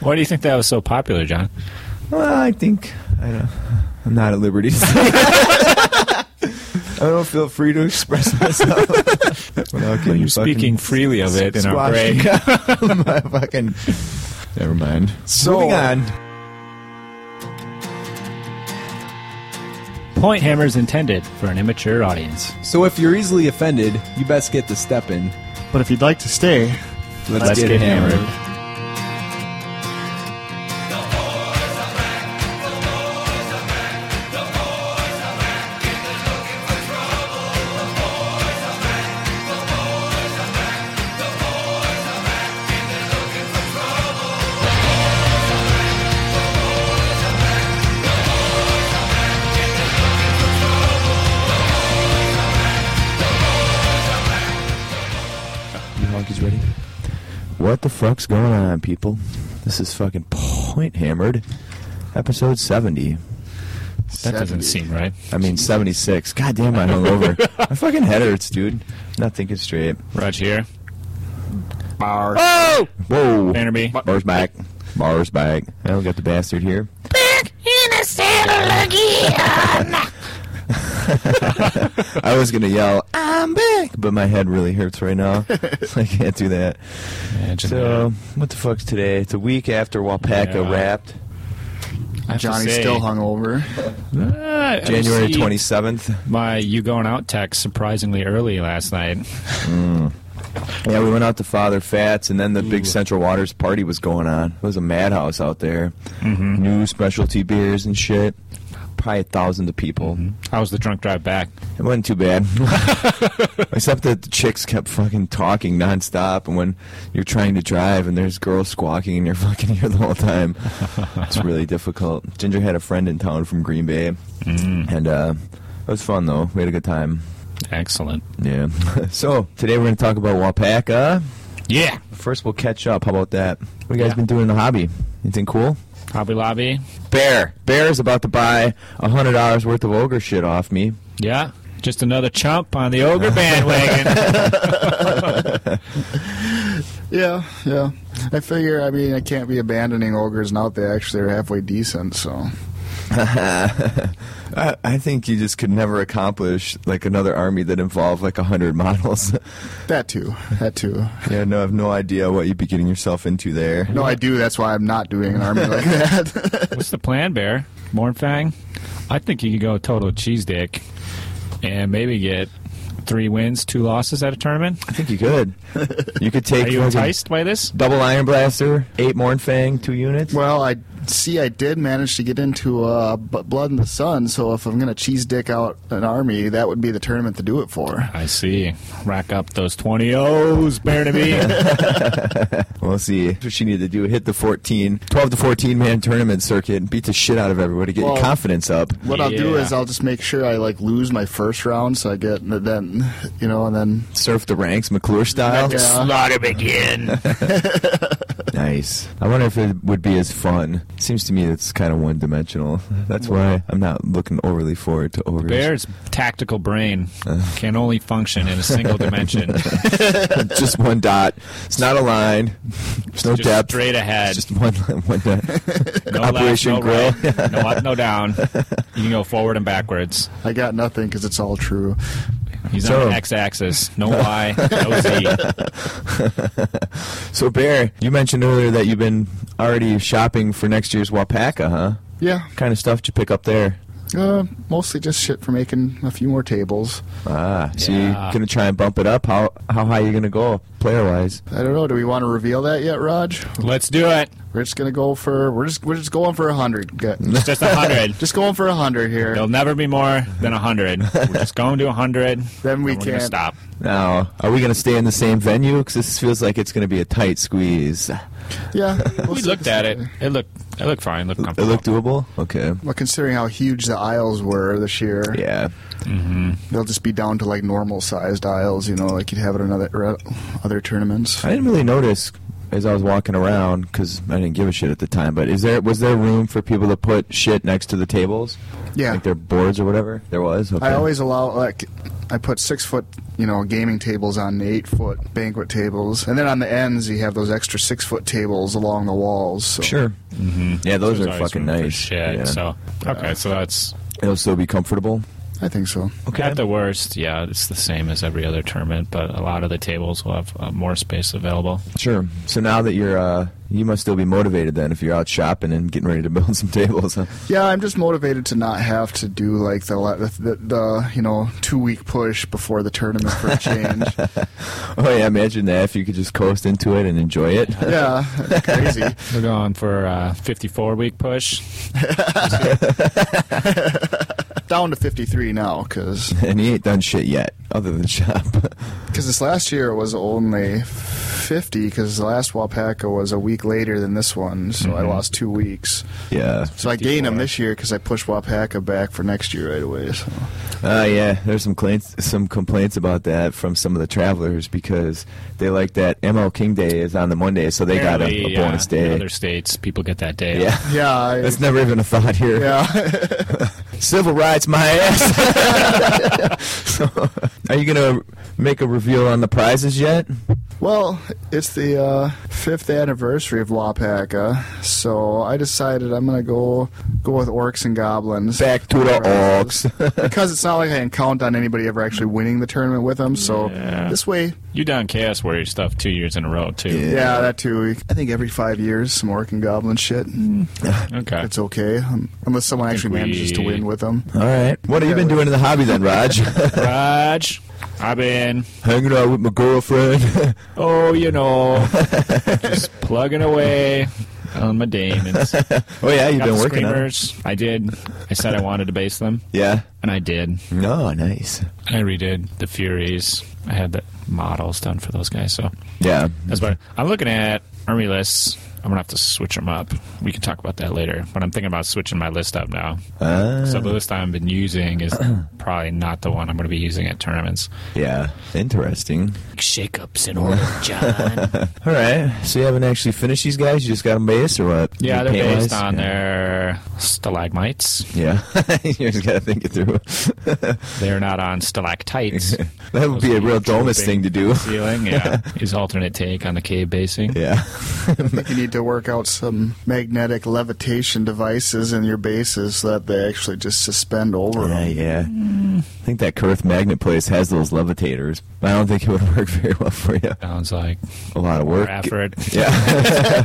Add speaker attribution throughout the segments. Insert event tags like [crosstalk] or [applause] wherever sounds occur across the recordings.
Speaker 1: Why do you think that was so popular, John?
Speaker 2: Well, Uh, I think I don't. I'm not at liberty. to say. I don't feel free to express myself. [laughs] Well, can
Speaker 1: You're
Speaker 2: fucking
Speaker 1: speaking freely of it in our
Speaker 2: squash
Speaker 1: break.
Speaker 2: [laughs] my fucking. Never mind.
Speaker 1: So-
Speaker 2: Moving on.
Speaker 1: Point hammers intended for an immature audience.
Speaker 2: So if you're easily offended, you best get the step in.
Speaker 3: But if you'd like to stay,
Speaker 2: Let's,
Speaker 1: Let's
Speaker 2: get,
Speaker 1: get
Speaker 2: hammered.
Speaker 1: hammered.
Speaker 2: You honkies ready? What the fuck's going on, people? This is fucking Point Hammered, episode 70.
Speaker 1: That doesn't seem right.
Speaker 2: I mean, 76. God damn,
Speaker 1: [laughs]
Speaker 2: I hungover. My fucking head hurts, dude. Not thinking straight.
Speaker 1: Roger here.
Speaker 2: Bar. Oh! Whoa.
Speaker 1: Vanderby.
Speaker 2: Bar's back. Bar's back. Oh, we got the bastard here. [laughs] I was gonna yell, I'm back, but my head really hurts right now. [laughs] I can't do that.
Speaker 1: Imagine
Speaker 2: So, what the fuck's today? It's a week after Wapaka
Speaker 1: Yeah.
Speaker 2: wrapped,
Speaker 1: that. I have to
Speaker 3: Johnny's
Speaker 1: say,
Speaker 3: still hungover.
Speaker 1: Ah, I
Speaker 2: [laughs] January
Speaker 1: received
Speaker 2: 27th.
Speaker 1: My you going out text surprisingly early last night. [laughs]
Speaker 2: Yeah, we went out to Father Fats, and then the big Central Waters party was going on. It was a madhouse out there.
Speaker 1: Mm-hmm.
Speaker 2: New specialty beers and shit. Probably a thousand of people.
Speaker 1: Mm-hmm. How was the drunk drive back?
Speaker 2: It wasn't too bad. [laughs] Except that the chicks kept fucking talking nonstop, and when you're trying to drive and there's girls squawking in your [laughs] fucking ear the whole time,
Speaker 1: [laughs]
Speaker 2: it's really difficult. Ginger had a friend in town from Green Bay,
Speaker 1: Mm.
Speaker 2: and uh, it was fun though. We had a good time.
Speaker 1: Excellent.
Speaker 2: Yeah. [laughs] so today we're going to talk about Wapaka.
Speaker 1: Yeah.
Speaker 2: First, we'll catch up. How about that? What you guys been doing in the hobby? Anything cool?
Speaker 1: Hobby Lobby.
Speaker 2: Bear. Bear is about to buy a hundred dollars worth of ogre shit off me.
Speaker 1: Yeah. Just another chump on the
Speaker 2: [laughs]
Speaker 1: ogre bandwagon.
Speaker 3: [laughs] Yeah, yeah. I figure, I mean, I can't be abandoning ogres now that they actually are halfway decent, so.
Speaker 2: [laughs] I, I think you just could never accomplish like another army that involved like a hundred models. [laughs]
Speaker 3: That too. That too.
Speaker 2: yeah, no, I have no idea what you'd be getting yourself into there.
Speaker 3: No, I do. That's why I'm not doing an army like that.
Speaker 1: What's the plan, Bear? Mornfang? I think you could go total cheese dick and maybe get three wins, two losses at a tournament.
Speaker 2: I think
Speaker 1: [laughs]
Speaker 2: you could. [laughs] You could take
Speaker 1: Are you
Speaker 2: fucking
Speaker 1: enticed by this?
Speaker 2: double iron blaster, eight Mornfang, two units.
Speaker 3: well, I see. I did manage to get into uh, B- Blood in the Sun, so if I'm gonna cheese dick out an army, that would be the tournament to do it for.
Speaker 1: I see. Rack up those 20 O's, Bear to
Speaker 3: [laughs]
Speaker 1: be.
Speaker 2: We'll see. That's what she needed to do. Hit the 14, 12 to 14 man tournament circuit and beat the shit out of everybody. Get your
Speaker 3: Well-
Speaker 2: confidence up.
Speaker 3: What I'll do
Speaker 1: Yeah.
Speaker 3: is I'll just make sure I like lose my first round, so I get then you know, and then
Speaker 2: Surf the ranks, McClure style.
Speaker 3: Yeah.
Speaker 1: Slaughter begin.
Speaker 2: [laughs] Nice. I wonder if it would be as fun. Seems to me it's kind of one dimensional. [laughs] That's why I'm not looking overly forward to ogres.
Speaker 1: Bear's tactical brain can only function in a single dimension.
Speaker 2: [laughs] just one dot. It's not a line. It's no
Speaker 1: Just
Speaker 2: depth.
Speaker 1: straight ahead.
Speaker 2: It's just one one dot.
Speaker 1: no
Speaker 2: Operation
Speaker 1: left, no right, no up, no down. You can go [laughs] forward and backwards.
Speaker 3: I got nothing because it's all true.
Speaker 1: He's
Speaker 2: So-
Speaker 1: on the x-axis. No Y, no Z.
Speaker 2: [laughs] So Bear, you mentioned earlier that you've been already shopping for next year's Wapaka, huh?
Speaker 3: [laughs] Yeah,
Speaker 2: What kind of stuff did you pick up there?
Speaker 3: uh, mostly just shit for making a few more tables.
Speaker 2: Ah, so you're
Speaker 1: Yeah.
Speaker 2: gonna try and bump it up. How how high you gonna go player wise?
Speaker 3: I don't know. Do we want to reveal that yet, Raj?
Speaker 1: Let's do it.
Speaker 3: We're just gonna go for we're just we're just going for a hundred.
Speaker 1: [laughs] It's just 100.
Speaker 3: [laughs] Just going for a hundred here.
Speaker 1: There'll never be more than 100. We're just going to 100.
Speaker 3: [laughs] Then we
Speaker 1: and we're gonna
Speaker 3: can't.
Speaker 1: stop.
Speaker 2: Now, are we gonna stay in the same venue? Because this feels like it's gonna be a tight squeeze.
Speaker 3: Yeah, we'll
Speaker 1: We
Speaker 3: see.
Speaker 1: looked at it. It looked it looked fine. It looked
Speaker 2: It
Speaker 1: comfortable.
Speaker 2: looked doable. Okay.
Speaker 3: Well, considering how huge the aisles were this year,
Speaker 2: Yeah.
Speaker 3: they'll just be down to like normal sized aisles. You know, like you'd have at another or at uh, other tournaments.
Speaker 2: I didn't really notice as I was walking around because I didn't give a shit at the time. But is there was there room for people to put shit next to the tables?
Speaker 3: Yeah.
Speaker 2: like their boards or whatever. There was. Okay.
Speaker 3: I always allow like I put six foot, you know, gaming tables on the eight foot banquet tables, and then on the ends you have those extra six foot tables along the walls. So.
Speaker 2: sure. Yeah, those
Speaker 1: There's
Speaker 2: are
Speaker 1: Mm-hmm. always
Speaker 2: fucking
Speaker 1: room for
Speaker 2: nice.
Speaker 1: Shit.
Speaker 2: Yeah.
Speaker 1: So okay, so that's
Speaker 2: It'll still be comfortable.
Speaker 3: I think so.
Speaker 1: At the worst, yeah, it's the same as every other tournament, but a lot of the tables will have uh, more space available.
Speaker 2: Sure. So now that you're, uh, you must still be motivated then if you're out shopping and getting ready to build [laughs] some tables. Huh?
Speaker 3: Yeah, I'm just motivated to not have to do like the la- the, the, the you know two week push before the tournament for a
Speaker 2: [laughs]
Speaker 3: change.
Speaker 2: Oh yeah, imagine that if you could just coast into it and enjoy
Speaker 1: [laughs]
Speaker 2: it.
Speaker 3: yeah, it's
Speaker 2: [laughs]
Speaker 3: crazy.
Speaker 1: We're going for a 54 week [laughs] push.
Speaker 3: Down to 53 now because
Speaker 2: [laughs] and he ain't done shit yet, other than [laughs] shop.
Speaker 3: this last year it was only 50 because the last Wapaka was a week later than this one, so
Speaker 2: Mm-hmm.
Speaker 3: I lost two weeks.
Speaker 2: yeah.
Speaker 3: So I gained them
Speaker 1: 54.
Speaker 3: this year because I pushed Wapaka back for next year right away. So.
Speaker 2: Uh, yeah, there's some complaints, some complaints about that from some of the travelers because they like that ML King Day is on the Monday, so they got a,
Speaker 1: Apparently,
Speaker 2: a
Speaker 1: yeah,
Speaker 2: bonus
Speaker 1: In
Speaker 2: day.
Speaker 1: uh, other states, people get that day.
Speaker 2: yeah,
Speaker 3: Yeah, I,
Speaker 2: that's never even a thought here.
Speaker 3: yeah.
Speaker 2: [laughs] Civil rights,
Speaker 3: [laughs]
Speaker 2: my ass. so, are you gonna make a reveal on the prizes yet?
Speaker 3: well, it's the uh, fifth anniversary of Wapaka, so I decided I'm gonna go go with orcs and goblins.
Speaker 2: Back to the orcs. [laughs]
Speaker 3: because it's not like I can count on anybody ever actually winning the tournament with them. So
Speaker 1: Yeah.
Speaker 3: this way,
Speaker 1: You done Chaos Warrior stuff two years in a row, too.
Speaker 3: yeah, that too. I think every five years, some orc and goblin shit.
Speaker 1: Okay.
Speaker 3: It's okay um, unless someone
Speaker 1: think
Speaker 3: actually manages to
Speaker 1: we-
Speaker 3: win with them.
Speaker 2: All right. What have you been doing in the hobby then, Raj? [laughs]
Speaker 1: Raj, I've been,
Speaker 2: Hanging out with my girlfriend.
Speaker 1: [laughs] oh, you
Speaker 2: [laughs]
Speaker 1: know, just plugging away on my demons. You've
Speaker 2: [laughs] oh yeah, you've been working on. it.
Speaker 1: screamers. I did. I said I wanted to base them,
Speaker 2: Yeah.
Speaker 1: and I did.
Speaker 2: No, nice.
Speaker 1: I redid the Furies. I had the models done for those guys, so
Speaker 2: Yeah.
Speaker 1: That's better. I'm looking at army lists. I'm gonna have to switch them up. We can talk about that later. But I'm thinking about switching my list up now.
Speaker 2: Ah,
Speaker 1: So the list I've been using
Speaker 2: [clears throat]
Speaker 1: is probably not the one I'm gonna be using at tournaments.
Speaker 2: yeah. Uh, Interesting. [laughs]
Speaker 4: shakeups in order, John.
Speaker 2: All right. So you haven't actually finished these guys? You just got them based or what?
Speaker 1: [laughs] Yeah, they're
Speaker 2: Paint-wise?
Speaker 1: based on
Speaker 2: yeah.
Speaker 1: their stalagmites.
Speaker 2: Yeah. [laughs] you just got to think it through.
Speaker 1: [laughs] They're not on stalactites.
Speaker 2: [laughs] that would be a real dumbest thing to do.
Speaker 1: Ceiling,
Speaker 2: [laughs]
Speaker 1: yeah. His alternate take on the cave basing.
Speaker 2: Yeah.
Speaker 3: [laughs] I think you need to work out some magnetic levitation devices in your bases so that they actually just suspend over
Speaker 2: Yeah,
Speaker 3: them. [laughs]
Speaker 2: yeah. I think that Kurth Magnet place has those levitators. but I don't think it would [laughs] work very well for you.
Speaker 1: Sounds like
Speaker 2: A lot of
Speaker 1: more
Speaker 2: work.
Speaker 1: effort
Speaker 2: [laughs] Yeah.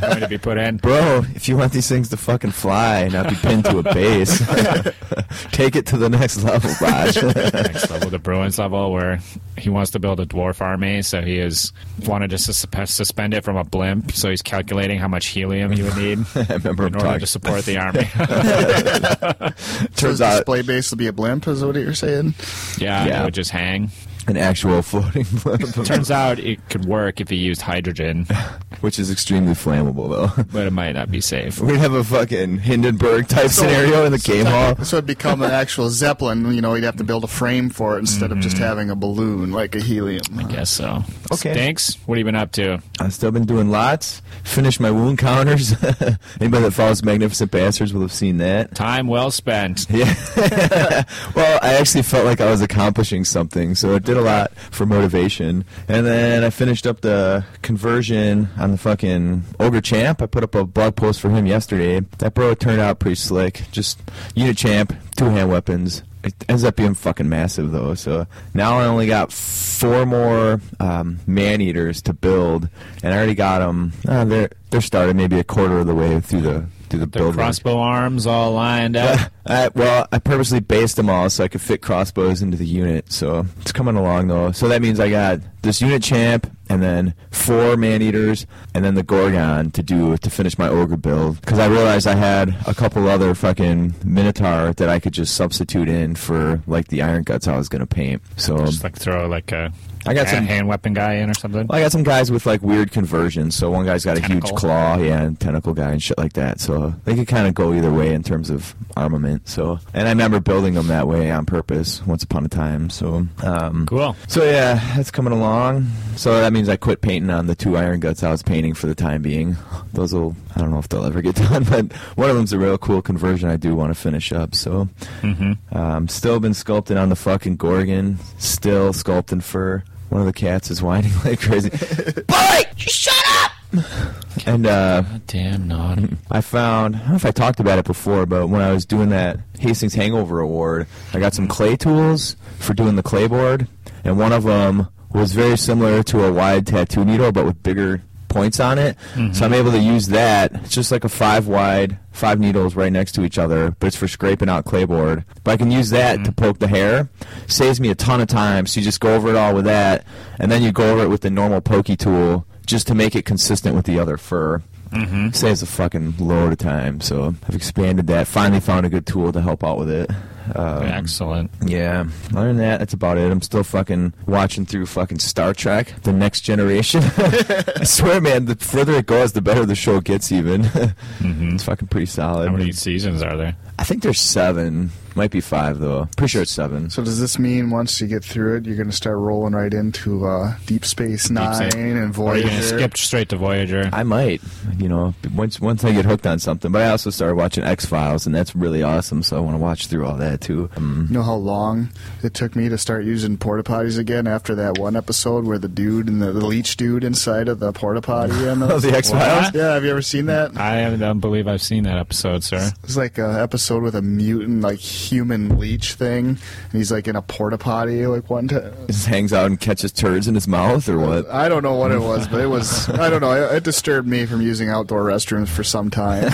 Speaker 1: [laughs] going to be put in.
Speaker 2: Bro, if you want these things to fucking fly and not be pinned to a base, [laughs] take it to the next level, Raj.
Speaker 1: [laughs] next level, the Bruins level, where he wants to build a dwarf army. So he is wanted to sus- suspend it from a blimp. So he's calculating how much helium he would need
Speaker 2: [laughs] I remember
Speaker 1: in
Speaker 2: him
Speaker 1: order
Speaker 2: talking.
Speaker 1: to support the
Speaker 2: [laughs]
Speaker 1: army. [laughs]
Speaker 3: So his
Speaker 2: Turns out
Speaker 3: display base will be a blimp, is what you're saying?
Speaker 1: yeah, and
Speaker 2: Yeah.
Speaker 1: it would just hang.
Speaker 2: an actual floating [laughs] blimp,
Speaker 1: Turns out it could work if he used hydrogen,
Speaker 2: [laughs] which is extremely flammable, though.
Speaker 1: but it might not be safe.
Speaker 2: We'd have a fucking Hindenburg type
Speaker 3: So-
Speaker 2: scenario in the game hall.
Speaker 3: So it'd become an
Speaker 2: [laughs]
Speaker 3: actual zeppelin. You know, you'd have to build a frame for it instead of just having a balloon like a helium.
Speaker 1: Guess so.
Speaker 2: Mm-hmm. Okay.
Speaker 1: Stinks. What have you been up to?
Speaker 2: I've still been doing lots. Finished my wound counters. [laughs] Anybody that follows Magnificent Bastards will have seen that.
Speaker 1: Time well spent.
Speaker 2: Well, I actually felt like I was accomplishing something, so it did a lot for motivation. And then I finished up the conversion on the fucking Ogre Champ. I put up a blog post for him yesterday. That bro turned out pretty slick. Just unit champ, two hand weapons. It ends up being fucking massive though. So now I only got four more um, man eaters to build, and I already got them. Uh, they're they're started maybe a quarter of the way through the through the
Speaker 1: The
Speaker 2: build.
Speaker 1: crossbow arms all lined up.
Speaker 2: [laughs] I, well, I purposely based them all so I could fit crossbows into the unit. So it's coming along though. So that means I got this unit champ, and then four man eaters, and then the gorgon to do to finish my ogre build. Because I realized I had a couple other fucking minotaur that I could just substitute in for like the iron guts I was gonna paint. So
Speaker 1: Just like throw like a
Speaker 2: I got some-
Speaker 1: hand weapon guy in or something.
Speaker 2: well, I got some guys with like weird conversions. So one guy's got a
Speaker 1: Tentacle.
Speaker 2: huge claw, yeah, and tentacle guy and shit like that. So they could kind of go either way in terms of armament. So and I remember building them that way on purpose once upon a time. So um,
Speaker 1: Cool.
Speaker 2: So yeah, that's coming along. So that means I quit painting on the two iron guts I was painting for the time being. Those will, I don't know if they'll ever get [laughs] done, but one of them's a real cool conversion I do want to finish up. So, um, still been sculpting on the fucking Gorgon, still sculpting for one of the cats is whining [laughs] like crazy. Boy, shut up! And, uh,
Speaker 4: God damn not.
Speaker 2: I found, I don't know if I talked about it before, but when I was doing that Hastings Hangover Award, I got some clay tools for doing the clay board, and one of them was very similar to a wide tattoo needle, but with bigger points on it.
Speaker 4: Mm-hmm.
Speaker 2: So I'm able to use that. It's just like a five wide, five needles right next to each other, but it's for scraping out clay board. But I can use that to poke the hair. Saves me a ton of time. So you just go over it all with that, and then you go over it with the normal pokey tool just to make it consistent with the other fur. Mm-hmm. Saves a fucking load of time, so I've expanded that. Finally, found a good tool to help out with it. Um,
Speaker 1: Excellent.
Speaker 2: yeah. Other than that, that's about it. I'm still fucking watching through fucking Star Trek, The Next Generation. [laughs] I swear, man, the further it goes, the better the show gets. Even it's fucking pretty solid.
Speaker 1: Mm-hmm. How many seasons are there?
Speaker 2: I think there's seven, might be five though. Pretty sure it's seven.
Speaker 3: So does this mean once you get through it, you're going to start rolling right into uh, Deep Space Nine
Speaker 1: Space-
Speaker 3: and
Speaker 1: Or are you
Speaker 3: Voyager?
Speaker 1: gonna skip straight to Voyager?
Speaker 2: I might, you know, once once I get hooked on something. But I also started watching X Files, and that's really awesome. So I want to watch through all that too. Um,
Speaker 3: You know how long it took me to start using porta potties again after that one episode where the dude and the, the leech dude inside of the porta potty
Speaker 2: [laughs]
Speaker 3: and
Speaker 2: Oh,
Speaker 3: those.
Speaker 2: the X Files.
Speaker 1: What?
Speaker 3: yeah, have you ever seen that?
Speaker 1: I don't believe I've seen that episode, sir.
Speaker 3: It's like an episode with a mutant, like human leech thing, and he's like in a porta potty, like one time.
Speaker 2: Just hangs out and catches turds in his mouth, or what?
Speaker 3: I don't know what it was, but it was. I don't know. It, it disturbed me from using outdoor restrooms for some time.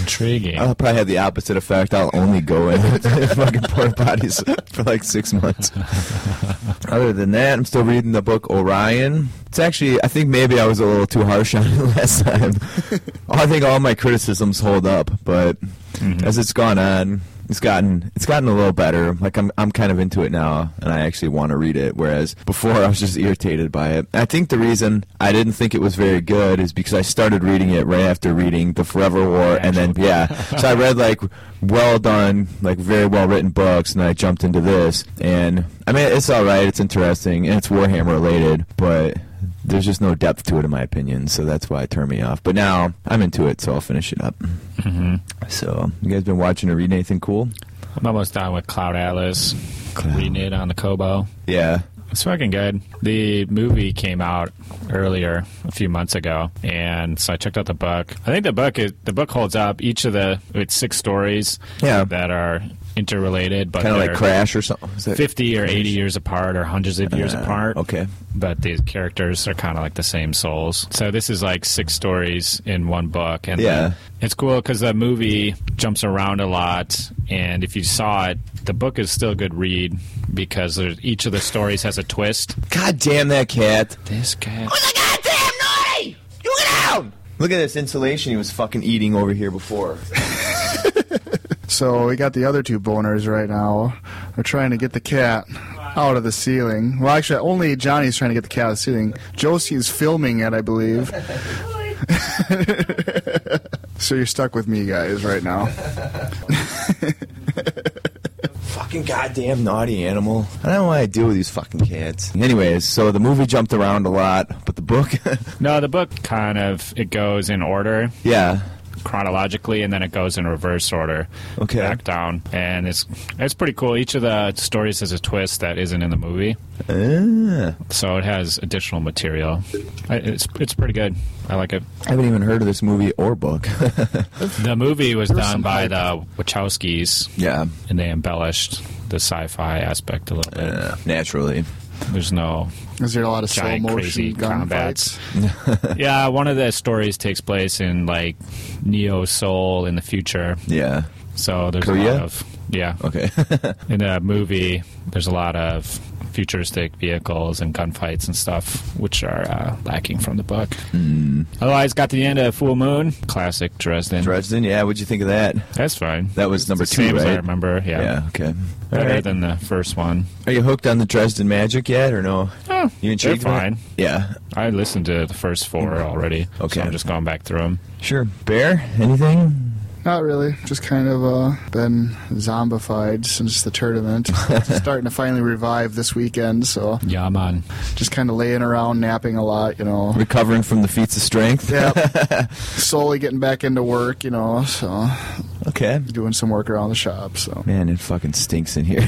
Speaker 1: Intriguing.
Speaker 2: I'll probably have the opposite effect. I'll only go in [laughs] fucking porta potties for like six months. Other than that, I'm still reading the book Orion. It's actually, I think maybe I was a little too harsh on it [laughs] last time. I think all my criticisms hold up, but as it's gone on, it's gotten it's gotten a little better. Like I'm I'm kind of into it now, and I actually want to read it. Whereas before, I was just irritated by it. I think the reason I didn't think it was very good is because I started reading it right after reading the Forever War, and then yeah, so I read like well done, like very well written books, and I jumped into this. And I mean, it's all right, it's interesting, and it's Warhammer related, but. There's just no depth to it, in my opinion, so that's why it turned me off. But now I'm into it, so I'll finish it up. So, you guys been watching or reading anything cool?
Speaker 1: I'm almost done with Cloud Atlas. Reading it on the Kobo.
Speaker 2: Yeah.
Speaker 1: It's fucking good. The movie came out earlier, a few months ago, and so I checked out the book. I think the book is, the book holds up. Each of the it's six stories
Speaker 2: Yeah.
Speaker 1: that are interrelated, but
Speaker 2: Kind of like
Speaker 1: they're
Speaker 2: Crash or something. Is that-
Speaker 1: fifty or eighty years apart or hundreds of years
Speaker 2: Uh,
Speaker 1: apart.
Speaker 2: Okay.
Speaker 1: But the characters are kind of like the same souls. So this is like six stories in one book, and
Speaker 2: Yeah.
Speaker 1: it's cool because the movie jumps around a lot. And if you saw it, the book is still a good read because there's, each of the stories has a twist.
Speaker 2: God damn that cat.
Speaker 1: This guy.
Speaker 2: The goddamn naughty! You get down! Look at this insulation he was fucking eating over here before.
Speaker 3: so we got the other two boners right now. We're trying to get the cat out of the ceiling. Well, actually, only Johnny's trying to get the cat out of the ceiling. Josie is filming it, I believe. [laughs] so you're stuck with me guys right now.
Speaker 2: [laughs] [laughs] fucking goddamn naughty animal. I don't know what I do with these fucking cats. Anyways, so the movie jumped around a lot, but the book, [laughs]
Speaker 1: No, the book kind of it goes in order
Speaker 2: yeah.
Speaker 1: chronologically, and then it goes in reverse order.
Speaker 2: Okay.
Speaker 1: Back down, and it's it's pretty cool. Each of the stories has a twist that isn't in the movie,
Speaker 2: Ah,
Speaker 1: so it has additional material. I- It's it's pretty good. I like it.
Speaker 2: I haven't even heard of this movie or book.
Speaker 1: The movie was
Speaker 3: some
Speaker 1: done by the Wachowskis,
Speaker 2: yeah,
Speaker 1: and they embellished the sci-fi aspect a little bit.
Speaker 2: uh, naturally.
Speaker 1: There's no
Speaker 3: Is there a lot of slow
Speaker 1: giant crazy
Speaker 3: motion
Speaker 1: combats.
Speaker 3: gunfights?
Speaker 2: [laughs]
Speaker 1: yeah, one of the stories takes place in like neo soul in the future.
Speaker 2: Yeah.
Speaker 1: So there's a
Speaker 2: Korea?
Speaker 1: lot of yeah.
Speaker 2: Okay. [laughs]
Speaker 1: In the movie, there's a lot of futuristic vehicles and gunfights and stuff, which are uh, lacking from the book.
Speaker 2: Hmm.
Speaker 1: Otherwise, got to the end of Full Moon, classic Dresden.
Speaker 2: Dresden, yeah, what'd you think of that?
Speaker 1: That's fine.
Speaker 2: That was number
Speaker 1: It's the
Speaker 2: two,
Speaker 1: same as I
Speaker 2: right?
Speaker 1: remember. Yeah.
Speaker 2: Yeah, okay. All
Speaker 1: Better
Speaker 2: right.
Speaker 1: than the first one.
Speaker 2: Are you hooked on the Dresden Magic yet, or no?
Speaker 1: Oh,
Speaker 2: You intrigued?
Speaker 1: they're
Speaker 2: by it?
Speaker 1: fine.
Speaker 2: Yeah,
Speaker 1: I listened to the first four already.
Speaker 2: Okay.
Speaker 1: So I'm just going back through them.
Speaker 2: sure. Bear, anything?
Speaker 3: Not really. Just kind of uh, been zombified since the
Speaker 2: [laughs]
Speaker 3: tournament. It's starting to finally revive this weekend, so
Speaker 1: Yeah, man.
Speaker 3: just kind of laying around, napping a lot, you know.
Speaker 2: Recovering from the feats of strength.
Speaker 3: Yeah,
Speaker 2: [laughs]
Speaker 3: slowly getting back into work, you know. So
Speaker 2: Okay.
Speaker 3: doing some work around the shop. So
Speaker 2: Man,
Speaker 1: [laughs]
Speaker 2: it fucking stinks
Speaker 3: [laughs]
Speaker 2: in here.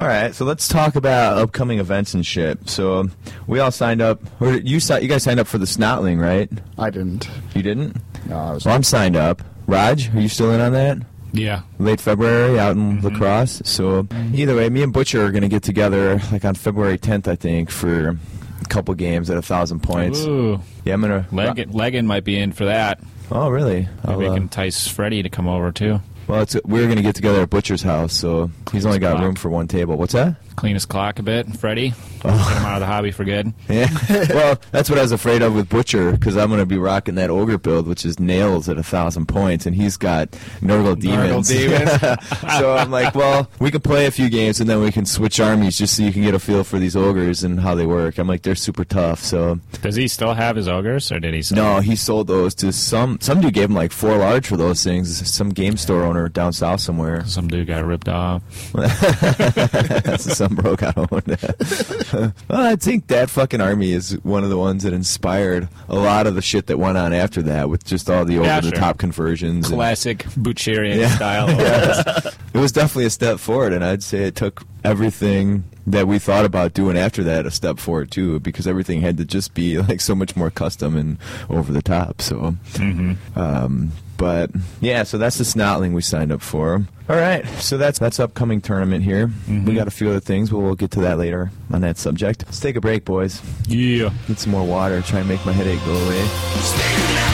Speaker 2: all right, so let's talk about upcoming events and shit. So um, we all signed up, or you si- you guys signed up for the Snotling, right?
Speaker 3: I didn't.
Speaker 2: You didn't?
Speaker 3: No, I was.
Speaker 2: So I'm signed up. Raj, are you still in on that?
Speaker 1: Yeah.
Speaker 2: Late February out in
Speaker 1: Mm-hmm.
Speaker 2: Lacrosse. So either way, me and Butcher are gonna get together like on February 10th, I think, for a couple games at a thousand points.
Speaker 1: Ooh,
Speaker 2: Yeah, I'm gonna.
Speaker 1: Leggin, Leggin might be in for that.
Speaker 2: Oh, really? I'll,
Speaker 1: Maybe we
Speaker 2: uh,
Speaker 1: can entice Freddy to come over too.
Speaker 2: well, it's, we're gonna get together at Butcher's house, so he's only got
Speaker 1: clock.
Speaker 2: room for one table. What's that?
Speaker 1: Clean his clock a bit, Freddy.
Speaker 2: Oh.
Speaker 1: Get him out of the hobby for good.
Speaker 2: Yeah. [laughs] well, that's what I was afraid of with Butcher because I'm going to be rocking that ogre build, which is nails at a thousand points, and he's got Nurgle demons.
Speaker 1: demons.
Speaker 2: [laughs] so uh, I'm like, well, we can play a few games and then we can switch armies just so you can get a feel for these ogres and how they work. I'm like, they're super tough. So
Speaker 1: Does he still have his ogres, or did he? Sell?
Speaker 2: no, he sold those to some some dude gave him like four large for those things. Some game store owner down south somewhere.
Speaker 1: Some dude got ripped off.
Speaker 2: [laughs] Some bro got owned. [laughs] well, I think that fucking army is one of the ones that inspired a lot of the shit that went on after that, with just all the over
Speaker 1: Yeah,
Speaker 2: the top conversions. and-
Speaker 1: Classic Bucherian
Speaker 2: [laughs] Yeah.
Speaker 1: style.
Speaker 2: it was definitely a step forward, and I'd say it took everything that we thought about doing after that a step forward too, because everything had to just be like so much more custom and over the top. So, um, but yeah, so that's the snotling we signed up for. All right, so that's that's upcoming tournament here. We got a few other things, but we'll get to that later on that subject. Let's take a break, boys.
Speaker 1: Yeah.
Speaker 2: Get some more water. Try and make my headache go away.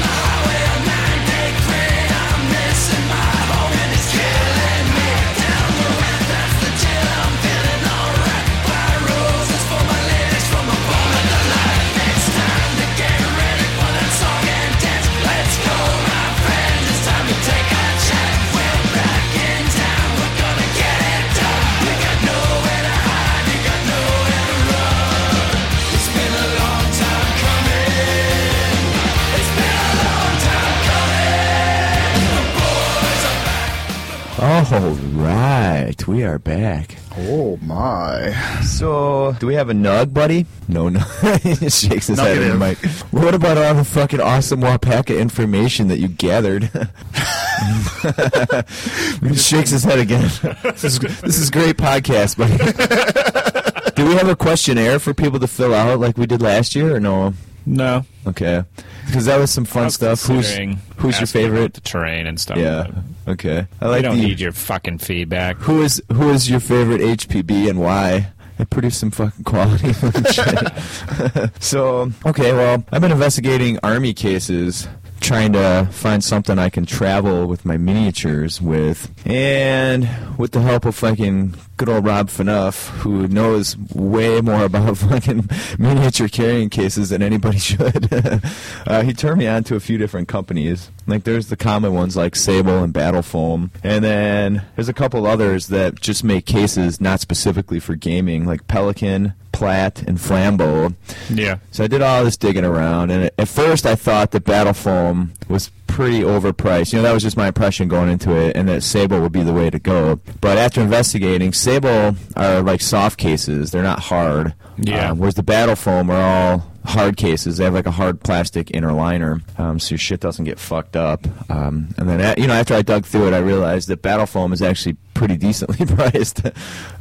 Speaker 2: All right, we are back.
Speaker 3: Oh my!
Speaker 2: So, do we have a nug, buddy? No, [laughs] no. he shakes his head in the mic.
Speaker 3: Negative.
Speaker 2: What about all the fucking awesome Wapaka information that you gathered? [laughs] he shakes his head again. this, is, this is great podcast, buddy. do we have a questionnaire for people to fill out like we did last year, or no?
Speaker 1: No.
Speaker 2: Okay, because that was some fun stuff. Who's
Speaker 1: considering
Speaker 2: who's your
Speaker 1: asking about
Speaker 2: favorite?
Speaker 1: The terrain and stuff.
Speaker 2: Yeah.
Speaker 1: but
Speaker 2: Okay. I
Speaker 1: We
Speaker 2: like
Speaker 1: don't
Speaker 2: the-
Speaker 1: need your fucking feedback.
Speaker 2: who is who is your favorite HPB and why? They produce some fucking quality [laughs] shit. [laughs] so okay, well, I've been investigating army cases, trying to find something I can travel with my miniatures with, and with the help of fucking good old Rob Fanuff, who knows way more about [laughs] fucking miniature carrying cases than anybody [laughs] should. uh, he turned me on to a few different companies. Like there's the common ones like Sable and Battle Foam, and then there's a couple others that just make cases not specifically for gaming, like Pelican, Platt, and Flambeau.
Speaker 1: Yeah.
Speaker 2: So I did all this digging around, and at first I thought that Battle Foam was pretty overpriced. You know, that was just my impression going into it, and that Sable would be the way to go. But after investigating, Sable are like soft cases; they're not hard.
Speaker 1: Yeah.
Speaker 2: Um, whereas the Battle Foam are all hard cases. They have like a hard plastic inner liner, um, so your shit doesn't get fucked up. Um, and then, a- you know, after I dug through it, I realized that Battle Foam is actually pretty decently [laughs] priced.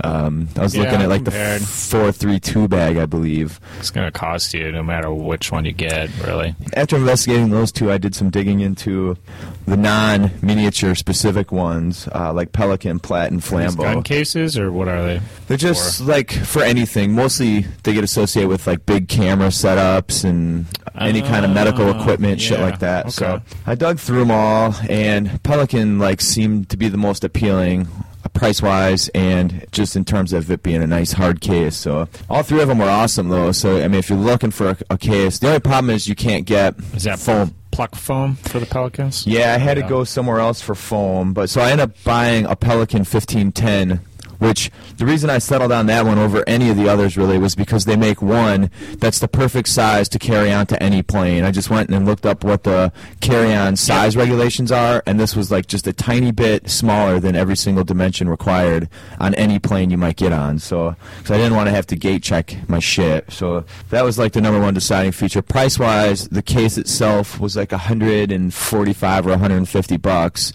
Speaker 2: um, I was
Speaker 1: Yeah,
Speaker 2: looking at like
Speaker 1: compared.
Speaker 2: the four three two bag, I believe.
Speaker 1: It's gonna cost you no matter which one you get, really.
Speaker 2: After investigating those two, I did some digging into the non miniature specific ones, uh, like Pelican, Platt, and
Speaker 1: These Gun
Speaker 2: Flambeau.
Speaker 1: cases or what are they?
Speaker 2: They're just like for anything. Mostly they get associated with like big camera setups and any kind of medical
Speaker 1: Ah,
Speaker 2: equipment, shit
Speaker 1: yeah,
Speaker 2: like that. So
Speaker 1: okay.
Speaker 2: I dug through them all, and Pelican like seemed to be the most appealing price wise and just in terms of it being a nice hard case so all three of them were awesome though so i mean if you're looking for a, a case the only problem is you can't get
Speaker 1: Is that
Speaker 2: foam
Speaker 1: pluck foam for the pelicans?
Speaker 2: yeah, I had
Speaker 1: Yeah.
Speaker 2: to go somewhere else for foam, but so I ended up buying a Pelican 1510 which the reason I settled on that one over any of the others really was because they make one that's the perfect size to carry on to any plane. I just went and looked up what the carry on size regulations are, and this was like just a tiny bit smaller than every single dimension required on any plane you might get on. So, because I didn't want to have to gate check my shit. So that was like the number one deciding feature. Price wise, the case itself was like 145 or 150 bucks.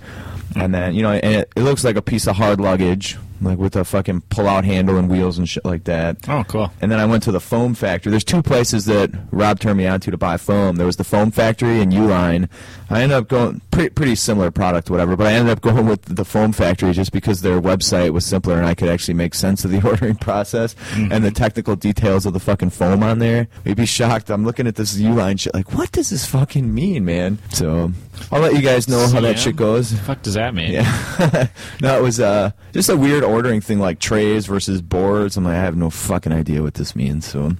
Speaker 2: And then, you know, and it, it looks like a piece of hard luggage, like with a fucking pull out handle and wheels and shit like that.
Speaker 1: Oh, cool.
Speaker 2: And then I went to the foam factory. There's two places that Rob turned me on to to buy foam. There was the foam factory and Uline. I ended up going pretty, pretty similar product, whatever. But I ended up going with the foam factory just because their website was simpler and I could actually make sense of the [laughs] ordering process
Speaker 1: Hmm.
Speaker 2: and the technical details of the fucking foam on there. You'd be shocked. I'm looking at this Uline shit like, what does this fucking mean, man? So I'll let you guys know how that
Speaker 1: CM?
Speaker 2: shit goes.
Speaker 1: fuck does that mean?
Speaker 2: Yeah. [laughs] no, it was uh, just a weird ordering thing like trays versus boards. I'm like, I have no fucking idea what this means. So,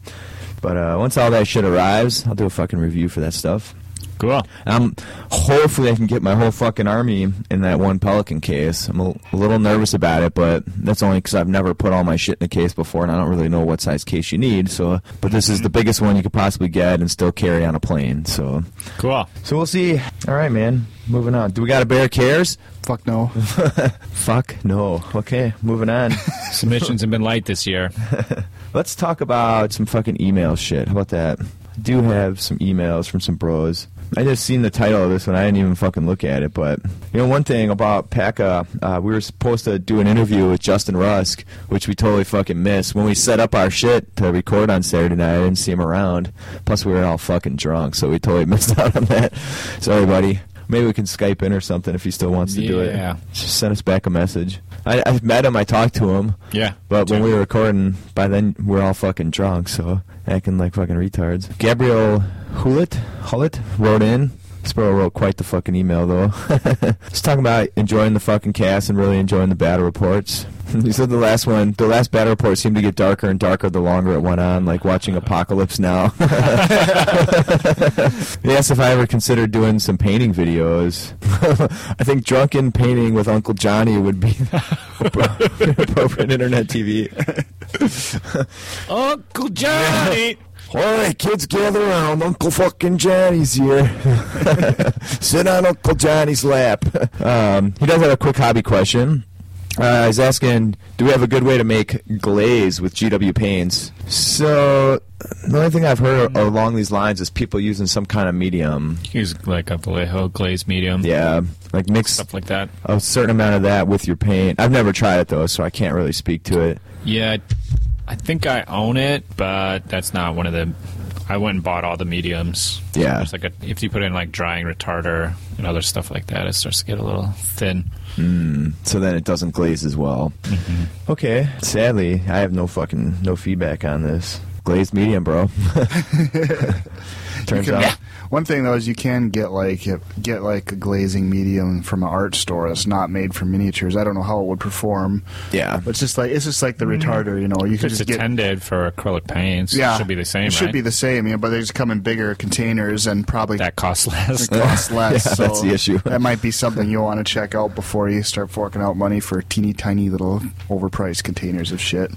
Speaker 2: but uh, once all that shit arrives, I'll do a fucking review for that stuff.
Speaker 1: Cool.
Speaker 2: Um, hopefully I can get my whole fucking army in that one pelican case. I'm a a little nervous about it, but that's only because I've never put all my shit in a case before, and I don't really know what size case you need. So, but this is the biggest one you could possibly get and still carry on a plane. So,
Speaker 1: Cool.
Speaker 2: so we'll see. All right, man. Moving on. Do we got a bear cares?
Speaker 3: Fuck no.
Speaker 2: Fuck no. Okay, moving on.
Speaker 1: [laughs] Submissions have been light
Speaker 3: [laughs]
Speaker 1: this year.
Speaker 2: Let's talk about some fucking email shit. How about that? I do have some emails from some bros. I just seen the title of this one. I didn't even fucking look at it. But, you know, one thing about Pekka, uh, we were supposed to do an interview with Justin Rusk, which we totally fucking missed. When we set up our shit to record on Saturday night, I didn't see him around. Plus, we were all fucking drunk, so we totally [laughs] missed out on that. Sorry, buddy. Maybe we can Skype in or something if he still wants to do it.
Speaker 1: Yeah.
Speaker 2: Just send us back a message. I, I've met him. I talked to him.
Speaker 1: Yeah.
Speaker 2: But when we were recording, by then we're all fucking drunk, so acting like fucking retards. Gabriel Hulit Hulit wrote in. This bro wrote quite the fucking email though. [laughs] Just talking about enjoying the fucking cast and really enjoying the battle reports. [laughs] He said the last one, the last battle report seemed to get darker and darker the longer it went on, like watching Apocalypse Now. [laughs] He asked if I ever considered doing some painting videos. [laughs] I think drunken painting with Uncle Johnny would be [laughs] appropriate internet TV.
Speaker 1: Uncle Johnny.
Speaker 2: All [laughs] right, kids, gather around. Uncle fucking Johnny's here. [laughs] Sit on Uncle Johnny's lap. Um, he does have a quick hobby question. Uh, he's asking, do we have a good way to make glaze with GW paints? So, the only thing I've heard along these lines is people using some kind of medium.
Speaker 1: He's like a Vallejo glazed medium.
Speaker 2: Yeah, like mix
Speaker 1: Stuff like that.
Speaker 2: a certain amount of that with your paint. I've never tried it though, so I can't really speak to it.
Speaker 1: Yeah, I think I own it, but that's not one of the. I went and bought all the mediums.
Speaker 2: Yeah.
Speaker 1: There's like a, if you put in like drying retarder and other stuff like that, it starts to get a little thin.
Speaker 2: Hmm. So then it doesn't glaze as well. Okay. Sadly, I have no fucking no feedback on this. Glazed medium, bro. [laughs] Turns
Speaker 3: You can-
Speaker 2: out.
Speaker 3: One thing though is you can get like it- get like a glazing medium from an art store that's not made for miniatures. I don't know how it would perform,
Speaker 2: Yeah.
Speaker 3: but it's just like it's just like the retarder. You know, you could
Speaker 1: Mm-hmm. It's
Speaker 3: just get
Speaker 1: attended for acrylic paints.
Speaker 3: yeah,
Speaker 1: should be the same.
Speaker 3: It should
Speaker 1: right?
Speaker 3: be the same, yeah, but they just come in bigger containers and probably
Speaker 1: that costs less. [laughs]
Speaker 3: cost less.
Speaker 2: Yeah,
Speaker 3: so
Speaker 2: that's the issue.
Speaker 3: that might be something you'll want to check out before you start forking out money for teeny tiny little overpriced containers of shit.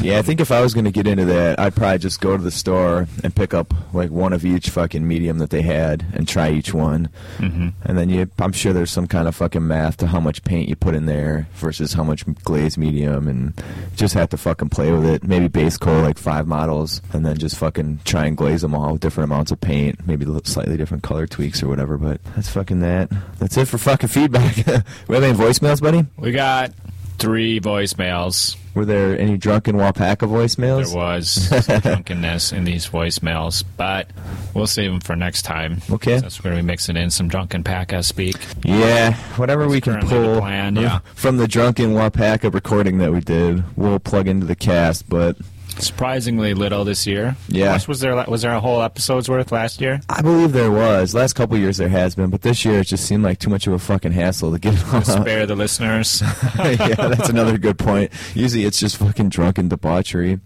Speaker 2: Yeah, I think if I was going to get into that, I'd probably just go to the store and pick up like one of each fucking medium that they had and try each one.
Speaker 3: [laughs]
Speaker 2: Mm-hmm. And then you, I'm sure there's some kind of fucking math to how much paint you put in there versus how much glaze medium, and just have to fucking play with it. Maybe base coat like five models, and then just fucking try and glaze them all with different amounts of paint, maybe li- slightly different color tweaks or whatever. But that's fucking that. That's it for fucking feedback. [laughs] we have any voicemails, buddy?
Speaker 1: we got three voicemails.
Speaker 2: Were there any drunken Wapaka voicemails?
Speaker 1: There was
Speaker 2: [laughs]
Speaker 1: some drunkenness in these voicemails, but we'll save them for next time.
Speaker 2: Okay.
Speaker 1: That's where we mix it in some drunken Packa speak.
Speaker 2: Yeah, whatever we can
Speaker 1: currently the
Speaker 2: pull
Speaker 1: plan,
Speaker 2: from-
Speaker 1: yeah.
Speaker 2: from the drunken Wapaka recording that we did, we'll plug into the cast. But
Speaker 1: Surprisingly little this year.
Speaker 2: Yeah.
Speaker 1: How much was there? Was there a whole episode's worth last
Speaker 2: [laughs]
Speaker 1: year?
Speaker 2: I believe there was last couple years there has been, but this year it just seemed like too much of a fucking hassle to get [laughs] it all out.
Speaker 1: spare the
Speaker 2: [laughs]
Speaker 1: listeners.
Speaker 2: yeah, that's another good point. Usually it's just fucking drunken debauchery.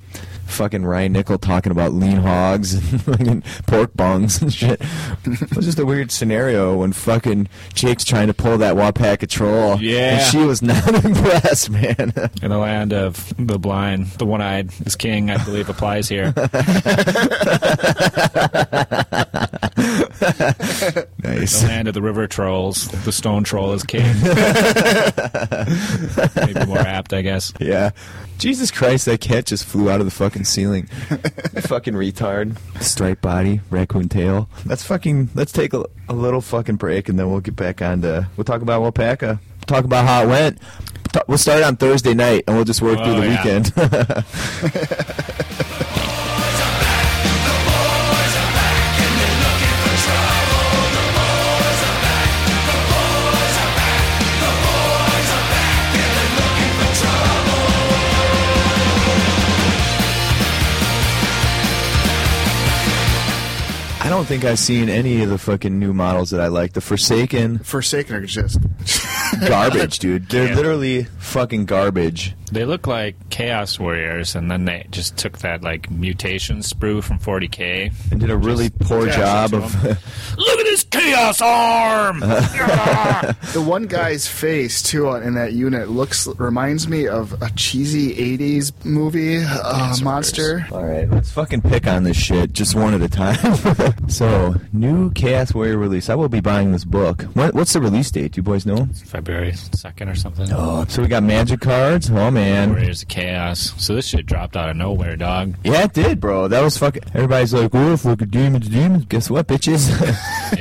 Speaker 2: fucking Ryan Nickel talking about lean hogs and [laughs] fucking pork bungs and shit. it was just a weird scenario when fucking Jake's trying to pull that
Speaker 1: [laughs]
Speaker 2: Wapak control.
Speaker 1: Yeah.
Speaker 2: And she was not [laughs] impressed, man.
Speaker 1: In the land of the blind, the one eyed is king, I believe, applies
Speaker 2: [laughs]
Speaker 1: here. The
Speaker 2: nice.
Speaker 1: land of the river trolls, the stone troll is
Speaker 2: [laughs]
Speaker 1: king. Maybe more apt, I guess.
Speaker 2: Yeah. Jesus Christ, that cat just flew out of the fucking ceiling. [laughs] fucking retard. Striped body, raccoon tail. Let's fucking let's take a, a little fucking break and then we'll get back on to we'll talk about Wapaka. Talk about how it went. Ta- We'll start on Thursday night and we'll just work through
Speaker 1: Oh,
Speaker 2: the
Speaker 1: yeah.
Speaker 2: weekend. [laughs] I don't think I've seen any of the fucking new models that I like. The Forsaken
Speaker 3: Forsaken are just [laughs]
Speaker 2: garbage, dude. They're
Speaker 1: Yeah.
Speaker 2: literally fucking garbage.
Speaker 1: They look like Chaos Warriors, and then they just took that like mutation sprue from 40k.
Speaker 2: And did a really poor
Speaker 3: Yeah,
Speaker 2: job
Speaker 1: that's
Speaker 2: [laughs] of Uh-huh.
Speaker 1: Look at this Chaos arm!
Speaker 3: the one guy's face too uh, in that unit looks reminds me of a cheesy '80s movie, uh, Monster.
Speaker 2: All right, let's fucking pick on this shit just one at a time. [laughs] so, new Chaos Warrior release. I will be buying this book. What, what's the release date? Do you boys know?
Speaker 1: February 2nd or something.
Speaker 2: Oh, so we got Magic cards. Oh man,
Speaker 1: Warriors of Chaos. So this shit dropped out of nowhere, dog.
Speaker 2: yeah, it did, bro. That was fucking. Everybody's like, "Woof, look at demons, demons." Guess what, bitches?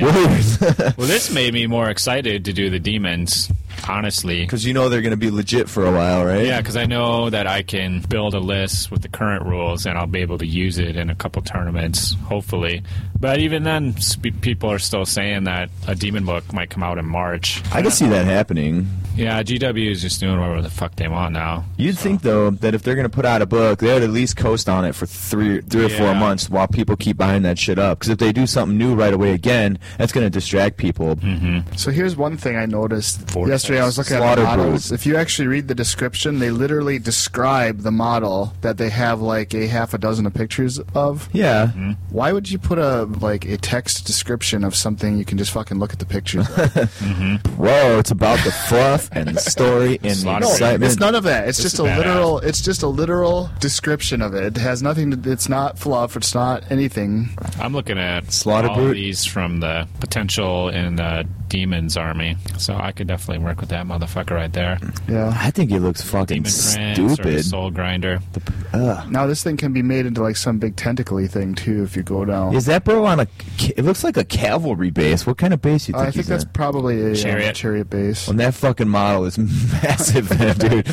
Speaker 2: [laughs] Warriors. [laughs]
Speaker 1: Well, this made me more excited to do the demons, honestly.
Speaker 2: Because you know they're gonna be legit for a while, right?
Speaker 1: Yeah, because I know that I can build a list with the current rules and I'll be able to use it in a couple tournaments, hopefully. But even then, sp- people are still saying that a demon book might come out in March.
Speaker 2: I can see that happening.
Speaker 1: Yeah, GW is just doing whatever the fuck they want now.
Speaker 2: You'd think though that if they're gonna put out a book, they would at least coast on it for three, three or four
Speaker 1: Yeah.
Speaker 2: months while people keep buying that shit up. Because if they do something new right away again, that's gonna distract people.
Speaker 3: So here's one thing I noticed
Speaker 1: Mm-hmm. Vortex.
Speaker 3: yesterday. I was looking at
Speaker 2: Slaughter
Speaker 3: the models.
Speaker 2: Brood.
Speaker 3: If you actually read the description, they literally describe the model that they have like a half a dozen of pictures of.
Speaker 2: Yeah,
Speaker 3: Why would you put a like a text description of something you can just fucking look at the pictures? of?
Speaker 2: bro, it's about the fluff and
Speaker 1: [laughs]
Speaker 2: the story and the
Speaker 1: Slaughter Brood.
Speaker 2: excitement.
Speaker 3: it's none of that. It's just a
Speaker 1: badass.
Speaker 3: literal. It's just a literal description of it. It has nothing. to It's not fluff. It's not anything.
Speaker 1: I'm looking at
Speaker 2: Slaughter
Speaker 1: all of
Speaker 2: Brute.
Speaker 1: these from the potential in the demons army, so I could definitely work with that motherfucker right there.
Speaker 3: Yeah.
Speaker 2: I think it looks
Speaker 1: Demon
Speaker 2: fucking
Speaker 1: Prince or
Speaker 2: stupid.
Speaker 1: Soul Grinder.
Speaker 2: Ugh.
Speaker 3: Now this thing can be made into like some big tentacly thing too. If you go down,
Speaker 2: Is that bro on a? ca- It looks like a cavalry base. What kind of base you
Speaker 3: Uh,
Speaker 2: think?
Speaker 3: I think
Speaker 2: he's
Speaker 3: that's
Speaker 2: in?
Speaker 3: probably a um,
Speaker 1: Chariot.
Speaker 3: chariot base.
Speaker 2: When that fucking model is [laughs] massive,
Speaker 3: [laughs]
Speaker 2: man, dude.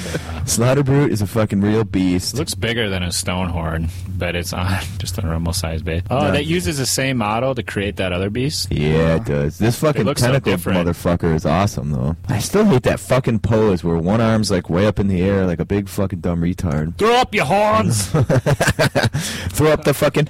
Speaker 2: Slaughter Brute is a fucking real beast.
Speaker 1: It looks bigger than a stone horn, but it's on [laughs] just a normal size base. Oh,
Speaker 2: Yeah.
Speaker 1: that uses the same model to create that other beast.
Speaker 2: Yeah, it does. This fucking
Speaker 1: looks so
Speaker 2: tentacle
Speaker 1: different.
Speaker 2: motherfucker is awesome, though. I still hate that fucking pose where one arm's like way up in the air, like a big fucking dumb
Speaker 1: [laughs]
Speaker 2: retard.
Speaker 1: Throw up
Speaker 5: [laughs]
Speaker 1: your horns.
Speaker 2: [laughs] Throw up the fucking.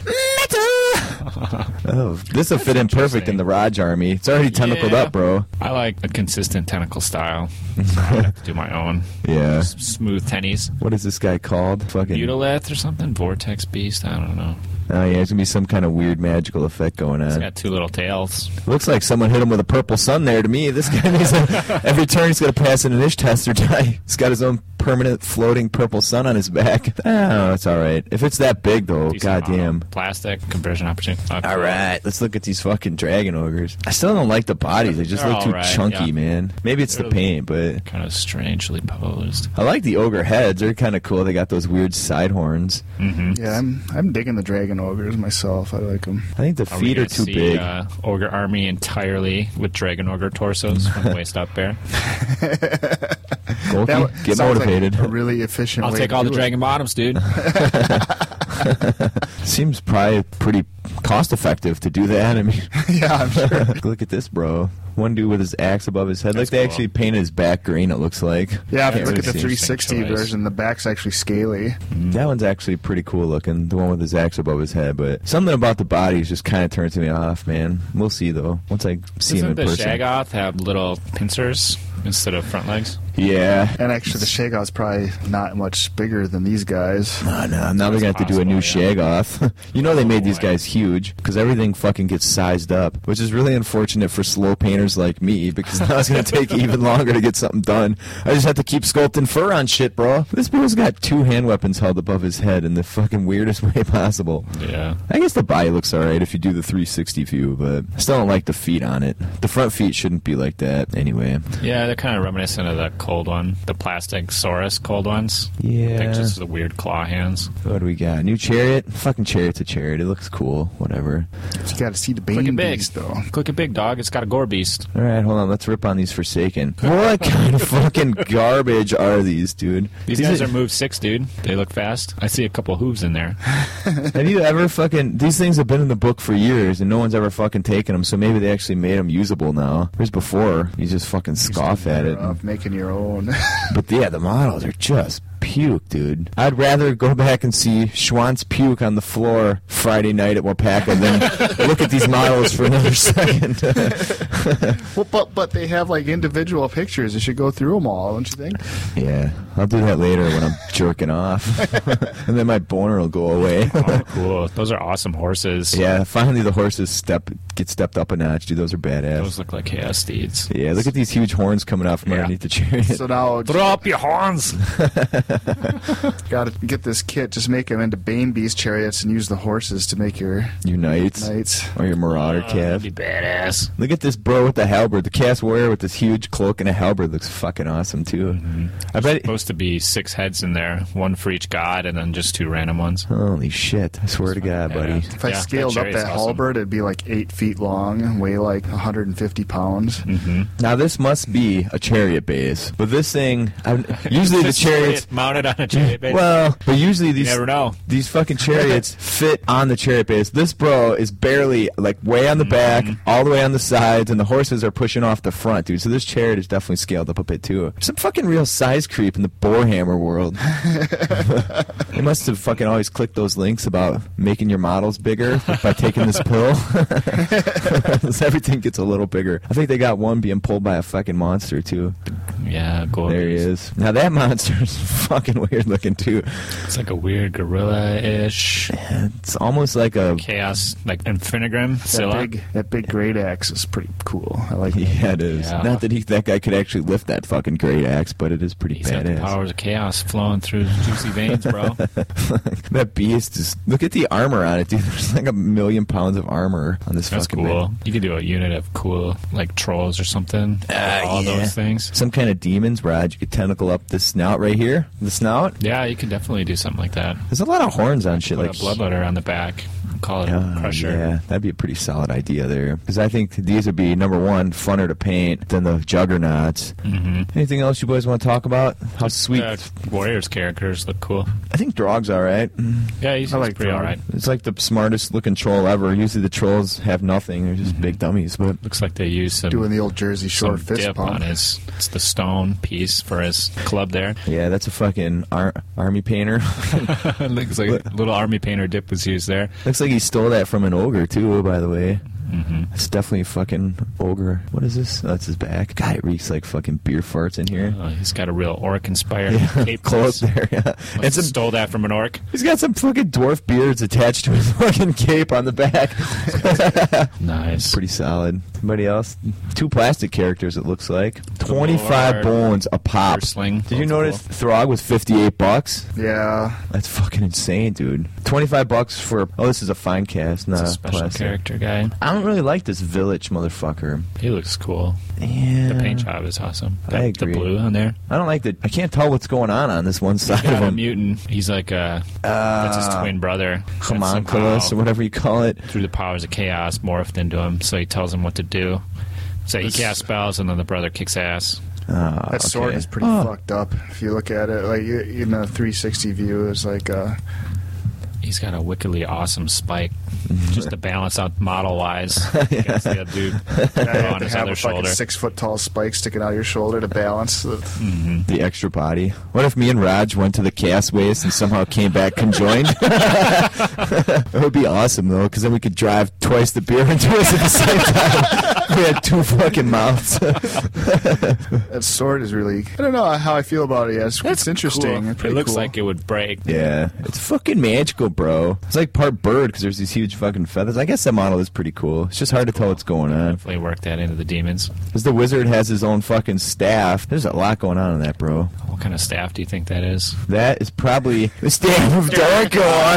Speaker 2: oh, this will fit in perfect in the Raj army. It's already tentacled
Speaker 1: Yeah.
Speaker 2: up, bro.
Speaker 1: I like a consistent tentacle
Speaker 2: [laughs]
Speaker 1: style. So I would have to do my own
Speaker 2: Yeah.
Speaker 1: S- smooth tennies.
Speaker 2: What is this guy called? Fucking.
Speaker 1: Butalith or something? Vortex beast? I don't know.
Speaker 2: Oh yeah, it's gonna be some kind of weird magical effect going
Speaker 1: It's
Speaker 2: on.
Speaker 1: got two little tails.
Speaker 2: Looks like someone hit him with a purple sun there. To me, this guy needs a,
Speaker 1: [laughs]
Speaker 2: every turn he's gonna pass an initiative test or die. He's got his own permanent floating purple sun on
Speaker 1: [laughs]
Speaker 2: his back. Oh, it's all right. If it's that big though,
Speaker 1: Decent
Speaker 2: goddamn.
Speaker 1: model. Plastic conversion opportunity. Okay.
Speaker 2: All right, let's look at these fucking dragon ogres. I still don't like the bodies. They just
Speaker 1: They're
Speaker 2: look too
Speaker 1: all right,
Speaker 2: chunky,
Speaker 1: yeah.
Speaker 2: man. Maybe it's the
Speaker 1: They're-
Speaker 2: paint, but
Speaker 1: Kind of strangely posed.
Speaker 2: I like the ogre heads. They're kind of cool. They got those weird
Speaker 1: [laughs]
Speaker 2: side horns.
Speaker 1: Mm-hmm.
Speaker 3: Yeah, I'm I'm digging the dragon ogres myself. I like them.
Speaker 2: I think the
Speaker 1: Are we
Speaker 2: feet are
Speaker 1: gonna
Speaker 2: too
Speaker 1: see,
Speaker 2: big.
Speaker 1: Uh, ogre army entirely with dragon ogre torsos from waist up
Speaker 2: [laughs]
Speaker 1: there.
Speaker 2: Golky, get motivated.
Speaker 3: Like a really efficient.
Speaker 1: I'll
Speaker 3: way
Speaker 1: take
Speaker 3: to
Speaker 1: all
Speaker 3: do
Speaker 1: the
Speaker 3: it.
Speaker 1: dragon bottoms, dude.
Speaker 3: [laughs]
Speaker 1: [laughs]
Speaker 2: [laughs] Seems probably pretty cost effective to do that. I mean,
Speaker 3: [laughs] yeah, I'm sure.
Speaker 2: [laughs] look at this, bro. one dude with his axe above his head.
Speaker 1: That's
Speaker 2: like they
Speaker 1: cool.
Speaker 2: actually painted his back green. It looks like.
Speaker 3: Yeah, if you
Speaker 2: Can't
Speaker 3: look at the
Speaker 2: really see.
Speaker 3: 360
Speaker 1: choice.
Speaker 3: version, the back's actually scaly.
Speaker 2: That one's actually pretty cool looking, the one with his axe above his head. But something about the bodies just kind of turns me off, man. We'll see though. Once I [laughs] see him
Speaker 1: Doesn't
Speaker 2: in
Speaker 1: the
Speaker 2: person.
Speaker 1: Shagoth have little pincers instead of front legs?
Speaker 2: Yeah.
Speaker 3: And actually, the Shagoth's probably not much bigger than these guys.
Speaker 2: Oh, no, now they're gonna have to do a new
Speaker 1: possible, yeah.
Speaker 2: shag off. [laughs] you know they made these
Speaker 1: boy.
Speaker 2: guys huge because everything fucking gets sized up, which is really unfortunate for slow painters like me because now it's gonna take even longer to get something done. I just have to keep sculpting fur on shit, bro. This dude's got two hand weapons held above his head in the fucking weirdest [laughs] way possible.
Speaker 1: Yeah.
Speaker 2: I guess the body looks alright if you do the 360 view, but I still don't like the feet on it. The front feet shouldn't be like that anyway.
Speaker 1: Yeah, they're kind of reminiscent of the cold one, the plastic Saurus cold ones.
Speaker 2: Yeah.
Speaker 1: Pictures of the weird claw hands.
Speaker 2: What do we got? New chariot? Fucking chariot's a chariot. It looks cool. Whatever.
Speaker 3: You got to see the
Speaker 1: Click
Speaker 3: Bane
Speaker 1: it big.
Speaker 3: Beast, though.
Speaker 1: Click it big, dog. It's got a gore beast.
Speaker 2: All right, hold on. Let's rip on these
Speaker 1: [laughs]
Speaker 2: Forsaken. What kind of fucking garbage are these, dude?
Speaker 1: These guys are move six, dude. They look fast. I see a couple hooves in there.
Speaker 2: Have you ever fucking? These things have been in the book for years, and no one's ever fucking taken them. So maybe they actually made them usable now. Whereas before, you just fucking scoff at it.
Speaker 3: Of making your own. [laughs]
Speaker 2: But yeah, the models are just puke, dude. I'd rather go back and see Schwann's puke on the floor Friday night at Wapaka
Speaker 1: [laughs]
Speaker 2: than look at these models for another second. [laughs]
Speaker 3: well, but but they have like individual pictures. You should go through them all, don't you think?
Speaker 2: [laughs] yeah, I'll do that later when I'm jerking off, [laughs] and then my boner will go away.
Speaker 1: Oh,
Speaker 2: [laughs]
Speaker 1: cool. Those are awesome horses.
Speaker 2: Yeah, finally the horses step get stepped up a notch, dude. Those are badass.
Speaker 1: Those look like chaos steeds.
Speaker 2: yeah, look at these huge horns coming out from
Speaker 1: Yeah.
Speaker 2: underneath the chariot.
Speaker 3: So now
Speaker 1: up your horns.
Speaker 3: got to get this kit. Just make them into Bane Beast chariots and use the horses to make your
Speaker 2: your knights
Speaker 3: knights.
Speaker 2: or your marauder
Speaker 1: Oh, That'd
Speaker 2: calf.
Speaker 1: be badass.
Speaker 2: Look at this bro with the halberd. The cast warrior with this huge cloak and a halberd looks fucking awesome too.
Speaker 1: Mm-hmm.
Speaker 2: I bet.
Speaker 1: Supposed to be six heads in there, one for each god, and then just two random ones.
Speaker 2: Holy shit! I swear to God, buddy.
Speaker 3: If I scaled up that halberd, it'd be like eight feet long and weigh like 150 pounds.
Speaker 1: Mm-hmm.
Speaker 2: Now this must be a chariot base, but this thing I'm,
Speaker 1: [laughs]
Speaker 2: usually the chariots.
Speaker 1: mounted on a chariot. base.
Speaker 2: Well, but usually
Speaker 1: you
Speaker 2: these
Speaker 1: never know.
Speaker 2: these fucking chariots fit on the chariot base. This bro is barely like way on the
Speaker 1: Mm-hmm.
Speaker 2: back, all the way on the sides, and the horses are pushing off the front, dude. So this chariot is definitely scaled up a bit too. Some fucking real size creep in the boarhammer world. they must have fucking always clicked those links about making your models bigger by taking this pill. [laughs] So everything gets a little bigger. I think they got one being pulled by a fucking monster too.
Speaker 1: Yeah, cool.
Speaker 2: There he is. Now that monster is fucking weird looking too.
Speaker 1: It's like a weird gorilla-ish
Speaker 2: It's almost like a
Speaker 1: chaos, like Infinigram.
Speaker 3: That
Speaker 1: Scylla.
Speaker 3: big, that big great axe is pretty cool. I like it.
Speaker 2: Yeah, it is.
Speaker 1: Yeah.
Speaker 2: Not that he, that guy could actually lift that fucking great axe, but it is pretty
Speaker 1: He's got the
Speaker 2: badass.
Speaker 1: powers of chaos flowing through his juicy veins,
Speaker 2: [laughs]
Speaker 1: bro.
Speaker 2: that beast is. Look at the armor on it, dude. [laughs] There's like a million pounds of armor on this
Speaker 1: That's
Speaker 2: fucking
Speaker 1: cool.
Speaker 2: man.
Speaker 1: You could do a unit of cool, like trolls or something. all
Speaker 2: Ah, yeah.
Speaker 1: those things.
Speaker 2: Some kind of demons, Rod. You could tentacle up the snout right here. The snout.
Speaker 1: Yeah, you could definitely do something like that.
Speaker 2: There's a lot of horns on shit,
Speaker 1: Put
Speaker 2: like
Speaker 1: a bloodletter on the back. Call it
Speaker 2: Oh,
Speaker 1: a crusher.
Speaker 2: Yeah, that'd be a pretty solid idea there. Because I think these would be number one, funner to paint than the juggernauts.
Speaker 1: Mm-hmm.
Speaker 2: Anything else you boys want to talk about? How sweet.
Speaker 1: Warriors characters look cool.
Speaker 2: I think Drog's all right. Mm.
Speaker 1: Yeah, he's,
Speaker 3: I
Speaker 1: he's
Speaker 3: like
Speaker 1: pretty
Speaker 3: Thrawn.
Speaker 1: all right.
Speaker 2: Um, It's like the smartest looking troll ever. Usually the trolls have nothing; they're just big dummies. But
Speaker 1: Mm-hmm. Looks like they use some
Speaker 3: Doing the old Jersey Shore
Speaker 1: some
Speaker 3: fist
Speaker 1: dip
Speaker 3: pump.
Speaker 1: on his. It's the stone piece for his club there.
Speaker 2: [laughs] yeah, that's a fucking ar-
Speaker 1: [laughs]
Speaker 2: army painter.
Speaker 1: looks like
Speaker 2: [laughs]
Speaker 1: a little army painter dip was used there.
Speaker 2: Looks like he stole that from an ogre too. By the way,
Speaker 1: hmm
Speaker 2: it's definitely a fucking ogre. What is this? Oh, that's his back. God, it reeks like fucking beer farts in here.
Speaker 1: Uh, he's got a real orc inspired
Speaker 2: Yeah, [laughs]
Speaker 1: cape.
Speaker 2: close
Speaker 1: Must
Speaker 2: there. Yeah,
Speaker 1: have
Speaker 2: and some,
Speaker 1: stole that from an orc.
Speaker 2: he's got some fucking dwarf beards attached to his [laughs] fucking cape on
Speaker 1: [laughs]
Speaker 2: the back. [laughs]
Speaker 1: Nice.
Speaker 2: Pretty solid. Anybody else? Two plastic characters. It looks like twenty-five
Speaker 1: Lord.
Speaker 2: bones a pop.
Speaker 1: Sling.
Speaker 2: Did you notice Throg was 58 bucks?
Speaker 3: Yeah,
Speaker 2: That's fucking insane, dude. 25 bucks for Oh, this is a fine cast,
Speaker 1: It's
Speaker 2: not
Speaker 1: a special
Speaker 2: plastic.
Speaker 1: character guy.
Speaker 2: I don't really like this village motherfucker.
Speaker 1: He looks cool.
Speaker 2: Yeah.
Speaker 1: The paint job is awesome.
Speaker 2: I
Speaker 1: The,
Speaker 2: agree.
Speaker 1: the blue on there.
Speaker 2: I don't like the I can't tell what's going on on this one side
Speaker 1: Got
Speaker 2: of
Speaker 1: a
Speaker 2: him.
Speaker 1: mutant. He's like a
Speaker 2: Uh,
Speaker 1: that's his twin brother. that
Speaker 2: Homunculus or
Speaker 1: somehow,
Speaker 2: whatever you call it.
Speaker 1: Through the powers of chaos, morphed into him. So he tells him what to do. So he
Speaker 3: This-
Speaker 1: casts spells, and then the brother kicks ass.
Speaker 2: Oh,
Speaker 1: Uh,
Speaker 3: that sword
Speaker 2: okay.
Speaker 3: is pretty
Speaker 2: Oh,
Speaker 3: fucked up. If you look at it, like you- in a 360 view, it's like uh,
Speaker 1: he's got a wickedly awesome spike
Speaker 2: Mm-hmm.
Speaker 1: just to balance out model
Speaker 2: [laughs]
Speaker 1: wise against the other dude
Speaker 3: I [laughs]
Speaker 1: [laughs] on
Speaker 3: had to
Speaker 1: his
Speaker 3: have
Speaker 1: other
Speaker 3: a fucking
Speaker 1: shoulder.
Speaker 3: six foot tall spike sticking out of your shoulder to balance.
Speaker 1: [laughs]
Speaker 3: The,
Speaker 2: The extra body. What if me and Raj went to the cast waste and somehow came back conjoined? [laughs] it would be awesome though, because then we could drive twice the beer into us at the same
Speaker 3: [laughs]
Speaker 2: time. [laughs] we had two fucking mouths.
Speaker 3: that [laughs] sword is really. I don't know how I feel about it yet. It's, it's interesting. It's
Speaker 1: it
Speaker 3: pretty
Speaker 1: looks
Speaker 3: cool.
Speaker 1: like it would break.
Speaker 2: yeah, it's fucking magical, bro. It's like part bird because there's these huge fucking feathers. I guess that model is pretty cool. It's just hard to tell what's going on.
Speaker 1: Definitely work that into the demons.
Speaker 2: Because the wizard has his own fucking staff. There's a lot going on in that, bro.
Speaker 1: What kind of staff do you think that is?
Speaker 2: That is probably the staff of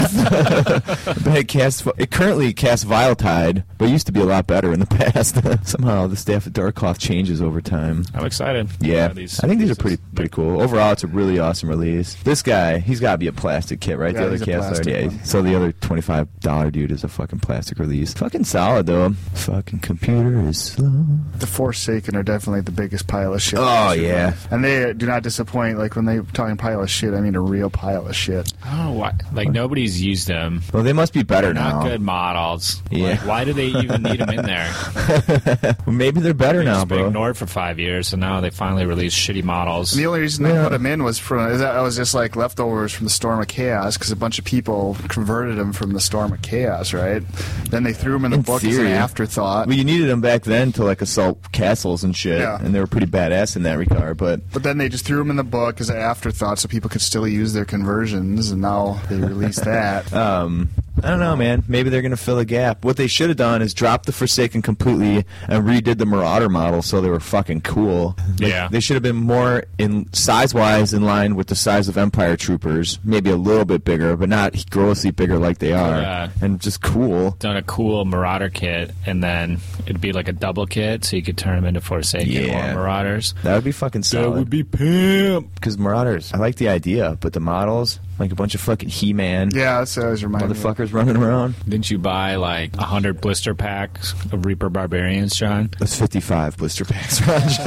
Speaker 2: Darkoth. but [laughs] it casts it currently casts Vile Tide, but it used to be a lot better in the [laughs] past. Somehow the staff of Darkoth changes over time.
Speaker 1: I'm excited.
Speaker 2: Yeah,
Speaker 1: these-
Speaker 2: I think these are
Speaker 1: this
Speaker 2: pretty
Speaker 1: is-
Speaker 2: pretty cool. Overall, it's a really awesome release. This guy, he's got to be a plastic kit, right?
Speaker 3: Yeah,
Speaker 2: the other
Speaker 3: he's a
Speaker 2: cast
Speaker 3: plastic
Speaker 2: already.
Speaker 3: one.
Speaker 2: So the other twenty five dollar dude is a fucking plastic release. Fucking solid though. Fucking computer is slow.
Speaker 3: the Forsaken are definitely the biggest pile of shit.
Speaker 2: Oh yeah,
Speaker 3: And they do not disappoint. Like when they talking pile of shit, I mean a real pile of shit.
Speaker 1: Oh, I don't know why. Like nobody's used them.
Speaker 2: well they must be better
Speaker 1: They're not
Speaker 2: now.
Speaker 1: good models.
Speaker 2: Yeah.
Speaker 1: Like, why do they even need them in there?
Speaker 2: [laughs] Well, maybe they're better
Speaker 1: They've
Speaker 2: now,
Speaker 1: just been
Speaker 2: bro.
Speaker 1: ignored for five years, so now they finally released shitty models.
Speaker 3: The only reason
Speaker 2: Yeah.
Speaker 3: I put them in was from is that I was just like leftovers from the Storm of Chaos because a bunch of people converted them from the Storm of Chaos, right? Then they threw them in the
Speaker 2: In
Speaker 3: book as
Speaker 2: theory.
Speaker 3: an afterthought.
Speaker 2: Well, you needed them back then to like assault castles and shit,
Speaker 3: Yeah.
Speaker 2: and they were pretty badass in that regard. But
Speaker 3: but then they just threw them in the book as an afterthought, so people could still use their conversions, and now they released that.
Speaker 2: um, I don't know, man. Maybe they're gonna fill a gap. What they should have done is dropped the Forsaken completely and redid the Marauder model so they were fucking cool. Like,
Speaker 1: Yeah.
Speaker 2: they should have been more in size-wise in line with the size of Empire troopers, maybe a little bit bigger, but not grossly bigger like they are,
Speaker 1: Yeah.
Speaker 2: and just cool.
Speaker 1: Done a cool Marauder kit, and then it'd be like a double kit, so you could turn them into Forsaken
Speaker 2: Yeah.
Speaker 1: or Marauders.
Speaker 2: That would be fucking solid.
Speaker 1: be pimp.
Speaker 2: because Marauders. I like the idea, but the models, like a bunch of fucking He-Man.
Speaker 3: yeah, that's what I was reminded.
Speaker 2: Motherfuckers running around.
Speaker 1: Didn't you buy like a hundred blister packs of Reaper Barbarians, John?
Speaker 2: That's 55 blister packs, [laughs] Raj.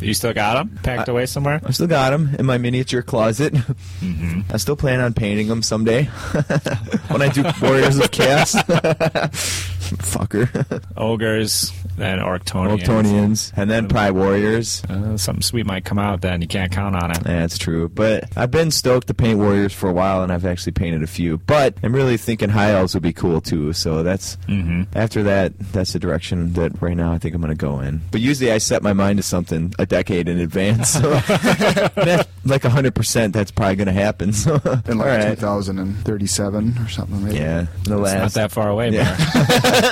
Speaker 1: You still got them packed away somewhere? Mm-hmm.
Speaker 2: I still got them in my miniature closet. I still plan on painting them someday [laughs] when I do Warriors of Chaos. [laughs] Fucker.
Speaker 1: Ogres, then Orctonians.
Speaker 2: Voltonians. And then probably Warriors.
Speaker 1: Uh, something sweet might come out then. You can't count on it.
Speaker 2: Yeah, that's true. But I've been stoked to paint Warriors for a while, and I've actually painted a few. But I'm really thinking High Elves would be cool, too. So that's
Speaker 1: Mm-hmm.
Speaker 2: After that, that's the direction that right now I think I'm going to go in. But usually I set my mind to something a decade in advance. [laughs] So that, like 100%, that's probably going
Speaker 1: [laughs]
Speaker 2: to happen. [laughs] So,
Speaker 3: in like
Speaker 2: all right.
Speaker 3: 2037 or something. Maybe.
Speaker 2: Yeah, the
Speaker 1: Not
Speaker 2: last.
Speaker 1: that far away,
Speaker 2: Yeah.
Speaker 1: Bear.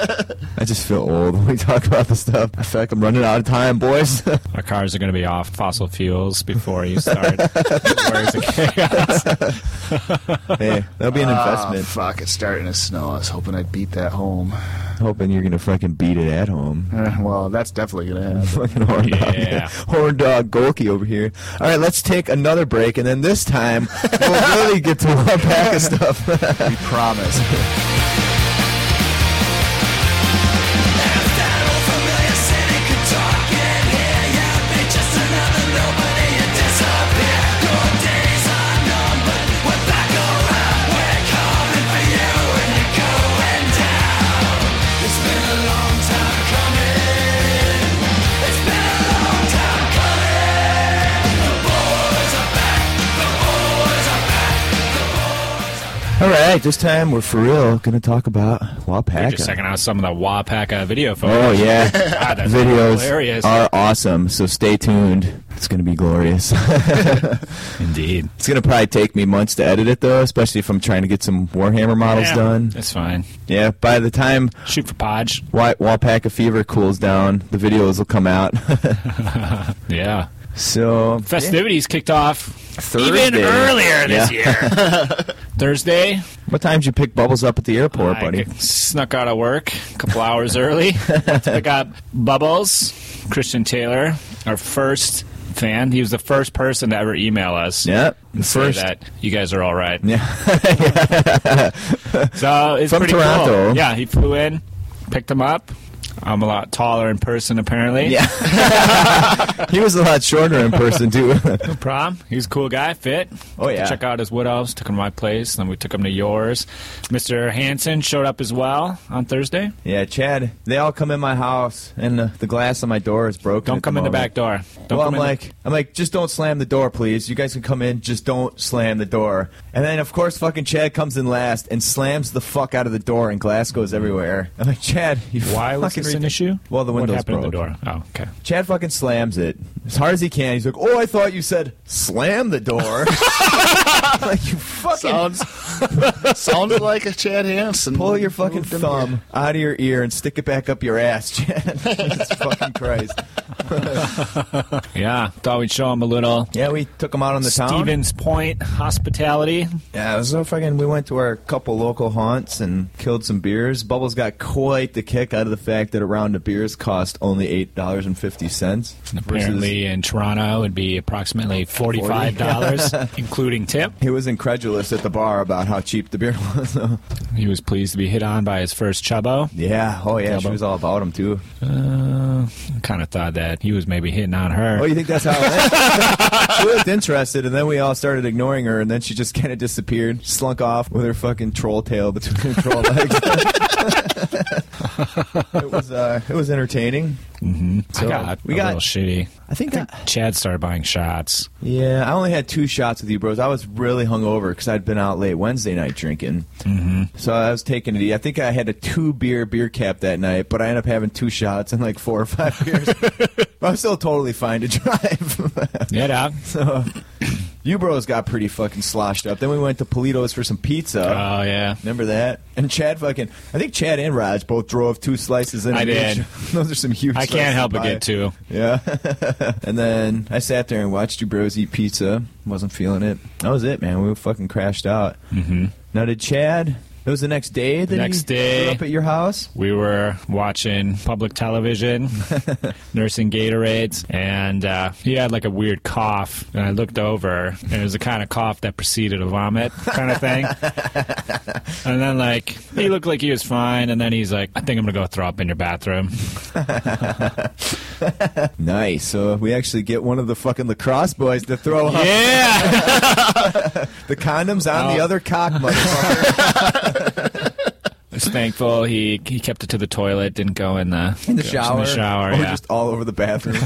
Speaker 2: I just feel
Speaker 1: [laughs]
Speaker 2: old when [laughs] we talk about this stuff. I feel like I'm running out of time, boys. [laughs]
Speaker 1: Our cars are going to be off fossil fuels before you start. Where's the chaos?
Speaker 2: [laughs] hey, that'll be an
Speaker 3: Ah,
Speaker 2: investment.
Speaker 3: fuck! It's starting to snow. I was hoping I'd beat that home.
Speaker 2: Hoping you're going to fucking beat it at home.
Speaker 3: Eh, [laughs] well, that's definitely gonna happen.
Speaker 2: [laughs] Fucking horn dog,
Speaker 1: Uh, Yeah.
Speaker 2: [laughs] horn dog Golke over here. All right, let's take another break, and then this time
Speaker 1: [laughs]
Speaker 2: we'll really get to unpack of stuff.
Speaker 3: We promise.
Speaker 2: [laughs] All right, this time we're for real going to talk about
Speaker 1: We're
Speaker 2: Wapaka.
Speaker 1: just checking out some of the Wapaka video footage.
Speaker 2: Oh
Speaker 1: [laughs]
Speaker 2: yeah,
Speaker 1: God, that's
Speaker 2: [laughs] videos
Speaker 1: hilarious.
Speaker 2: are awesome. So stay tuned. It's going to be glorious. [laughs]
Speaker 1: Indeed.
Speaker 2: it's going to probably take me months to edit it though, especially if I'm trying to get some Warhammer models
Speaker 1: Yeah,
Speaker 2: done.
Speaker 1: That's
Speaker 2: [laughs]
Speaker 1: fine.
Speaker 2: Yeah, by the time
Speaker 1: Shoot for Podge.
Speaker 2: Wa- Wapaka fever cools down, the videos will come out.
Speaker 1: [laughs] Yeah.
Speaker 2: so
Speaker 1: Festivities kicked off
Speaker 2: yeah, Thursday.
Speaker 1: even earlier this year. Thursday,
Speaker 2: [laughs] What time did you pick Bubbles up at the airport,
Speaker 1: I
Speaker 2: buddy?
Speaker 1: g- snuck out of work a couple hours
Speaker 2: [laughs]
Speaker 1: early. Went to pick up Bubbles, Christian Taylor, our first fan. He was the first person to ever email us.
Speaker 2: Yeah,
Speaker 1: and say
Speaker 2: first.
Speaker 1: that you guys are all right. [laughs]
Speaker 2: Yeah,
Speaker 1: So it's
Speaker 2: From
Speaker 1: pretty
Speaker 2: Toronto.
Speaker 1: Cool. Yeah, he flew in, picked him up, I'm a lot taller in person, apparently. [laughs]
Speaker 2: Yeah. [laughs] he was a lot shorter in person,
Speaker 1: [laughs]
Speaker 2: too. [laughs]
Speaker 1: Prom. He was a cool guy, fit.
Speaker 2: Oh, yeah.
Speaker 1: Check out his wood elves. Took him to my place, then we took him to yours. Mr. Hanson showed up as well on Thursday.
Speaker 2: yeah, Chad, they all come in my house, and uh, the, the glass on my door is broken.
Speaker 1: Don't
Speaker 2: at
Speaker 1: come in the back
Speaker 2: moment.
Speaker 1: door. Don't
Speaker 2: well,
Speaker 1: come
Speaker 2: I'm
Speaker 1: in the-
Speaker 2: like, I'm like, just don't slam the door, please. You guys can come in, just don't slam the door. And then, of course, fucking Chad comes in last and slams the fuck out of the door, and glass goes everywhere. I'm like, Chad, you
Speaker 1: Why was
Speaker 2: fucking
Speaker 1: this an
Speaker 2: ridic-"
Speaker 1: issue?
Speaker 2: Well, the
Speaker 1: what
Speaker 2: window's
Speaker 1: happened to the door?
Speaker 2: broke.
Speaker 1: Oh,
Speaker 2: [laughs]
Speaker 1: okay.
Speaker 2: Chad fucking slams it as hard as he can. He's like, "Oh, I thought you said slam the door." like you fucking
Speaker 3: Sounds [laughs] sounded like a Chad Hansen.
Speaker 2: pull your fucking
Speaker 3: Moved him
Speaker 2: thumb
Speaker 3: here.
Speaker 2: out of your ear and stick it back up your ass, Chad. Jesus fucking Christ.
Speaker 1: [laughs] Yeah, thought we'd show him a little
Speaker 2: Yeah, we took him out on the town.
Speaker 1: Stevens Point hospitality.
Speaker 2: Yeah, it was so fucking. We went to our couple local haunts and killed some beers. Bubbles got quite the kick out of the fact that a round of beers cost only eight dollars and fifty cents.
Speaker 1: Apparently in Toronto, Uh, it would be approximately forty-five
Speaker 2: [laughs]
Speaker 1: dollars, [laughs] including tip.
Speaker 2: He was incredulous at the bar about how cheap the beer [laughs] was.
Speaker 1: He was pleased to be hit on by his first chubbo.
Speaker 2: yeah, oh yeah, she
Speaker 1: Double.
Speaker 2: was all about him too.
Speaker 1: Uh, kind of thought that he was maybe hitting on her.
Speaker 2: Oh, you think
Speaker 1: [laughs]
Speaker 2: that's how it went? she looked interested, and then we all started ignoring her, and then she just kind of disappeared, slunk off with her fucking troll tail between
Speaker 1: [laughs]
Speaker 2: her troll legs. it was uh, it was entertaining.
Speaker 1: I got
Speaker 2: Mm-hmm. we
Speaker 1: a
Speaker 2: got-
Speaker 1: little shitty.
Speaker 2: I think. I
Speaker 1: Chad started buying shots.
Speaker 2: yeah, I only had two shots with you, bros. I was really hungover because I'd been out late Wednesday night drinking, mm-hmm. so I was taking it. easy. I think I had a two beer beer cap that night, but I ended up having two shots and like four or five [laughs] beers. But I'm still totally fine to drive. [laughs]
Speaker 1: Yeah, Doc.
Speaker 2: So, you bros got pretty fucking sloshed up. Then we went to Polito's for some pizza.
Speaker 1: Oh yeah.
Speaker 2: Remember that? And Chad fucking, I think Chad and Raj both drove two slices in.
Speaker 1: I
Speaker 2: a
Speaker 3: [laughs]
Speaker 1: did.
Speaker 2: each. Those are some huge.
Speaker 1: I can't
Speaker 2: slices
Speaker 1: help but
Speaker 2: pie.
Speaker 1: get two.
Speaker 2: Yeah. [laughs] and then I sat there and watched you bros eat pizza. Wasn't feeling it. That was it, man. We fucking crashed out. Mm-hmm. Now did Chad? It was the next day. That
Speaker 1: Next
Speaker 2: he
Speaker 1: day.
Speaker 2: showed up at your house.
Speaker 1: We were watching public
Speaker 2: [laughs]
Speaker 1: television, nursing Gatorades, and uh, he had like a weird cough. And I looked over, and it was the kind of cough that preceded a vomit kind of
Speaker 2: [laughs]
Speaker 1: thing. and then, like, he looked like he was fine, and then he's like, I think I'm going to go throw up in your
Speaker 2: [laughs]
Speaker 1: bathroom.
Speaker 2: [laughs] Nice. So we actually get one of the fucking lacrosse boys to throw up
Speaker 1: yeah!
Speaker 2: [laughs] the condoms on the
Speaker 1: Oh.
Speaker 2: other cock,
Speaker 1: [laughs]
Speaker 2: motherfucker.
Speaker 1: I was thankful he, he kept it to the toilet, didn't go in the,
Speaker 2: in the
Speaker 1: goes
Speaker 2: shower,
Speaker 1: In the shower,
Speaker 2: or
Speaker 1: yeah.
Speaker 2: just all over
Speaker 1: [laughs]
Speaker 2: the bathroom.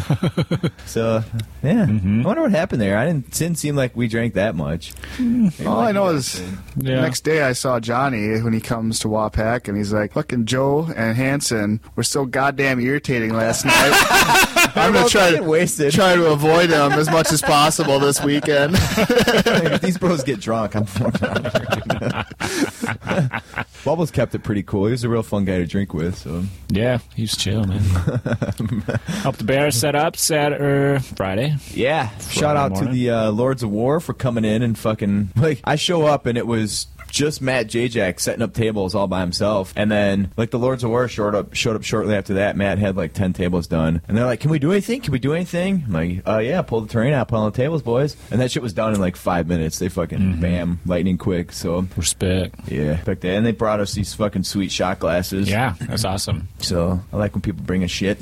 Speaker 2: so, yeah,
Speaker 1: Mm-hmm.
Speaker 2: I wonder what happened there. I didn't didn't seem like we drank that much. Mm-hmm.
Speaker 3: All I know is
Speaker 1: Yeah.
Speaker 3: next day I saw Johnny when he comes to Wapak and he's like, "Fucking Joe and Hanson were so goddamn irritating
Speaker 1: [laughs]
Speaker 3: last night. I'm
Speaker 2: Well,
Speaker 3: gonna try
Speaker 2: they get
Speaker 3: to
Speaker 2: wasted.
Speaker 3: try to avoid them as much as possible this
Speaker 1: [laughs]
Speaker 3: weekend."
Speaker 2: [laughs] if these bros get drunk, I'm fucking out [laughs] Bubbles kept it pretty cool. He was a real fun guy to drink with. So,
Speaker 1: yeah, he's chill,
Speaker 2: [laughs]
Speaker 1: man. Helped the bear set up Saturday, Friday.
Speaker 2: yeah, shout out to
Speaker 1: morning.
Speaker 2: the uh, Lords of War for coming in and fucking [laughs] like I show up and it was. Just Matt Jajac setting up tables all by himself, and then like the Lords of War showed up showed up shortly after that. Matt had like ten tables done, and they're like, "Can we do anything? Can we do anything?" I'm like, "Uh, yeah, pull the terrain out, pull on the tables, boys." And that shit was done in like five minutes. They fucking bam, lightning quick. So
Speaker 1: Mm-hmm. Respect.
Speaker 2: yeah, back then, and they brought us these fucking sweet shot glasses.
Speaker 1: Yeah, that's awesome.
Speaker 2: So I like when people bring a shit.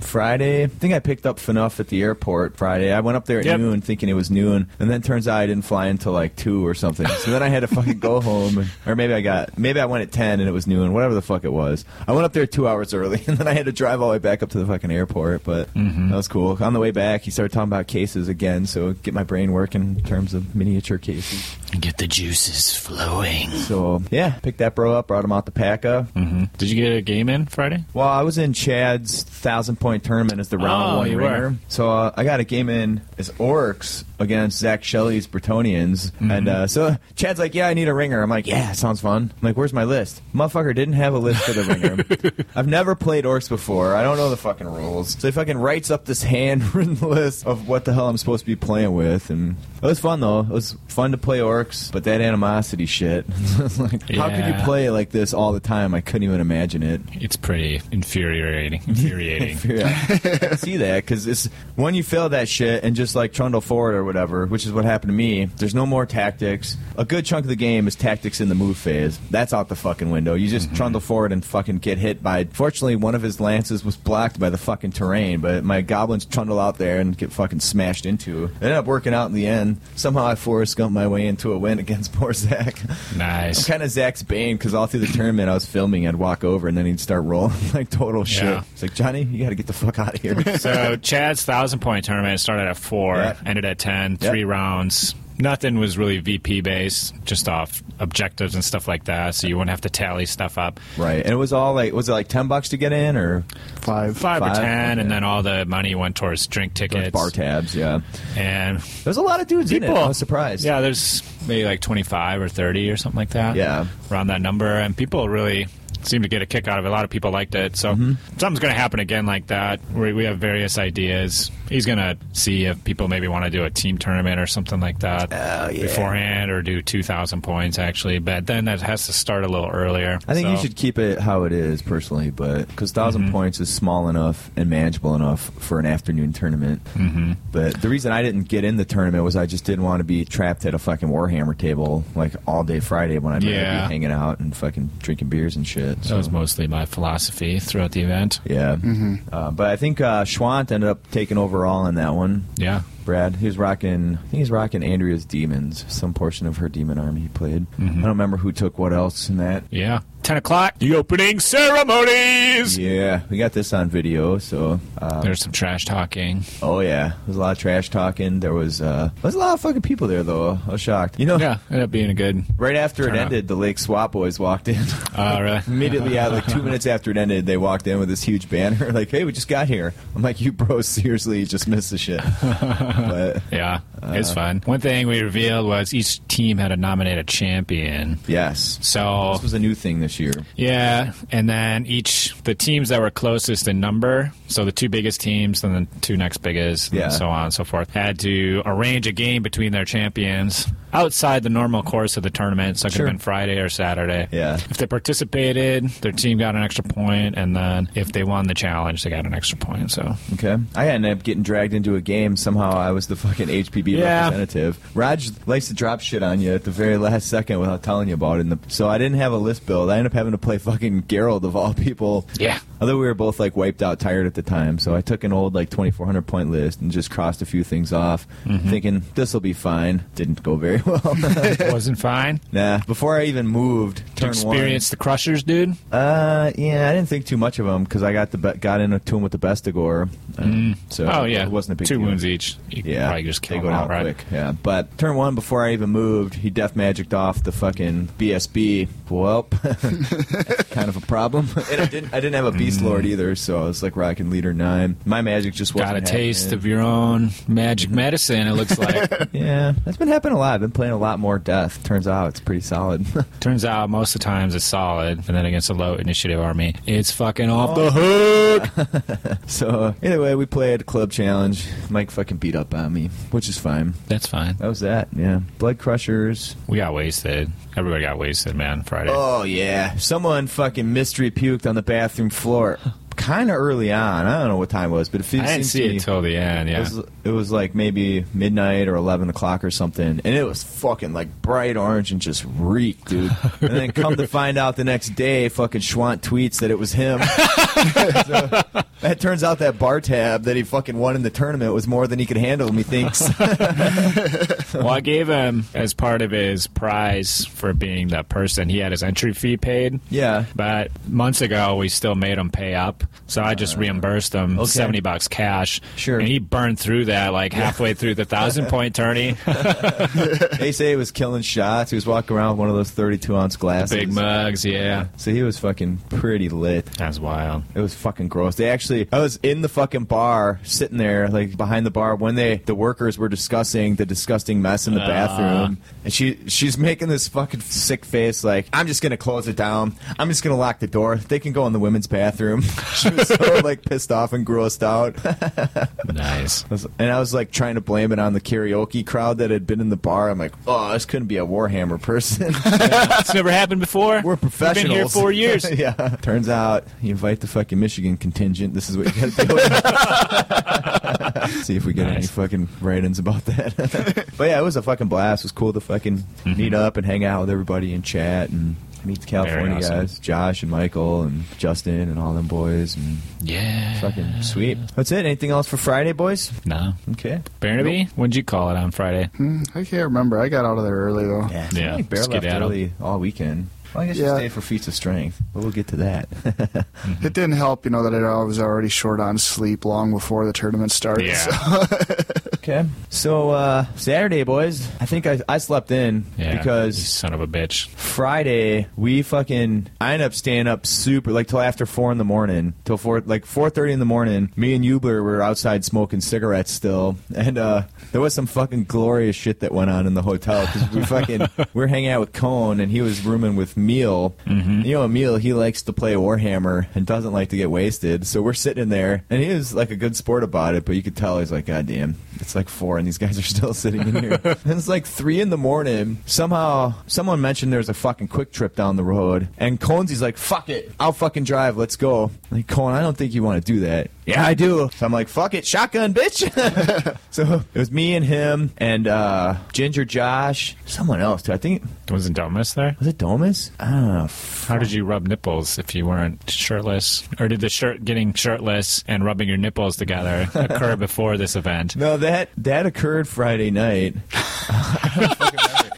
Speaker 2: Friday, I think I picked up FNUF at the airport Friday. I went up there at
Speaker 1: Yep.
Speaker 2: noon thinking it was noon, and then turns out I didn't fly until like 2 or something. So then I had to fucking go home, and, or maybe I got, maybe I went at 10 and it was noon, whatever the fuck it was. I went up there two hours early, [laughs] and then I had to drive all the way back up to the fucking airport, but
Speaker 1: Mm-hmm.
Speaker 2: that was cool. On the way back, he started talking about cases again, so get my brain working in terms of miniature cases.
Speaker 4: Get the juices flowing.
Speaker 2: So yeah, picked that bro up, brought him out to Paca.
Speaker 1: hmm Did you get a game in Friday?
Speaker 2: Well, I was in Chad's thousand point tournament as the round
Speaker 1: Oh,
Speaker 2: one
Speaker 1: you
Speaker 2: ringer.
Speaker 1: were.
Speaker 2: So uh, I got a game in as Oryx against Zach Shelley's Bretonians.
Speaker 1: Mm-hmm.
Speaker 2: And uh, so Chad's like, Yeah, I need a ringer. I'm like, Yeah, sounds fun. I'm like, Where's my list? Motherfucker didn't have a list for the
Speaker 1: [laughs]
Speaker 2: ringer. I've never played Orcs before. I don't know the fucking rules. So he fucking writes up this [laughs] handwritten list of what the hell I'm supposed to be playing with. And it was fun, though. It was fun to play Orcs, but that animosity shit. It's like, How could you
Speaker 1: Yeah.
Speaker 2: play like this all the time? I couldn't even imagine it. [laughs]
Speaker 1: It's pretty infuriating. Infuriating.
Speaker 2: Yeah, I can see that because it's when you fail that shit and just like trundle forward or whatever, which is what happened to me. There's no more tactics. A good chunk of the game is tactics in the move phase. That's out the fucking window. You
Speaker 1: Mm-hmm.
Speaker 2: just trundle forward and fucking get hit by. Fortunately, one of his lances was blocked by the fucking terrain, but my goblins trundle out there and get fucking smashed into. It ended up working out in the end. Somehow I Forrest Gump my way into a win against poor Zach. [laughs] I'm
Speaker 1: Nice.
Speaker 2: kind of Zach's Bane because all through the tournament I was filming, I'd walk over and then he'd start rolling [laughs] like total shit.
Speaker 1: Yeah.
Speaker 2: It's like, Johnny, you got to get the fuck out of here.
Speaker 1: [laughs]
Speaker 2: [laughs]
Speaker 1: So Chad's thousand point tournament started at four,
Speaker 2: Yeah.
Speaker 1: ended at ten,
Speaker 2: Yeah.
Speaker 1: three rounds. Nothing was really VP based, just off objectives and stuff like that. So you wouldn't have to tally stuff up.
Speaker 2: right. And it was all like, was it like 10 bucks to get in or
Speaker 3: Five.
Speaker 1: Five,
Speaker 2: Five,
Speaker 1: or ten,
Speaker 2: okay.
Speaker 1: and then all the money went towards drink tickets.
Speaker 2: bar tabs? Yeah.
Speaker 1: and
Speaker 2: There's a lot of dudes in it. I was surprised.
Speaker 1: Yeah, there's maybe like 25 or 30 or something like that.
Speaker 2: Yeah.
Speaker 1: Around that number. And people really seem to get a kick out of it. A lot of people liked it. So
Speaker 2: Mm-hmm.
Speaker 1: something's going to happen again like that. We, we have various ideas. He's going to see if people maybe want to do a team tournament or something like that
Speaker 2: Oh,
Speaker 1: beforehand or do 2,000 points actually. But then that has to start a little earlier.
Speaker 2: I think you
Speaker 1: So- Mm-hmm.
Speaker 2: should keep it how it is personally, but because 1000 points is small enough and manageable enough for an afternoon tournament. Mm-hmm. But the reason I didn't get in the tournament was I just didn't want to be trapped at a fucking Warhammer table like all day Friday when I'd rather
Speaker 1: Yeah.
Speaker 2: be hanging out and fucking drinking beers and shit.
Speaker 1: That
Speaker 2: So.
Speaker 1: was mostly my philosophy throughout the event.
Speaker 2: Yeah, uh, but I think uh, Schwant ended up taking overall in that one.
Speaker 1: Yeah.
Speaker 2: Brad, he was rocking. I think he's rocking Andrea's demons, some portion of her demon army he played. I
Speaker 1: Mm-hmm.
Speaker 2: don't remember who took what else in that.
Speaker 1: Yeah. 10 o'clock, the opening ceremonies.
Speaker 2: Yeah, we got this on video, so uh,
Speaker 1: There's some trash talking.
Speaker 2: oh yeah, there was a lot of trash talking. There was uh, there was a lot of fucking people there though. I was shocked. You know,
Speaker 1: Yeah, ended up being a good.
Speaker 2: right after it
Speaker 1: Turn up.
Speaker 2: ended, the Lake Swap Boys walked in.
Speaker 1: Uh, really?
Speaker 2: [laughs] Immediately, yeah, like
Speaker 1: [laughs]
Speaker 2: two minutes after it ended, they walked in with this huge banner, [laughs] like, "Hey, we just got here." I'm like, "You bros, [laughs] seriously, just missed
Speaker 1: [laughs]
Speaker 2: the shit." but uh,
Speaker 1: Yeah, it's fun. One thing we revealed was each team had to nominate a champion.
Speaker 2: yes,
Speaker 1: So
Speaker 2: this was a new thing this year.
Speaker 1: yeah, and then each the teams that were closest in number, so the two biggest teams, and the two next biggest,
Speaker 2: Yeah.
Speaker 1: and so on and so forth, had to arrange a game between their champions outside the normal course of the tournament. So it could
Speaker 2: Sure.
Speaker 1: have been Friday or Saturday.
Speaker 2: Yeah.
Speaker 1: If they participated, their team got an extra point, and then if they won the challenge, they got an extra point. So
Speaker 2: Okay. I ended up getting dragged into a game. Somehow I was the fucking HPB
Speaker 1: Yeah.
Speaker 2: representative. Raj likes to drop shit on you at the very last second without telling you about it. And the, so I didn't have a list build. I ended up having to play fucking Geralt of all people.
Speaker 1: Yeah.
Speaker 2: Although we were both like wiped out, tired at the time. So I took an old like 2,400 point list and just crossed a few things off,
Speaker 1: Mm-hmm.
Speaker 2: thinking this will be fine. Didn't go very [laughs] well.
Speaker 1: it [laughs] wasn't fine.
Speaker 2: nah. Before I even moved,
Speaker 1: To
Speaker 2: turn one.
Speaker 1: experience the crushers, dude.
Speaker 2: Uh, yeah, I did't think too much of them because I got the be- got in a tune with the Bestigor. Uh, So
Speaker 1: Oh yeah,
Speaker 2: it wasn't a big
Speaker 1: two
Speaker 2: deal.
Speaker 1: wounds each. You could
Speaker 2: Yeah,
Speaker 1: probably just
Speaker 2: they
Speaker 1: kill
Speaker 2: go
Speaker 1: them
Speaker 2: down
Speaker 1: outright.
Speaker 2: quick. Yeah, but turn one before I even moved, he death magicked off the fucking BSB. Welp, [laughs] kind of a problem. [laughs] and I didn't, I didn't have a beast lord either, so I was like rocking leader nine. My magic just wasn't
Speaker 1: Mm. Got a
Speaker 2: happening.
Speaker 1: taste of your own magic medicine. It looks like.
Speaker 2: Mm-hmm. [laughs] Yeah, that's been happening a lot. I've been playing a lot more death. Turns out it's pretty [laughs] solid.
Speaker 1: Turns out most of the times it's solid, and then against a low initiative army, it's fucking off
Speaker 2: Oh,
Speaker 1: the hook.
Speaker 2: so either way, we played club challenge. Mike fucking beat up on me, which is fine.
Speaker 1: That's fine.
Speaker 2: That was that. Yeah, blood crushers.
Speaker 1: We got wasted. Everybody got wasted, man. Friday.
Speaker 2: Oh yeah, someone fucking mystery puked on the bathroom floor, kind of early on. I don't know what time it was, but it
Speaker 1: I didn't
Speaker 2: seemed
Speaker 1: see
Speaker 2: to me-
Speaker 1: it till the
Speaker 2: [laughs]
Speaker 1: end.
Speaker 2: It
Speaker 1: Yeah.
Speaker 2: was, it was like maybe midnight or eleven o'clock or something, and it was fucking like bright orange and just
Speaker 1: [laughs]
Speaker 2: reeked, dude. and then come to find out the next day, fucking Schwant tweets that it
Speaker 1: [laughs]
Speaker 2: was him. So, it turns out that bar tab that he fucking won in the tournament was more than he could
Speaker 1: [laughs]
Speaker 2: handle. Methinks.
Speaker 1: well, I gave him as part of his prize for being the person. He had his entry fee paid.
Speaker 2: yeah.
Speaker 1: But months ago, we still made him pay up, so I just reimbursed him
Speaker 2: Uh, okay.
Speaker 1: seventy bucks cash.
Speaker 2: Sure.
Speaker 1: and he burned through that like halfway through the
Speaker 2: [laughs]
Speaker 1: thousand point tourney.
Speaker 2: They say he was killing shots. He was walking around with one of those 32 ounce glasses.
Speaker 1: Big mugs, yeah.
Speaker 2: So he was fucking pretty lit.
Speaker 1: That's wild.
Speaker 2: It was fucking gross. They actually, I was in the fucking bar, sitting there, like behind the bar, when they the workers were discussing the disgusting mess in the
Speaker 1: Ah.
Speaker 2: bathroom, and she she's making this fucking sick face, like I'm just gonna close it down. I'm just gonna lock the door. They can go in the women's bathroom. [laughs] she was so like pissed off and grossed out.
Speaker 1: Nice.
Speaker 2: I was- And I was like trying to blame it on the karaoke crowd that had been in the bar. I'm like, oh, this couldn't be a Warhammer
Speaker 1: [laughs]
Speaker 2: person. [laughs]
Speaker 1: It's never happened before.
Speaker 2: We're professionals.
Speaker 1: We've been here four years.
Speaker 2: [laughs] yeah. Turns out you invite the fucking Michigan contingent. This is what you got to
Speaker 1: [laughs]
Speaker 2: do. See if we get any
Speaker 1: Nice.
Speaker 2: fucking write-ins about that. [laughs] but yeah, it was a fucking blast. It was cool to fucking
Speaker 1: Mm-hmm.
Speaker 2: meet up and hang out with everybody and chat and meet the California
Speaker 1: awesome.
Speaker 2: guys, Josh and Michael and Justin and all them boys and
Speaker 1: yeah.
Speaker 2: fucking sweet. That's it. Anything else for Friday, boys?
Speaker 1: No.
Speaker 2: Okay.
Speaker 1: Barnaby, when'd you call it on Friday?
Speaker 3: I can't remember. I got out of there early though.
Speaker 2: Yeah,
Speaker 1: Yeah,
Speaker 2: I barely left
Speaker 1: skedaddle.
Speaker 2: early all weekend. Well, I guess you
Speaker 3: Yeah.
Speaker 2: stayed for feats of strength, but we'll get to that. [laughs]
Speaker 3: It didn't help, you know, that I was already short on sleep long before the tournament started.
Speaker 1: Yeah.
Speaker 3: so- [laughs]
Speaker 2: Okay. So uh, Saturday, boys. I think I, I slept in
Speaker 1: Yeah. you
Speaker 2: because
Speaker 1: son of a bitch.
Speaker 2: Friday we fucking I ended up staying up super like till after four in the morning till four like four thirty in the morning. Me and Ubler were outside smoking cigarettes still, and uh, there was some fucking glorious shit that went on in the hotel because we fucking we [laughs] were hanging out with Cone and he was rooming with Meal. You know, Meal he likes to play Warhammer and doesn't like to get wasted, so we're sitting in there and he was like a good sport about it, but you could tell he's like, God damn, it's like four and these guys are still [laughs] sitting [laughs] in here. and it's like three in the morning. Somehow someone mentioned there was a fucking quick trip down the road and Conesy's like, fuck it, I'll fucking drive, let's go. I'm like, Cone, I don't think you want to do that. Yeah, I do. So I'm like, fuck it, shotgun, bitch. [laughs] so it was me and him and uh, Ginger Josh, someone else too. I think,
Speaker 1: Wasn't Domus there?
Speaker 2: was it Domus? Ah, I don't know. F-
Speaker 1: How did you rub nipples if you weren't shirtless? Or did the shirt getting shirtless and rubbing your nipples together
Speaker 2: [laughs]
Speaker 1: occur before this event?
Speaker 2: No, that that occurred
Speaker 1: [laughs]
Speaker 2: Friday night.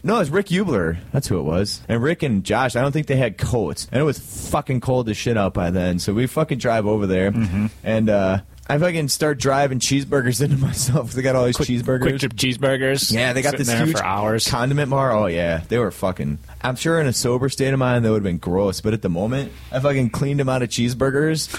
Speaker 2: No, it was Rick Ubler. That's who it was. And Rick and Josh, I don't think they had coats. And it was fucking cold as shit out by then. So we fucking drive over there.
Speaker 1: Mm-hmm.
Speaker 2: And uh, I fucking start driving cheeseburgers [laughs] into myself. They got all these cheeseburgers.
Speaker 1: Quick trip cheeseburgers.
Speaker 2: yeah, they got
Speaker 1: Sitting
Speaker 2: this
Speaker 1: there
Speaker 2: huge
Speaker 1: for hours.
Speaker 2: condiment bar. Oh yeah, they were fucking. I'm sure in a sober state of mind they would have been gross, but at the moment I fucking cleaned them out of cheeseburgers,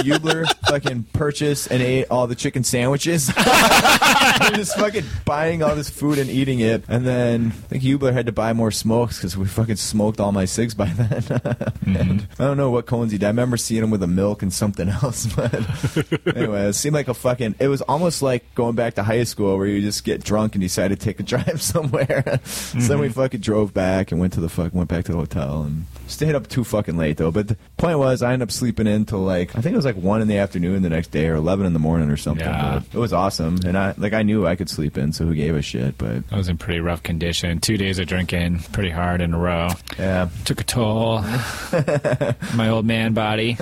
Speaker 1: [laughs]
Speaker 2: Ubler fucking purchased and ate all the chicken sandwiches. [laughs] I'm just fucking buying all this food and eating it, and then I think Ubler had to buy more smokes because we fucking smoked all my cigs by then. [laughs] and I don't know what cones he did. I remember seeing him with a milk and something else, [laughs] but anyway, it seemed like a fucking. It was almost like going back to high school where you just get drunk and decide to take a [laughs] drive somewhere. so then we fucking drove back and went to the fuck went back to the hotel and stayed up too fucking late though. But the point was, I ended up sleeping in till like I think it was like one in the afternoon the next day or eleven in the morning or something.
Speaker 1: Yeah.
Speaker 2: But it was awesome, and I like I knew I could sleep in, so who gave a shit? But [laughs]
Speaker 1: I was in pretty rough condition. Two days of drinking, pretty hard in a row.
Speaker 2: yeah,
Speaker 1: Took a
Speaker 2: [laughs]
Speaker 1: toll. My old man body.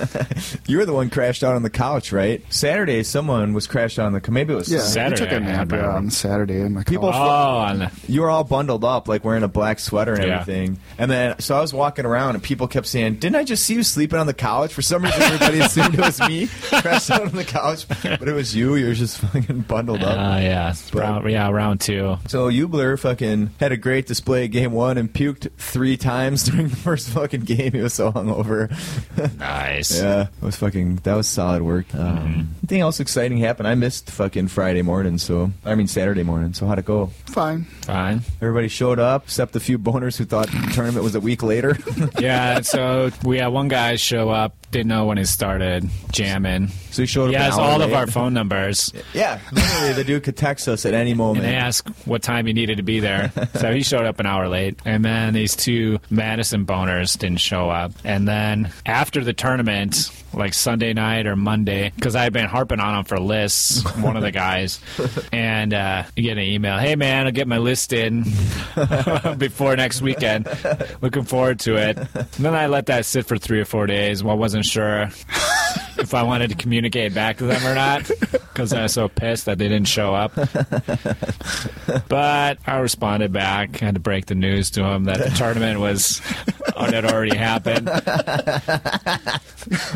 Speaker 2: you were the one crashed out on the couch, right? Saturday, someone was crashed out on the. Maybe it was
Speaker 3: Yeah,
Speaker 1: Saturday,
Speaker 3: I took
Speaker 1: I
Speaker 3: a nap
Speaker 1: had my
Speaker 3: yeah,
Speaker 1: room.
Speaker 3: on Saturday in my
Speaker 2: [laughs] People
Speaker 1: Oh,
Speaker 3: car.
Speaker 1: on the-
Speaker 2: you were all bundled up, like wearing a black sweater and
Speaker 1: Yeah.
Speaker 2: everything. And then, so I was walking around, and people kept saying, "Didn't I just see you sleeping on the couch?" For some reason, everybody [laughs] assumed it was me crashed out on the couch, but it was you. You were just fucking bundled up.
Speaker 1: uh, yeah, round, yeah, round two.
Speaker 2: So Ubler fucking had a great display at game one and puked three times [laughs] during the first fucking game. He was so hungover. [laughs]
Speaker 1: Nice. Mm-hmm.
Speaker 2: yeah, it was fucking. That was solid work. Um, Anything else exciting happened? I missed fucking Friday morning, so I mean Saturday morning. So how'd it go?
Speaker 3: Fine.
Speaker 1: Fine.
Speaker 2: Everybody showed up, except the few boners who thought the tournament was a week later. [laughs]
Speaker 1: Yeah, so we had one guy show up, didn't know when it started, jamming.
Speaker 2: so he showed up.
Speaker 1: He has
Speaker 2: an hour
Speaker 1: all of
Speaker 2: late.
Speaker 1: our phone numbers
Speaker 2: Yeah, literally, the dude could text us at any
Speaker 1: and
Speaker 2: moment.
Speaker 1: they ask what time he needed to be
Speaker 2: [laughs]
Speaker 1: there. So he showed up an hour late. And then these two Madison boners didn't show up. And then after the tournament, like Sunday night or Monday, because I had been harping on him for lists, one
Speaker 2: [laughs]
Speaker 1: of the guys, and uh, you get an email, hey man, I'll get my list in [laughs] before next weekend. Looking forward to it. And then I let that sit for three or four days. Well, I wasn't sure if I wanted to communicate back to them or not because I was so pissed that they didn't show up. But I responded back. I had to break the news to him that the tournament was oh, it had already happened.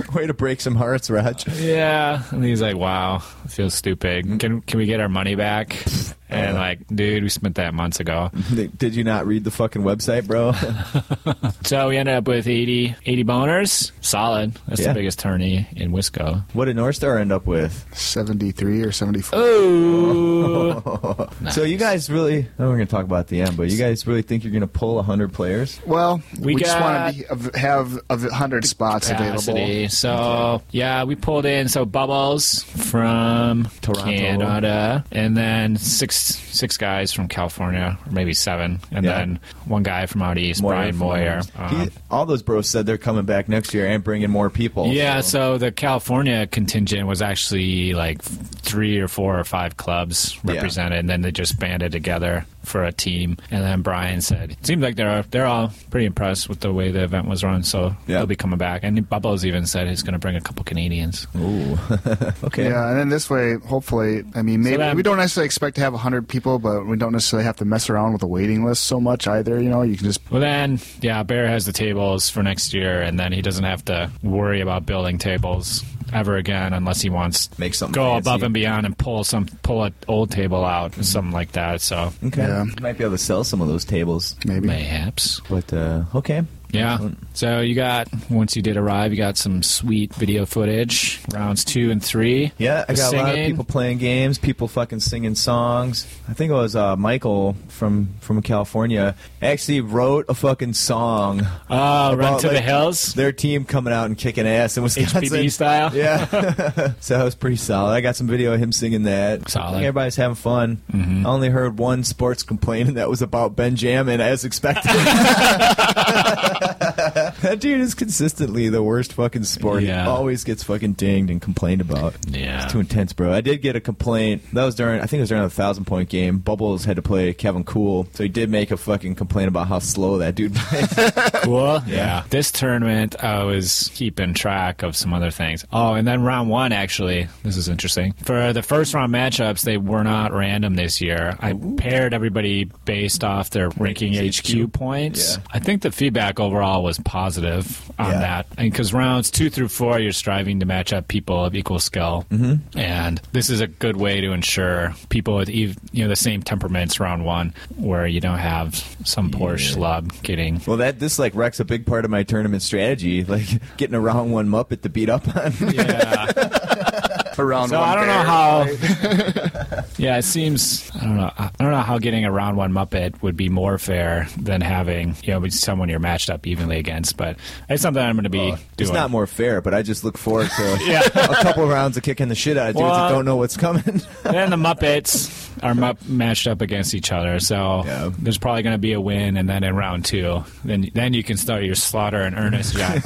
Speaker 2: [laughs] Way to break some hearts, Raj. Mm-hmm. [laughs]
Speaker 1: Yeah, and he's like, "Wow, I feel stupid. Can can we get our money back?" And like, dude, we spent that months ago.
Speaker 2: Did did you not read the fucking
Speaker 1: [laughs]
Speaker 2: website, bro?
Speaker 1: So we ended up with 80, 80 boners. Solid. That's
Speaker 2: Yeah.
Speaker 1: the biggest tourney in Wisco.
Speaker 2: what did North Star end up with?
Speaker 3: 73 or 74.
Speaker 1: Oh.
Speaker 2: [laughs] So you guys really? Oh, we're gonna talk about the end, but you guys really think you're gonna pull hundred players?
Speaker 3: [laughs] Well,
Speaker 1: We
Speaker 3: we, just
Speaker 1: got-
Speaker 3: want to be, av- have a v- 100 spots
Speaker 1: capacity.
Speaker 3: available.
Speaker 1: So yeah, we pulled in so bubbles from
Speaker 2: Toronto.
Speaker 1: Canada, and then six six guys from California, or maybe seven, and
Speaker 2: Yeah.
Speaker 1: then one guy from out east, Brian
Speaker 2: from
Speaker 1: Moyer.
Speaker 2: Moyers.
Speaker 1: Um,
Speaker 2: He- all those bros said they're coming back next year and bringing more people.
Speaker 1: yeah, so the California contingent was actually like three or four or five clubs
Speaker 2: Yeah.
Speaker 1: represented, and then they just banded together for a team. And then Brian said, "It seems like they're they're all pretty impressed with the way the event was run, so
Speaker 2: Yeah.
Speaker 1: they'll be coming back." And Bubbles even said he's going to bring a couple Canadians.
Speaker 2: Ooh. [laughs] okay.
Speaker 3: Yeah, and then this way, hopefully, I mean, maybe
Speaker 1: then-
Speaker 3: we don't necessarily expect to have 100 people, but we don't necessarily have to mess around with the waiting list so much either. You know, you can just
Speaker 1: Well, then, yeah, Bear has the tables for next year, and then he doesn't have to worry about building tables ever again unless he wants
Speaker 2: Make something
Speaker 1: go
Speaker 2: fancy.
Speaker 1: above and beyond and pull some pull an old table out or something like that. So
Speaker 2: Okay.
Speaker 3: Yeah.
Speaker 2: You might be able to sell some of those tables.
Speaker 3: maybe.
Speaker 1: mayhaps,
Speaker 2: But uh, okay.
Speaker 1: yeah. So you got once you did arrive, you got some sweet video footage rounds two and three.
Speaker 2: Yeah, I
Speaker 1: The
Speaker 2: got a lot of
Speaker 1: singing.
Speaker 2: people playing games, people fucking singing songs. I think it was uh, Michael from from California actually wrote a fucking song.
Speaker 1: Oh, run
Speaker 2: about,
Speaker 1: to the
Speaker 2: like,
Speaker 1: hills.
Speaker 2: Their team coming out and kicking ass in Wisconsin.
Speaker 1: HPB style?
Speaker 2: [laughs] Yeah. so that was pretty solid. I got some video of him singing that.
Speaker 1: Solid. Mm-hmm.
Speaker 2: I think everybody's having fun. I only heard one sports complaint, and that was about Benjamin,
Speaker 1: [laughs]
Speaker 2: as expected. [laughs] that dude is consistently the worst fucking sport.
Speaker 1: Yeah.
Speaker 2: He always gets fucking dinged and complained about.
Speaker 1: Yeah.
Speaker 2: It's too intense, bro. I did get a complaint. That was during, I think it was during the thousand point game. Bubbles had to play Kevin Cool, so he did make a fucking complaint about how slow that dude [laughs] plays. [laughs]
Speaker 1: Cool. Yeah. This tournament, I was keeping track of some other things. Oh, and then round one, actually, this is interesting. For the first round matchups, they were not random this year. I paired everybody based off their ranking HQ points.
Speaker 2: Yeah.
Speaker 1: I think the feedback overall was positive on
Speaker 2: Yeah.
Speaker 1: that. And because rounds two through four, you're striving to match up people of equal skill. Mm-hmm. And this is a good way to ensure people with ev- you know the same temperaments round one, where you don't have some poor schlub getting
Speaker 2: well, that this like wrecks a big part of my tournament strategy, like getting a round one muppet to beat up on.
Speaker 3: [laughs]
Speaker 1: Yeah.
Speaker 3: Around
Speaker 1: So
Speaker 3: one
Speaker 1: I don't know
Speaker 3: bear.
Speaker 1: how.
Speaker 3: [laughs]
Speaker 1: yeah, it seems I don't know. I don't know how getting a round one Muppet would be more fair than having you know with someone you're matched up evenly against. But it's something I'm going to be doing.
Speaker 2: It's not more fair, but I just look forward
Speaker 1: [laughs]
Speaker 2: to
Speaker 1: Yeah.
Speaker 2: [laughs] a couple rounds of kicking the shit out of dudes
Speaker 1: Well, uh,
Speaker 2: that don't know what's coming. [laughs]
Speaker 1: then the Muppets are mu- matched up against each other, so
Speaker 2: Yeah.
Speaker 1: there's probably going to be a win, and then in round two, then then you can start your slaughter in earnest. John.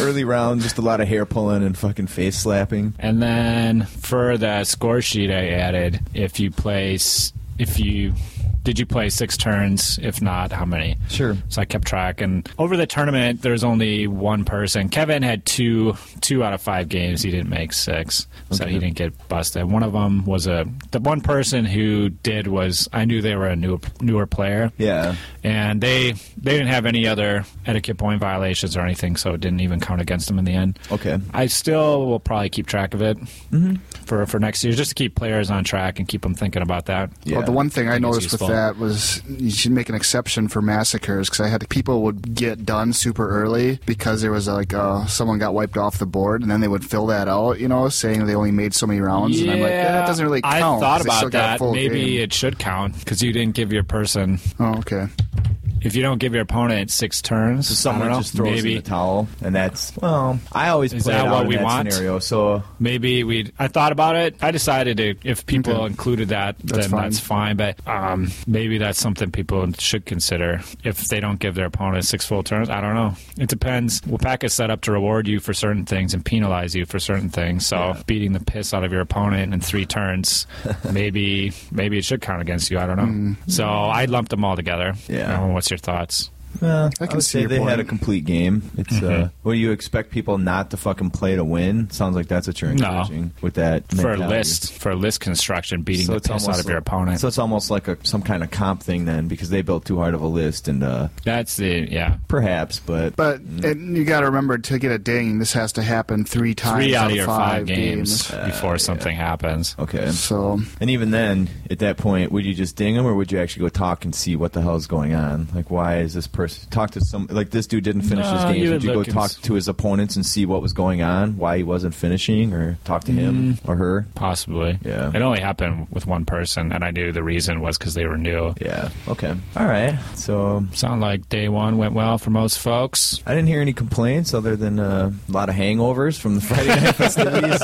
Speaker 2: Early round, just a lot of hair pulling and fucking face slapping.
Speaker 1: And then for the score sheet, I added if you place, if you did you play six turns? If not, how many?
Speaker 2: Sure.
Speaker 1: So I kept track, and over the tournament, there's only one person. Kevin had two two out of five games. He didn't make six, so he didn't get busted. One of them was a the one person who did was I knew they were a new newer player
Speaker 2: Yeah.
Speaker 1: and they they didn't have any other etiquette point violations or anything, so it didn't even count against them in the end.
Speaker 2: Okay. Mm-hmm.
Speaker 1: I still will probably keep track of it for for next year, just to keep players on track and keep them thinking about that.
Speaker 2: Yeah.
Speaker 3: Well, the one thing I,
Speaker 1: think it's
Speaker 3: noticed with
Speaker 1: useful.
Speaker 3: that was you should make an exception for massacres because I had people would get done super early because there was like uh, someone got wiped off the board and then they would fill that out, you know, saying they only made so many rounds. And I'm like,
Speaker 1: Yeah,
Speaker 3: that doesn't really count.
Speaker 1: I thought
Speaker 3: 'cause they still
Speaker 1: about
Speaker 3: got a
Speaker 1: that.
Speaker 3: full
Speaker 1: Maybe
Speaker 3: game."
Speaker 1: it should count because you didn't give your person.
Speaker 3: Oh, okay.
Speaker 1: If you don't give your opponent six turns,
Speaker 2: So
Speaker 1: I
Speaker 2: someone
Speaker 1: don't know,
Speaker 2: just throws in
Speaker 1: maybe
Speaker 2: the towel, and that's well. I always
Speaker 1: Is
Speaker 2: play it
Speaker 1: that
Speaker 2: out
Speaker 1: what
Speaker 2: in
Speaker 1: we
Speaker 2: that
Speaker 1: want?
Speaker 2: scenario. So
Speaker 1: maybe we I thought about it. I decided to, if people
Speaker 3: Okay.
Speaker 1: included that,
Speaker 3: That's
Speaker 1: then
Speaker 3: fine.
Speaker 1: that's fine. But um, maybe that's something people should consider if they don't give their opponent six full turns. I don't know. It depends. Wapaka is set up to reward you for certain things and penalize you for certain things. So beating the piss out of your opponent in three
Speaker 2: [laughs]
Speaker 1: turns, maybe maybe it should count against you. I don't know. So I lumped them all together.
Speaker 2: Mm. Yeah.
Speaker 1: Um, what's your Mm-hmm. thoughts?
Speaker 2: Well,
Speaker 3: I
Speaker 2: I
Speaker 3: can
Speaker 2: can would
Speaker 3: see
Speaker 2: say
Speaker 3: your
Speaker 2: they
Speaker 3: point.
Speaker 2: had a complete game. It's uh, well, you expect people not to fucking play to win. Sounds like that's what you're
Speaker 1: No.
Speaker 2: encouraging with that
Speaker 1: for a
Speaker 2: mentality.
Speaker 1: list for a list construction, beating the
Speaker 2: it's
Speaker 1: piss out
Speaker 2: almost
Speaker 1: of your
Speaker 2: like-
Speaker 1: opponent.
Speaker 2: So it's almost like a some kind of comp thing then, because they built too hard of a list, and uh,
Speaker 1: That's the yeah.
Speaker 2: perhaps, but,
Speaker 3: But
Speaker 1: Mm.
Speaker 3: and you got to remember to get a ding, this has to happen three times
Speaker 1: Three out of
Speaker 3: in
Speaker 1: your
Speaker 3: five,
Speaker 1: five, games, before something happens.
Speaker 2: Uh, okay.
Speaker 3: So
Speaker 2: And even then, at that point, would you just ding them, or would you actually go talk and see what the hell's going on? Like, why is this person talk to some? Like, this dude didn't finish his
Speaker 1: No,
Speaker 2: games.
Speaker 1: you
Speaker 2: Would you
Speaker 1: would
Speaker 2: go
Speaker 1: look and
Speaker 2: talk
Speaker 1: s-
Speaker 2: to his opponents and see what was going on, why he wasn't finishing, or talk to
Speaker 1: Mm.
Speaker 2: him or her?
Speaker 1: Possibly.
Speaker 2: Yeah.
Speaker 1: It only happened with one person, and I knew the reason was because they were new.
Speaker 2: Yeah. Okay. All right. So
Speaker 1: Sound like day one went well for most folks.
Speaker 2: I didn't hear any complaints other than uh, a lot of hangovers from the Friday
Speaker 1: [laughs]
Speaker 2: night festivities.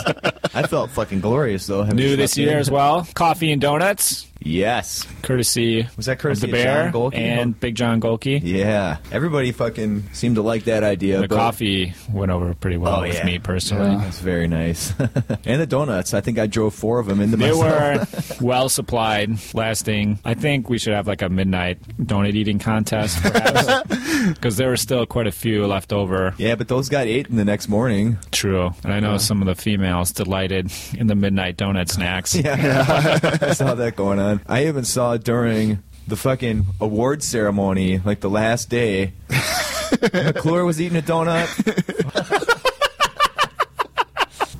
Speaker 2: I felt fucking glorious though. having
Speaker 1: New
Speaker 2: slept
Speaker 1: this year
Speaker 2: in.
Speaker 1: as well. Coffee and donuts,
Speaker 2: Yes.
Speaker 1: courtesy
Speaker 2: Was that
Speaker 1: of the
Speaker 2: courtesy of
Speaker 1: bear
Speaker 2: John Golke?
Speaker 1: and Big John Golke.
Speaker 2: Yeah. Everybody fucking seemed to like that idea.
Speaker 1: The
Speaker 2: but-
Speaker 1: coffee went over pretty well
Speaker 2: Oh,
Speaker 1: with
Speaker 2: yeah.
Speaker 1: me personally.
Speaker 2: That's very nice. [laughs] and the donuts. I think I drove four of them into
Speaker 1: They
Speaker 2: myself.
Speaker 1: were [laughs] well supplied, lasting. I think we should have like a midnight donut eating contest,
Speaker 2: [laughs]
Speaker 1: perhaps, because there were still quite a few left over.
Speaker 2: Yeah, but those got eaten the next morning.
Speaker 1: True, and I know some of the females delighted in the midnight donut snacks.
Speaker 2: [laughs] Yeah,
Speaker 1: [laughs]
Speaker 2: I saw that going on. I even saw during the fucking award ceremony, like the last day, [laughs] McClure was eating a donut.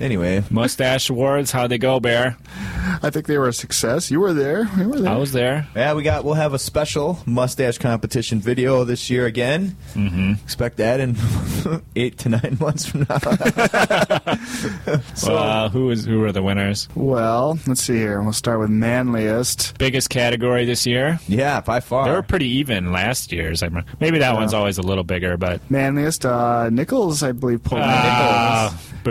Speaker 2: anyway,
Speaker 1: Mustache awards, how'd they go, Bear?
Speaker 3: I think they were a success. You were there. You were there.
Speaker 1: I was there.
Speaker 2: yeah, we got we'll have a special mustache competition video this year again. Mm-hmm. Expect that in [laughs] eight to nine months from now.
Speaker 3: [laughs]
Speaker 1: So, uh, who was who were the winners?
Speaker 3: Well, let's see here. We'll start with manliest.
Speaker 1: Biggest category this year.
Speaker 2: Yeah, by far.
Speaker 1: They were pretty even last year's. I remember. Maybe that one's always a little bigger, but
Speaker 3: Manliest, uh, Nichols, I believe, pulled
Speaker 1: Ah, boo.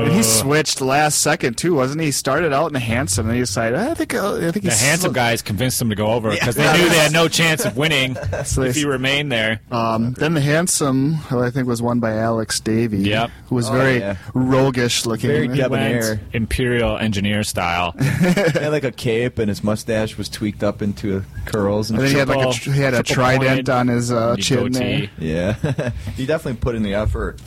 Speaker 3: Nichols. And he switched last second too, wasn't he? He started out in handsome, and he decided, I think, I think
Speaker 1: The
Speaker 3: he's
Speaker 1: handsome guys convinced him to go over because they knew
Speaker 3: [laughs]
Speaker 1: they had no chance of
Speaker 2: [laughs]
Speaker 1: winning
Speaker 3: So
Speaker 1: if
Speaker 3: they-
Speaker 1: he remained there.
Speaker 3: Um, then the handsome, who I think was won by Alex Davey,
Speaker 1: Yep.
Speaker 3: who was very
Speaker 2: Oh, yeah.
Speaker 3: roguish looking.
Speaker 2: Very deb-
Speaker 1: Went
Speaker 2: Debonair.
Speaker 1: Imperial engineer style.
Speaker 2: [laughs] He had like a cape, and his mustache was tweaked up into curls.
Speaker 3: and
Speaker 2: And
Speaker 3: then he had like a, tr-
Speaker 1: Triple-
Speaker 3: he had a
Speaker 1: triple
Speaker 3: trident
Speaker 1: pointed.
Speaker 3: on his uh,
Speaker 1: Neat
Speaker 3: chin. There.
Speaker 1: goatee.
Speaker 2: yeah, [laughs] he definitely put in the effort.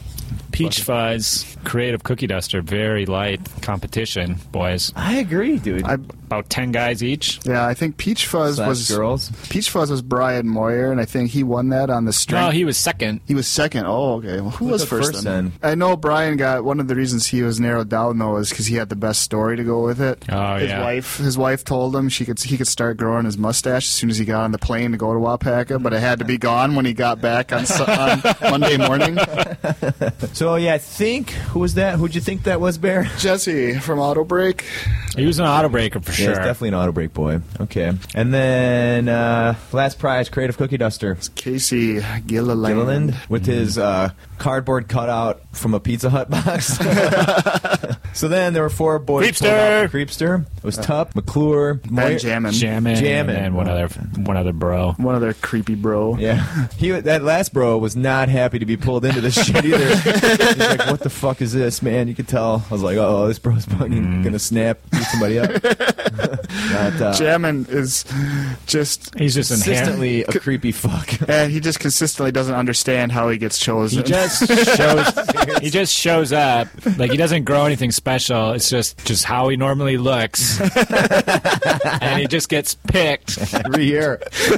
Speaker 1: Peach fuzz, creative cookie duster, very light competition, boys.
Speaker 2: I agree, dude.
Speaker 3: I,
Speaker 1: About ten guys each.
Speaker 3: yeah, I think Peach Fuzz
Speaker 2: Slash
Speaker 3: was
Speaker 2: girls.
Speaker 3: Peach Fuzz was Brian Moyer, and I think he won that on the strength.
Speaker 1: No, he was second.
Speaker 3: He was second. Oh, okay. Well, who
Speaker 2: Who
Speaker 3: was
Speaker 2: took
Speaker 3: first,
Speaker 2: first
Speaker 3: then? I know Brian got one of the reasons he was narrowed down though is because he had the best story to go with it.
Speaker 1: Oh,
Speaker 3: his
Speaker 1: yeah.
Speaker 3: wife, his wife told him she could he could start growing his mustache as soon as he got on the plane to go to Wapaka, but it had to be gone when he got back on, Su-
Speaker 1: [laughs]
Speaker 3: on Monday morning.
Speaker 2: So yeah, I think who was that? Who'd you think that was, Bear?
Speaker 3: [laughs] Jesse from Auto Break.
Speaker 1: He was an auto breaker for
Speaker 2: Yeah,
Speaker 1: sure.
Speaker 2: it's definitely an auto break boy. Okay, and then uh, last prize, creative cookie duster.
Speaker 3: Casey Gilliland. Mm-hmm.
Speaker 2: Gilliland with his uh, cardboard cutout from a Pizza Hut box. [laughs] so then there were four boys.
Speaker 1: Creepster!
Speaker 2: pulled out for Creepster. It was Tup, McClure, Moyer-
Speaker 3: Uh, And Jammin.
Speaker 1: Jammin',
Speaker 2: Jammin'.
Speaker 1: and one other one other bro.
Speaker 3: One other creepy bro. [laughs]
Speaker 2: Yeah, he wa- that last bro was not happy to be pulled into this shit either.
Speaker 3: [laughs]
Speaker 2: He's like, "What the fuck is this, man?" You could tell. I was like, "Oh, this bro's fucking
Speaker 1: Mm.
Speaker 2: gonna snap, beat
Speaker 3: [laughs]
Speaker 2: somebody up." [laughs] Not, uh,
Speaker 3: Jammin is just.
Speaker 1: He's just inherently
Speaker 2: consistently a creepy fuck.
Speaker 3: [laughs] And he just consistently doesn't understand how he gets chosen. [laughs]
Speaker 1: he just shows he just shows up like he doesn't grow anything special it's just just how he normally looks and he just gets picked to
Speaker 2: Every year,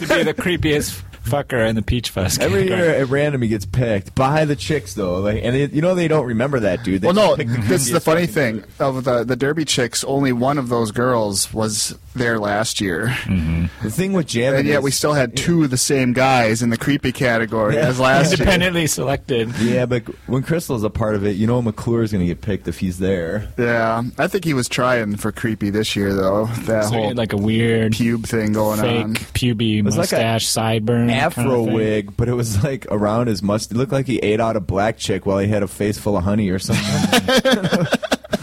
Speaker 1: be the creepiest fucker in the peach fest
Speaker 2: [laughs] every
Speaker 1: category.
Speaker 2: year at random he gets picked by the chicks though, like, and they, you know they don't remember that dude. They
Speaker 3: Well, no,
Speaker 2: just pick
Speaker 3: this is the
Speaker 2: creepiest
Speaker 3: funny
Speaker 2: fucking
Speaker 3: thing.
Speaker 2: dude.
Speaker 3: Of the, the Derby chicks, only one of those girls was there last year.
Speaker 1: Mm-hmm.
Speaker 2: The thing with jamming,
Speaker 3: And yet
Speaker 2: is-
Speaker 3: we still had two of the same guys in the creepy category as last year.
Speaker 1: independently selected
Speaker 2: Yeah, but when Crystal's a part of it, you know McClure's gonna get picked if he's there.
Speaker 3: Yeah. I think he was trying for creepy this year, though. That
Speaker 1: so he
Speaker 3: whole
Speaker 1: had like a weird
Speaker 3: pube thing going
Speaker 1: fake
Speaker 3: on.
Speaker 1: puby
Speaker 2: was like a
Speaker 1: mustache sideburn kind of
Speaker 2: afro
Speaker 1: thing.
Speaker 2: wig, but it was like around his must. It looked like he ate out a black chick while he had a face full of honey or something.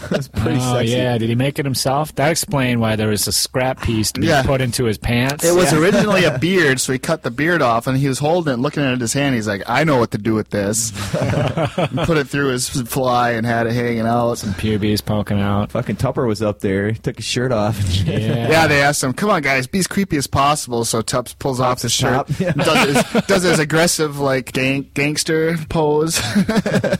Speaker 2: it was pretty
Speaker 1: oh,
Speaker 2: sexy.
Speaker 1: yeah. Did he make it himself? That explained why there was a scrap piece to be
Speaker 3: Yeah.
Speaker 1: put into his pants.
Speaker 3: It was originally
Speaker 1: [laughs]
Speaker 3: a beard, so he cut the beard off, and he was holding it, looking at his hand. He's like, "I know what to do with this." And put it through his fly and had it hanging out.
Speaker 1: pubes poking out.
Speaker 2: Fucking Tupper was up there. He took his shirt off.
Speaker 1: [laughs] Yeah.
Speaker 3: Yeah, they asked him, "Come on, guys, be as creepy as possible." So Tups pulls off his shirt,
Speaker 2: top, yeah.
Speaker 3: does,
Speaker 2: [laughs]
Speaker 3: his, does his aggressive like gang- gangster pose. [laughs]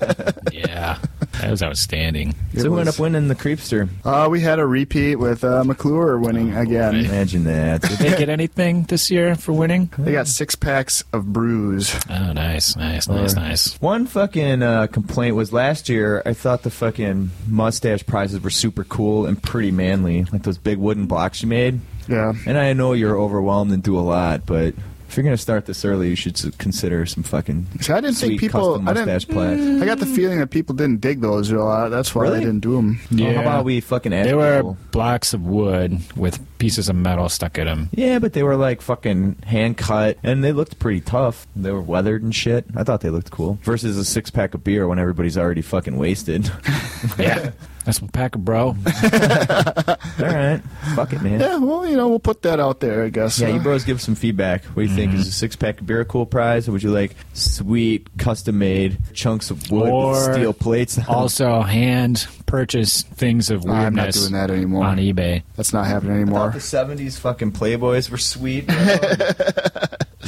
Speaker 1: yeah. That was outstanding.
Speaker 2: so we
Speaker 3: was-
Speaker 2: went up winning the creepster.
Speaker 3: uh, we had a repeat with uh, McClure winning again.
Speaker 2: Imagine that.
Speaker 1: Did Oh, they get anything this year for winning?
Speaker 3: They got six packs of brews.
Speaker 1: Oh, nice, nice, nice, nice.
Speaker 2: One fucking uh, complaint was last year. I thought the fucking mustache prizes were super cool and pretty manly, like those big wooden blocks you made.
Speaker 3: Yeah,
Speaker 2: And I know you're overwhelmed and do a lot, but if you're gonna start this early, you should s- consider some fucking
Speaker 3: See, I didn't
Speaker 2: sweet
Speaker 3: think people.
Speaker 2: custom
Speaker 3: I didn't.
Speaker 2: mustache plaid.
Speaker 3: I got the feeling that people didn't dig those a lot. That's why
Speaker 2: Really?
Speaker 3: they didn't do them.
Speaker 2: Oh,
Speaker 1: Yeah.
Speaker 2: how about we fucking ask
Speaker 1: They were
Speaker 2: people?
Speaker 1: blocks of wood with pieces of metal stuck in them.
Speaker 2: Yeah, but they were like fucking hand cut, and they looked pretty tough. They were weathered and shit. I thought they looked cool. Versus a six pack of beer when everybody's already fucking
Speaker 3: [laughs]
Speaker 2: wasted. [laughs]
Speaker 1: Yeah. That's a pack of bro.
Speaker 2: All right, fuck it, man.
Speaker 3: Yeah, well, you know, we'll put that out there, I guess. uh. Mm-hmm.
Speaker 2: Yeah,
Speaker 3: huh?
Speaker 2: you bros give some feedback. What do you think? Is a six pack of beer a cool prize, or would you like sweet, custom made chunks of wood
Speaker 1: Or
Speaker 2: with steel plates? [laughs]
Speaker 1: Also, hand purchase things of weirdness
Speaker 3: I'm not doing that anymore.
Speaker 1: on eBay.
Speaker 3: That's not happening
Speaker 2: I thought
Speaker 3: anymore.
Speaker 2: the seventies fucking Playboys were sweet. bro.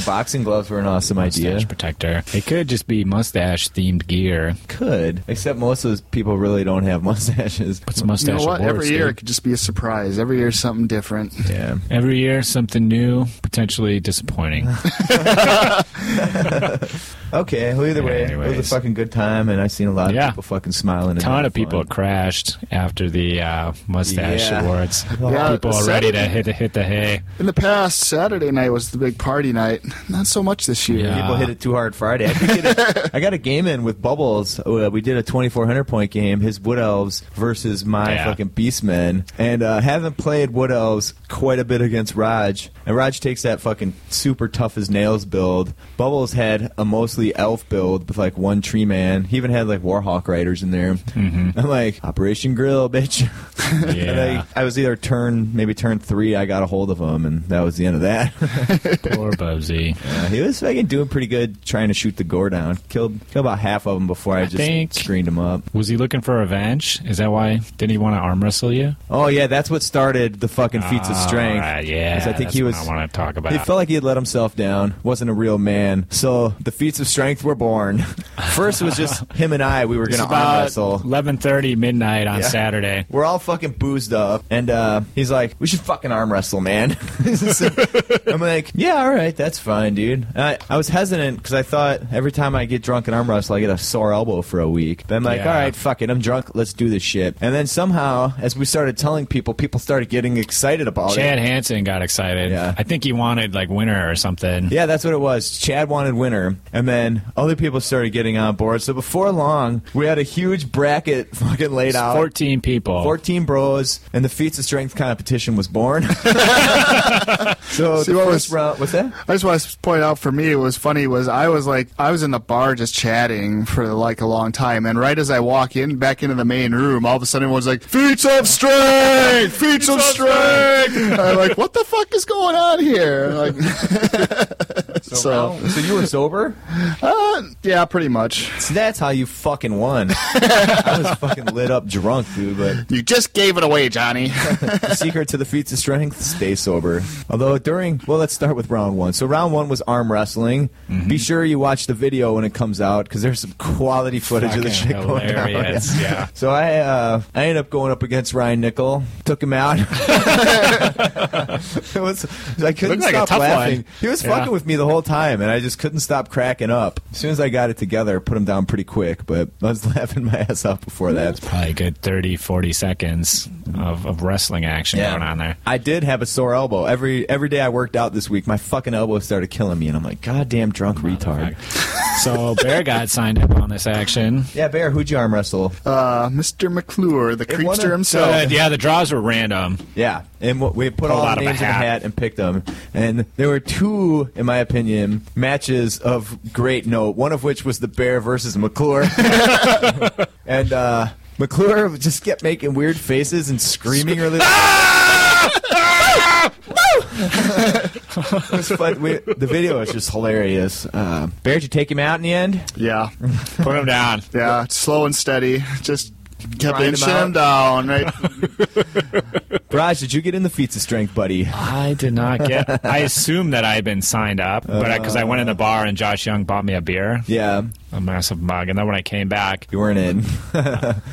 Speaker 2: Boxing gloves were an awesome idea.
Speaker 1: Mustache protector. It could just be mustache themed gear.
Speaker 2: Could, except most of those people really don't have [laughs] mustaches.
Speaker 1: What's
Speaker 3: You
Speaker 1: mustache
Speaker 3: know what?
Speaker 1: awards,
Speaker 3: Every year it
Speaker 1: dude?
Speaker 3: could just be a surprise. Every year something different.
Speaker 2: Yeah,
Speaker 1: Every year, something new, potentially disappointing.
Speaker 2: [laughs]
Speaker 1: [laughs]
Speaker 2: Okay, well, either way, it was
Speaker 1: Anyways.
Speaker 2: a fucking good time, and i seen a lot
Speaker 1: Yeah.
Speaker 2: of people fucking smiling.
Speaker 1: A
Speaker 2: and
Speaker 1: ton
Speaker 2: having
Speaker 1: of people
Speaker 2: fun.
Speaker 1: crashed after the uh, mustache
Speaker 2: Yeah.
Speaker 1: awards.
Speaker 3: Yeah,
Speaker 1: people are ready to
Speaker 3: Saturday-
Speaker 1: hit, hit the hay.
Speaker 3: In the past, Saturday night was the big party night. Not so much this year.
Speaker 1: Yeah.
Speaker 2: People hit it too hard Friday. I, did get a, I got a game in with Bubbles. Uh, we did a 2,400 point game, his Wood Elves versus my
Speaker 1: Yeah.
Speaker 2: fucking Beastmen. And uh, haven't played Wood Elves quite a bit against Raj. And Raj takes that fucking super tough as nails build. Bubbles had a mostly elf build with like one tree man. He even had like Warhawk Riders in there.
Speaker 1: Mm-hmm.
Speaker 2: I'm like, Operation Grill, bitch. [laughs] And
Speaker 1: Yeah.
Speaker 2: I, I was either turn, maybe turn three, I got a hold of him, and that was the end of that.
Speaker 1: [laughs] Poor Bubsy.
Speaker 2: Uh, he was fucking doing pretty good trying to shoot the gore down. Killed, killed about half of them before I, just
Speaker 1: think-
Speaker 2: screened him up.
Speaker 1: Was he looking for revenge? Is that why? Didn't he want to arm wrestle you?
Speaker 2: Oh yeah, that's what started the fucking feats of strength.
Speaker 1: All right, yeah.
Speaker 2: 'Cause I think
Speaker 1: that's
Speaker 2: he
Speaker 1: what
Speaker 2: was.
Speaker 1: I want to talk about.
Speaker 2: He felt like he had let himself down. Wasn't a real man. So the feats of strength
Speaker 1: [laughs]
Speaker 2: were born. First was just him and I. We were
Speaker 1: It's
Speaker 2: gonna arm
Speaker 1: about
Speaker 2: wrestle.
Speaker 1: 11:30 midnight on
Speaker 2: Yeah.
Speaker 1: Saturday.
Speaker 2: We're all fucking boozed up, and uh, he's like, "We should fucking arm wrestle, man." [laughs] I'm like, "Yeah, all right, that's fine, dude." And I, I was hesitant because I thought every time I get drunk and arm wrestle, I get a sore elbow for a week. But I'm like,
Speaker 1: Yeah.
Speaker 2: "All right, fuck it, I'm drunk. Let's do this shit." And then somehow, as we started telling people, people started getting excited about it.
Speaker 1: Chad Hansen got excited.
Speaker 2: Yeah.
Speaker 1: I think he wanted like winner or something.
Speaker 2: Yeah, that's what it was. Chad wanted winner, and then other people started getting on board. So before long, we had a huge bracket [laughs] fucking laid out.
Speaker 1: 14 people.
Speaker 2: 14 bros, and the feats of strength competition
Speaker 3: [laughs]
Speaker 2: was born. so
Speaker 3: See,
Speaker 2: the
Speaker 3: what
Speaker 2: first
Speaker 3: was-
Speaker 2: round, what's that?
Speaker 3: I just want to point out for me, it was funny was I was like I was in the bar just chatting for like a long time, and right as I walk in back into the main room, all of a sudden everyone's like feats of strength, feats of strength. I'm like, what the fuck is going on here?
Speaker 2: [laughs]
Speaker 3: Like, so
Speaker 2: so you were sober?
Speaker 3: uh, yeah, pretty much.
Speaker 2: So that's how you fucking won. I was fucking lit up drunk, dude. But
Speaker 3: You just gave it away, Johnny.
Speaker 2: the secret to the feats of strength: stay sober. Although during, well, let's start with round one. So round one was arm wrestling.
Speaker 3: Mm-hmm.
Speaker 2: Be sure you watch the video when it comes out because there's some quality footage of the
Speaker 1: Fucking
Speaker 2: shit going down.
Speaker 1: hilarious. yeah.
Speaker 2: [laughs] So I uh, I ended up going up against Ryan Nickel, took him out. [laughs] it was [laughs] I couldn't
Speaker 1: Looked like a
Speaker 2: stop
Speaker 1: tough one.
Speaker 2: laughing. He was
Speaker 1: Yeah.
Speaker 2: fucking with me the whole time, and I just couldn't stop cracking up. As soon as I got it together, put him down pretty quick, but I was [laughs] laughing my ass off before that.
Speaker 1: Probably a good 30, 40 seconds of, of wrestling action going on there.
Speaker 2: I did have a sore elbow. Every every day I worked out this week, my fucking elbow started killing me, and I'm like, goddamn drunk retard. [laughs]
Speaker 1: So Bear got signed up on this action.
Speaker 2: Yeah, Bear, who'd you arm wrestle?
Speaker 3: Uh, Mr. McClure, the
Speaker 2: It won
Speaker 3: creepster
Speaker 2: a-
Speaker 1: So
Speaker 3: himself.
Speaker 1: yeah, the draws were random.
Speaker 2: Yeah, and what- we put all
Speaker 1: out
Speaker 2: the
Speaker 1: of a
Speaker 2: names in a
Speaker 1: hat.
Speaker 2: hat and picked them. And there were two, in my opinion, matches
Speaker 1: [laughs]
Speaker 2: of great note. One of which was the Bear versus McClure, and uh, McClure would just kept making weird faces and
Speaker 1: [laughs]
Speaker 2: screaming really It was fun. We- the video is just hilarious. Uh, Bear, did you take him out in the end? [laughs]
Speaker 3: Yeah,
Speaker 1: Put him down.
Speaker 3: yeah, slow and steady. Just kept
Speaker 2: Grind 'em
Speaker 3: inching him down. Right?
Speaker 2: [laughs] [laughs] Raj, did you get in the feats of strength, buddy?
Speaker 1: I did not get. I assume that I've been signed up, but because I, went in the bar and Josh Young bought me a beer,
Speaker 2: Yeah,
Speaker 1: a massive mug, and then when I came back,
Speaker 2: you weren't in.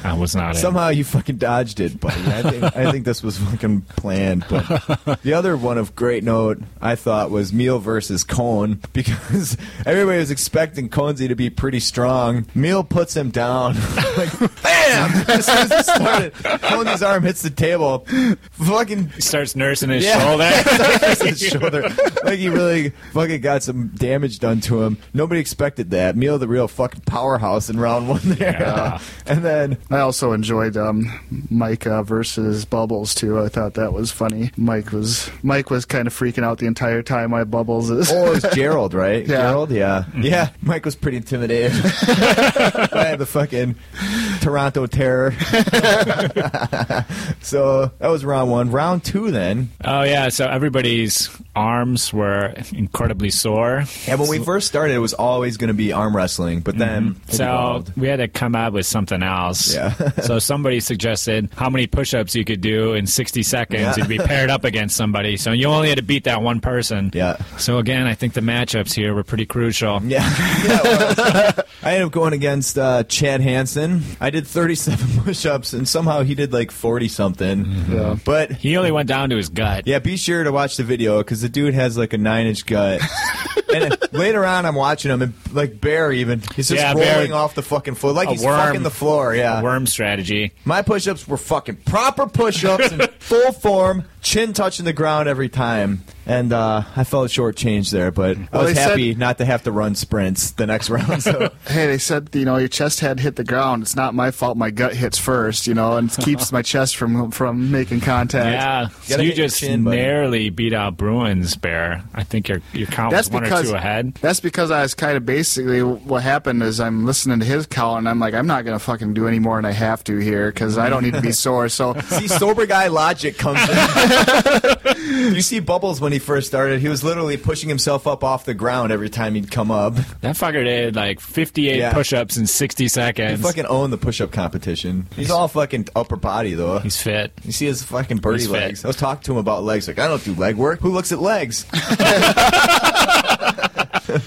Speaker 1: I was
Speaker 2: [laughs]
Speaker 1: not in.
Speaker 2: Somehow you fucking dodged it, buddy. I think, I think this was fucking planned.
Speaker 1: [laughs]
Speaker 2: But the other one of great note I thought was Meal versus Cone because [laughs] everybody was expecting Conzi to be pretty strong. Meal puts him down. [laughs] like, bam! [laughs] As soon as it started, Conzi's arm hits the table. Fucking
Speaker 1: He starts nursing his
Speaker 2: Yeah. [laughs]
Speaker 1: shoulder.
Speaker 2: his [laughs] shoulder. Like he really fucking got some damage done to him. Nobody expected that. Meal the real fucking powerhouse in round one there. [laughs]
Speaker 1: Yeah.
Speaker 2: And then
Speaker 3: I also enjoyed um, Mike uh, versus Bubbles too. I thought that was funny. Mike was Mike was kind of freaking out the entire time. My Bubbles is.
Speaker 2: Oh, it was Gerald, right?
Speaker 3: Yeah.
Speaker 2: Gerald, yeah.
Speaker 3: [laughs]
Speaker 1: Mm-hmm.
Speaker 2: Yeah, Mike was pretty intimidated [laughs] by the fucking Toronto terror. [laughs] so that was round one. Round two, then.
Speaker 1: oh yeah, so everybody's arms were incredibly sore.
Speaker 2: And when we first started, it was always going to be arm wrestling, but then it
Speaker 1: Mm-hmm. So
Speaker 2: evolved.
Speaker 1: we had to come up with something else.
Speaker 2: Yeah. [laughs]
Speaker 1: so somebody suggested how many push-ups you could do in 60 seconds.
Speaker 2: Yeah.
Speaker 1: You'd be paired up against somebody. So you only had to beat that one person.
Speaker 2: Yeah.
Speaker 1: So again, I think the matchups here were pretty crucial.
Speaker 2: Yeah. [laughs] yeah it was. I ended up going against uh, Chad Hansen. I did [laughs] 37 push ups, and somehow he did like 40 something.
Speaker 3: Yeah.
Speaker 2: But
Speaker 1: Mm-hmm. He only went down to his gut.
Speaker 2: Yeah, be sure to watch the video because the dude has like a nine inch gut. [laughs] and later on, I'm watching him, and like Bear even, he's just
Speaker 1: Yeah, Bear-
Speaker 2: rolling off the fucking floor. Like
Speaker 1: A
Speaker 2: he's
Speaker 1: worm.
Speaker 2: fucking the floor, yeah.
Speaker 1: Worm strategy.
Speaker 2: My push ups were fucking
Speaker 1: [laughs]
Speaker 2: proper push ups in full form, chin touching the ground every time. And uh, I felt shortchanged there, but I
Speaker 3: Well,
Speaker 2: was
Speaker 3: they said-
Speaker 2: happy not to have to run sprints the next round.
Speaker 3: [laughs]
Speaker 2: So
Speaker 3: Hey, they said you know your chest had hit the ground. It's not my fault. My gut hits first, you know, and it keeps my chest from from making contact.
Speaker 1: Yeah, so
Speaker 2: gotta
Speaker 1: you
Speaker 2: get your
Speaker 1: just
Speaker 2: chin, buddy.
Speaker 1: barely beat out Bruins, Bear. I think your your count
Speaker 3: That's
Speaker 1: was one
Speaker 3: because
Speaker 1: or two ahead.
Speaker 3: that's because I was kind of basically what happened is I'm listening to his count and I'm like I'm not gonna fucking do any more than I have to here because I don't need to
Speaker 2: [laughs]
Speaker 3: be sore. So
Speaker 2: see, sober guy logic comes
Speaker 1: [laughs]
Speaker 2: in. you see Bubbles when he first started, he was literally pushing himself up off the ground every time he'd come up.
Speaker 1: That fucker did like 58
Speaker 2: Yeah.
Speaker 1: push-ups in 60
Speaker 2: He
Speaker 1: seconds.
Speaker 2: fucking own the push-up competition. He's all fucking upper body though.
Speaker 1: He's fit.
Speaker 2: you see his fucking birdie
Speaker 1: He's fit.
Speaker 2: legs. I was talking to him about legs. Like I don't do leg work. Who looks at legs?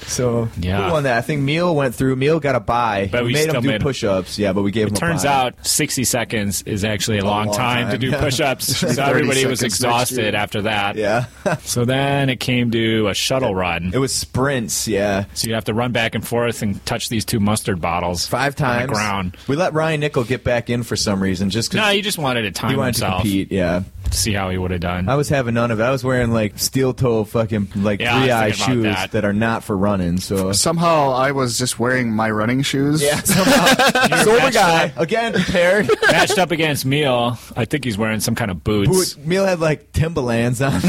Speaker 2: so
Speaker 1: Yeah.
Speaker 2: who won that? I think Meal went through. Meal got a bye.
Speaker 1: But we
Speaker 2: made
Speaker 1: still
Speaker 2: him do
Speaker 1: made him-
Speaker 2: push-ups. Yeah, but we gave him.
Speaker 1: It turns
Speaker 2: a bye.
Speaker 1: out 60 seconds is actually a long,
Speaker 2: long
Speaker 1: time, to
Speaker 2: time. [laughs]
Speaker 1: do push-ups. so
Speaker 3: 30
Speaker 1: everybody
Speaker 3: seconds
Speaker 1: was
Speaker 3: next
Speaker 1: exhausted
Speaker 3: year.
Speaker 1: after that.
Speaker 2: Yeah, [laughs]
Speaker 1: So then it came to a shuttle run.
Speaker 2: it was sprints. Yeah.
Speaker 1: So you have to run back and forth and touch these two mustard bottles
Speaker 2: Five
Speaker 1: on
Speaker 2: times.
Speaker 1: the ground.
Speaker 2: We let Ryan Nickel get back in for some reason, just
Speaker 1: No,
Speaker 2: because
Speaker 1: he just wanted to time
Speaker 2: he wanted to
Speaker 1: himself to,
Speaker 2: compete. Yeah,
Speaker 1: see how he would have done.
Speaker 2: I was having none of it. I was wearing like steel toe fucking like
Speaker 1: Yeah, I was
Speaker 2: three eye
Speaker 1: thinking about
Speaker 2: shoes
Speaker 1: that.
Speaker 2: that. are not for running. So
Speaker 3: somehow I was just wearing my running shoes. [laughs]
Speaker 2: Yeah, somehow. sober guy again prepared.
Speaker 1: Matched up against Meal, I think he's wearing some kind of boots.
Speaker 2: Boot- Meal had like Timberlands on. [laughs]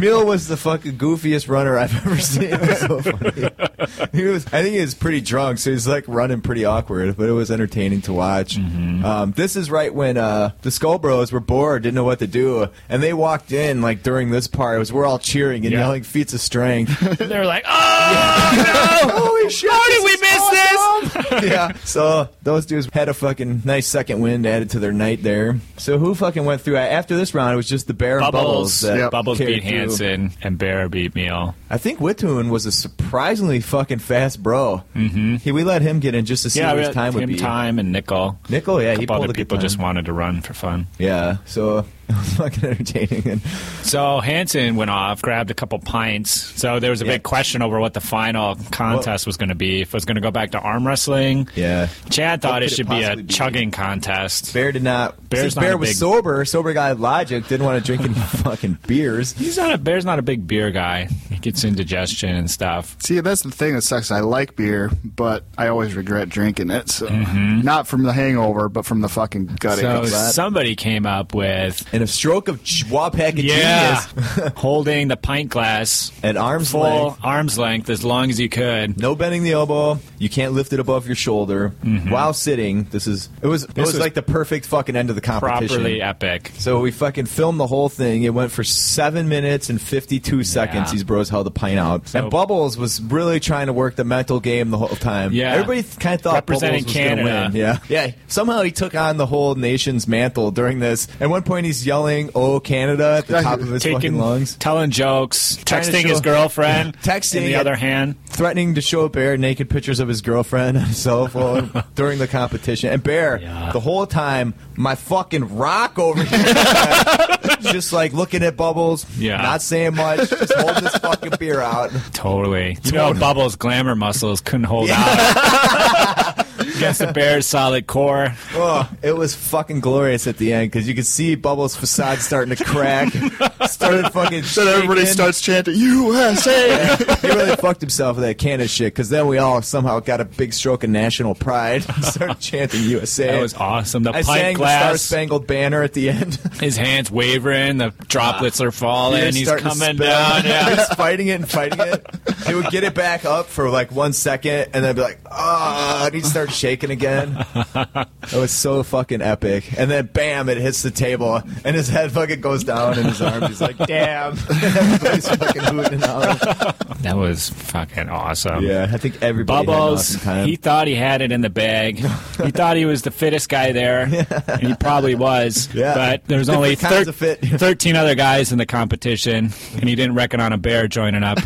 Speaker 2: Meal was the fucking goofiest runner I've [laughs] ever seen. It was so funny. He was, I think he was pretty drunk, so he's like running pretty awkward, but it was entertaining to watch.
Speaker 1: Mm-hmm.
Speaker 2: Um, this is right when uh, the Skull Bros were bored, didn't know what to do, and they walked in like during this part. It was we're all cheering and
Speaker 1: Yeah.
Speaker 2: yelling feats of strength.
Speaker 1: [laughs] They were like, oh,
Speaker 2: Holy shit! How
Speaker 1: did we miss
Speaker 2: this? [laughs] yeah. So those dudes had a fucking nice second wind added to their night there. So who fucking went through after this round? It was just the Bear and Bubbles.
Speaker 1: Bubbles.
Speaker 2: that
Speaker 3: Yep.
Speaker 1: Bubbles
Speaker 2: carried
Speaker 1: beat
Speaker 2: through.
Speaker 1: Hanson and Bear beat Meal.
Speaker 2: I think Wittoon was a surprisingly fucking fast bro. Mm-hmm. He, we let him get in just to see
Speaker 1: yeah,
Speaker 2: what
Speaker 1: we
Speaker 2: his
Speaker 1: had
Speaker 2: time would
Speaker 1: Tim
Speaker 2: be.
Speaker 1: Time and Nickel.
Speaker 2: Nickel,
Speaker 1: a
Speaker 2: yeah, he
Speaker 1: couple
Speaker 2: pulled
Speaker 1: other
Speaker 2: a good
Speaker 1: people
Speaker 2: time.
Speaker 1: just wanted to run for fun.
Speaker 2: yeah. So [laughs] it was fucking entertaining. And
Speaker 1: So Hanson went off, grabbed a couple pints. So there was a
Speaker 2: Yeah.
Speaker 1: big question over what the final contest was going to be. If it was going to go back to arm wrestling.
Speaker 2: yeah.
Speaker 1: Chad thought
Speaker 2: What
Speaker 1: it
Speaker 2: could it
Speaker 1: should be a
Speaker 2: possibly be?
Speaker 1: chugging contest.
Speaker 2: Bear did not.
Speaker 1: Bear's
Speaker 2: since
Speaker 1: not
Speaker 2: Bear
Speaker 1: a
Speaker 2: was
Speaker 1: big-
Speaker 2: sober. Sober guy logic didn't want to drink any [laughs] fucking beers.
Speaker 1: He's not a bear's not a big beer guy. He gets indigestion and stuff.
Speaker 3: See, that's the thing that sucks. I like beer, but I always regret drinking it. So not from the hangover, but from the fucking gut it
Speaker 1: Mm-hmm. So
Speaker 3: comes out.
Speaker 1: somebody came up with
Speaker 2: And a stroke of ch- Wapak of
Speaker 1: yeah,
Speaker 2: genius
Speaker 1: [laughs] holding the pint glass
Speaker 2: at arm's
Speaker 1: full
Speaker 2: length.
Speaker 1: arm's length as long as you could.
Speaker 2: No bending the elbow. You can't lift it above your shoulder while sitting. This is it was it was
Speaker 1: Mm-hmm. is
Speaker 2: like the perfect fucking end of the competition.
Speaker 1: Properly epic.
Speaker 2: So we fucking filmed the whole thing. It went for seven minutes and fifty-two seconds.
Speaker 1: Yeah.
Speaker 2: These bros held the pint out,
Speaker 1: So-
Speaker 2: and Bubbles was really trying to work the mental game the whole time.
Speaker 1: Yeah.
Speaker 2: everybody kind of thought Bubbles was
Speaker 1: Representing
Speaker 2: going to
Speaker 1: Canada.
Speaker 2: win. Yeah, [laughs] yeah. Somehow he took on the whole nation's mantle during this. At one point, he's yelling, "Oh Canada!" at the top of his fucking
Speaker 1: Taking,
Speaker 2: lungs,
Speaker 1: telling jokes,
Speaker 2: Trying to
Speaker 1: texting
Speaker 2: show-
Speaker 1: his girlfriend.
Speaker 2: [laughs] Texting
Speaker 1: in the
Speaker 2: it-
Speaker 1: other hand.
Speaker 2: threatening to show Bear naked pictures of his girlfriend on his cell
Speaker 1: [laughs]
Speaker 2: phone during the competition. And Bear,
Speaker 4: Yeah.
Speaker 2: the whole time, my fucking
Speaker 1: [laughs]
Speaker 2: rock over here, just like looking at Bubbles,
Speaker 1: Yeah.
Speaker 2: not saying much, just holding this fucking beer out. [laughs]
Speaker 1: Totally. You know, Bubbles' glamour muscles couldn't hold out against the Bears' solid core.
Speaker 2: Oh, it was fucking glorious at the end because you could see Bubbles' facade starting
Speaker 3: [laughs]
Speaker 2: to crack, started fucking.
Speaker 3: Then everybody
Speaker 2: shaking.
Speaker 3: starts [laughs] chanting USA.
Speaker 2: he really fucked himself with that can of shit because then we all somehow got a big stroke of national pride and started chanting USA.
Speaker 1: That was awesome. The
Speaker 2: I
Speaker 1: pint
Speaker 2: sang the Star
Speaker 1: glass,
Speaker 2: Spangled Banner at the end.
Speaker 1: [laughs] his hands wavering, the droplets are falling,
Speaker 2: Beer's
Speaker 1: he's
Speaker 2: starting to
Speaker 1: coming
Speaker 2: spill.
Speaker 1: down. Yeah.
Speaker 2: [laughs] He's fighting it and fighting it. He would get it back up for like one second, and then be like, "Ah!" and he'd start shaking again. It was so fucking epic. And then, bam! It hits the table, and his head fucking goes down, and his arms. He's like, "Damn!" Everybody's fucking hooting and hollering.
Speaker 1: That was fucking awesome.
Speaker 2: Yeah, I think everybody. had an
Speaker 1: Bubbles,
Speaker 2: awesome time.
Speaker 1: he thought he had it in the bag.
Speaker 2: [laughs]
Speaker 1: he thought he was the fittest guy there, and he probably was.
Speaker 2: Yeah.
Speaker 1: But there's
Speaker 2: Different
Speaker 1: only
Speaker 2: kinds of fit. [laughs]
Speaker 1: 13 other guys in the competition, and he didn't reckon on a bear joining up.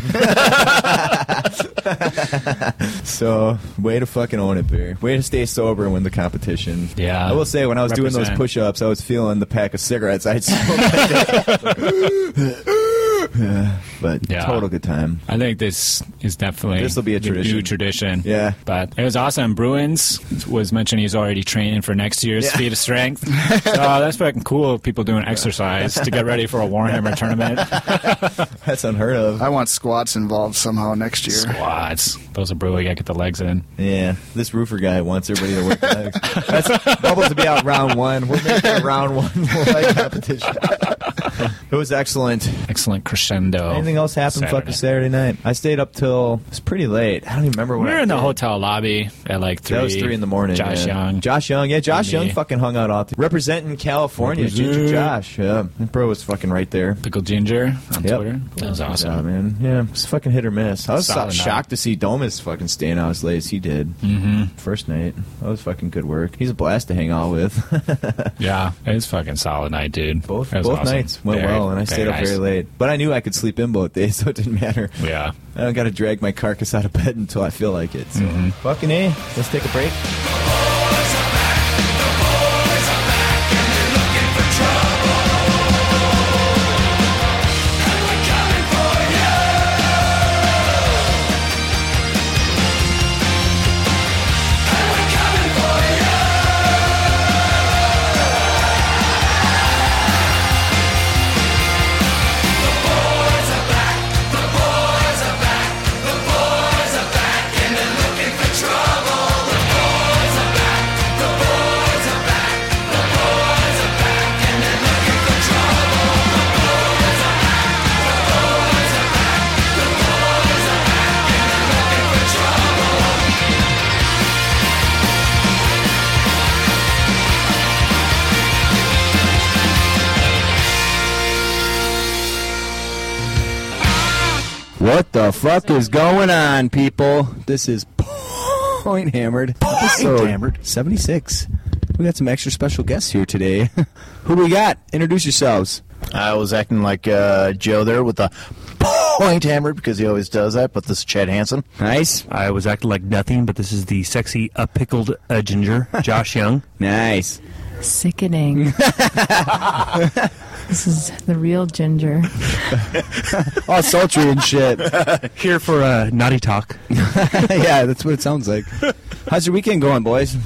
Speaker 2: So, way to fucking own it, beer. Way to stay sober and win the competition.
Speaker 1: Yeah.
Speaker 2: I will say, when I was doing those
Speaker 1: Represent.
Speaker 2: push ups, I was feeling the pack of cigarettes I had smoked.
Speaker 1: [laughs]
Speaker 2: Yeah, but
Speaker 1: Yeah.
Speaker 2: total good time.
Speaker 1: I think this is definitely
Speaker 2: This'll be a
Speaker 1: the
Speaker 2: tradition.
Speaker 1: new tradition.
Speaker 2: Yeah.
Speaker 1: but it was awesome. Bruins was mentioning he's already training for next year's
Speaker 2: Yeah.
Speaker 1: feat of strength.
Speaker 2: [laughs]
Speaker 1: so uh, that's fucking cool. People doing exercise to get ready for a Warhammer tournament.
Speaker 2: That's unheard of.
Speaker 3: I want squats involved somehow next year.
Speaker 1: Squats. Those are brewing. Gotta get the legs in.
Speaker 2: Yeah, this roofer guy wants everybody to work legs. That's bubbles to be out round one. We're making a round one [laughs] leg competition. it was excellent.
Speaker 1: Excellent crescendo.
Speaker 2: Anything else happened?
Speaker 1: Saturday.
Speaker 2: Fucking Saturday night. I stayed up till it was pretty late. I don't even remember
Speaker 1: We
Speaker 2: what.
Speaker 1: were
Speaker 2: I
Speaker 1: in the
Speaker 2: did.
Speaker 1: hotel lobby at like three.
Speaker 2: That was three in the morning.
Speaker 1: Josh
Speaker 2: yeah.
Speaker 1: Young.
Speaker 2: Josh Young. Yeah, Josh
Speaker 1: And me.
Speaker 2: Young fucking hung out all th- representing California. Ginger
Speaker 1: Represent.
Speaker 2: Josh. Yeah, that bro was fucking right there.
Speaker 1: Pickle Ginger on
Speaker 2: Yep.
Speaker 1: Twitter. That was awesome.
Speaker 2: Yeah, man. Yeah, it was fucking hit or miss. I was so-
Speaker 1: Solid night.
Speaker 2: shocked to see Domus fucking staying out as late as he did. Mm-hmm. First night. That was fucking good work. He's a blast to hang out with. [laughs]
Speaker 1: Yeah, it was fucking solid night, dude.
Speaker 2: both
Speaker 1: It was
Speaker 2: both
Speaker 1: awesome.
Speaker 2: nights went
Speaker 1: Very-
Speaker 2: well, and I stayed up
Speaker 1: nice.
Speaker 2: very late. But I knew I could sleep in both days, [laughs] so it didn't matter.
Speaker 1: Yeah.
Speaker 2: I don't got to drag my carcass out of bed until I feel like it. So, fucking A. Let's take a break. What the fuck is going on, people? This is Point Hammered. episode Hammered. 76. We got some extra special guests here today. [laughs] Who we got? Introduce yourselves.
Speaker 4: I was acting like uh, Joe there with the point hammered because he always does that, but this is Chad Hansen.
Speaker 2: Nice.
Speaker 6: I was acting like nothing, but this is the sexy, uh, pickled uh,
Speaker 5: [laughs]
Speaker 6: ginger, Josh Young.
Speaker 2: Nice.
Speaker 6: [laughs]
Speaker 7: Sickening. this is the real [laughs] ginger.
Speaker 2: All sultry and shit.
Speaker 6: [laughs] Here for a uh,
Speaker 2: [laughs]
Speaker 6: naughty talk. Uh,
Speaker 2: yeah, that's what it sounds like. How's your weekend going, boys?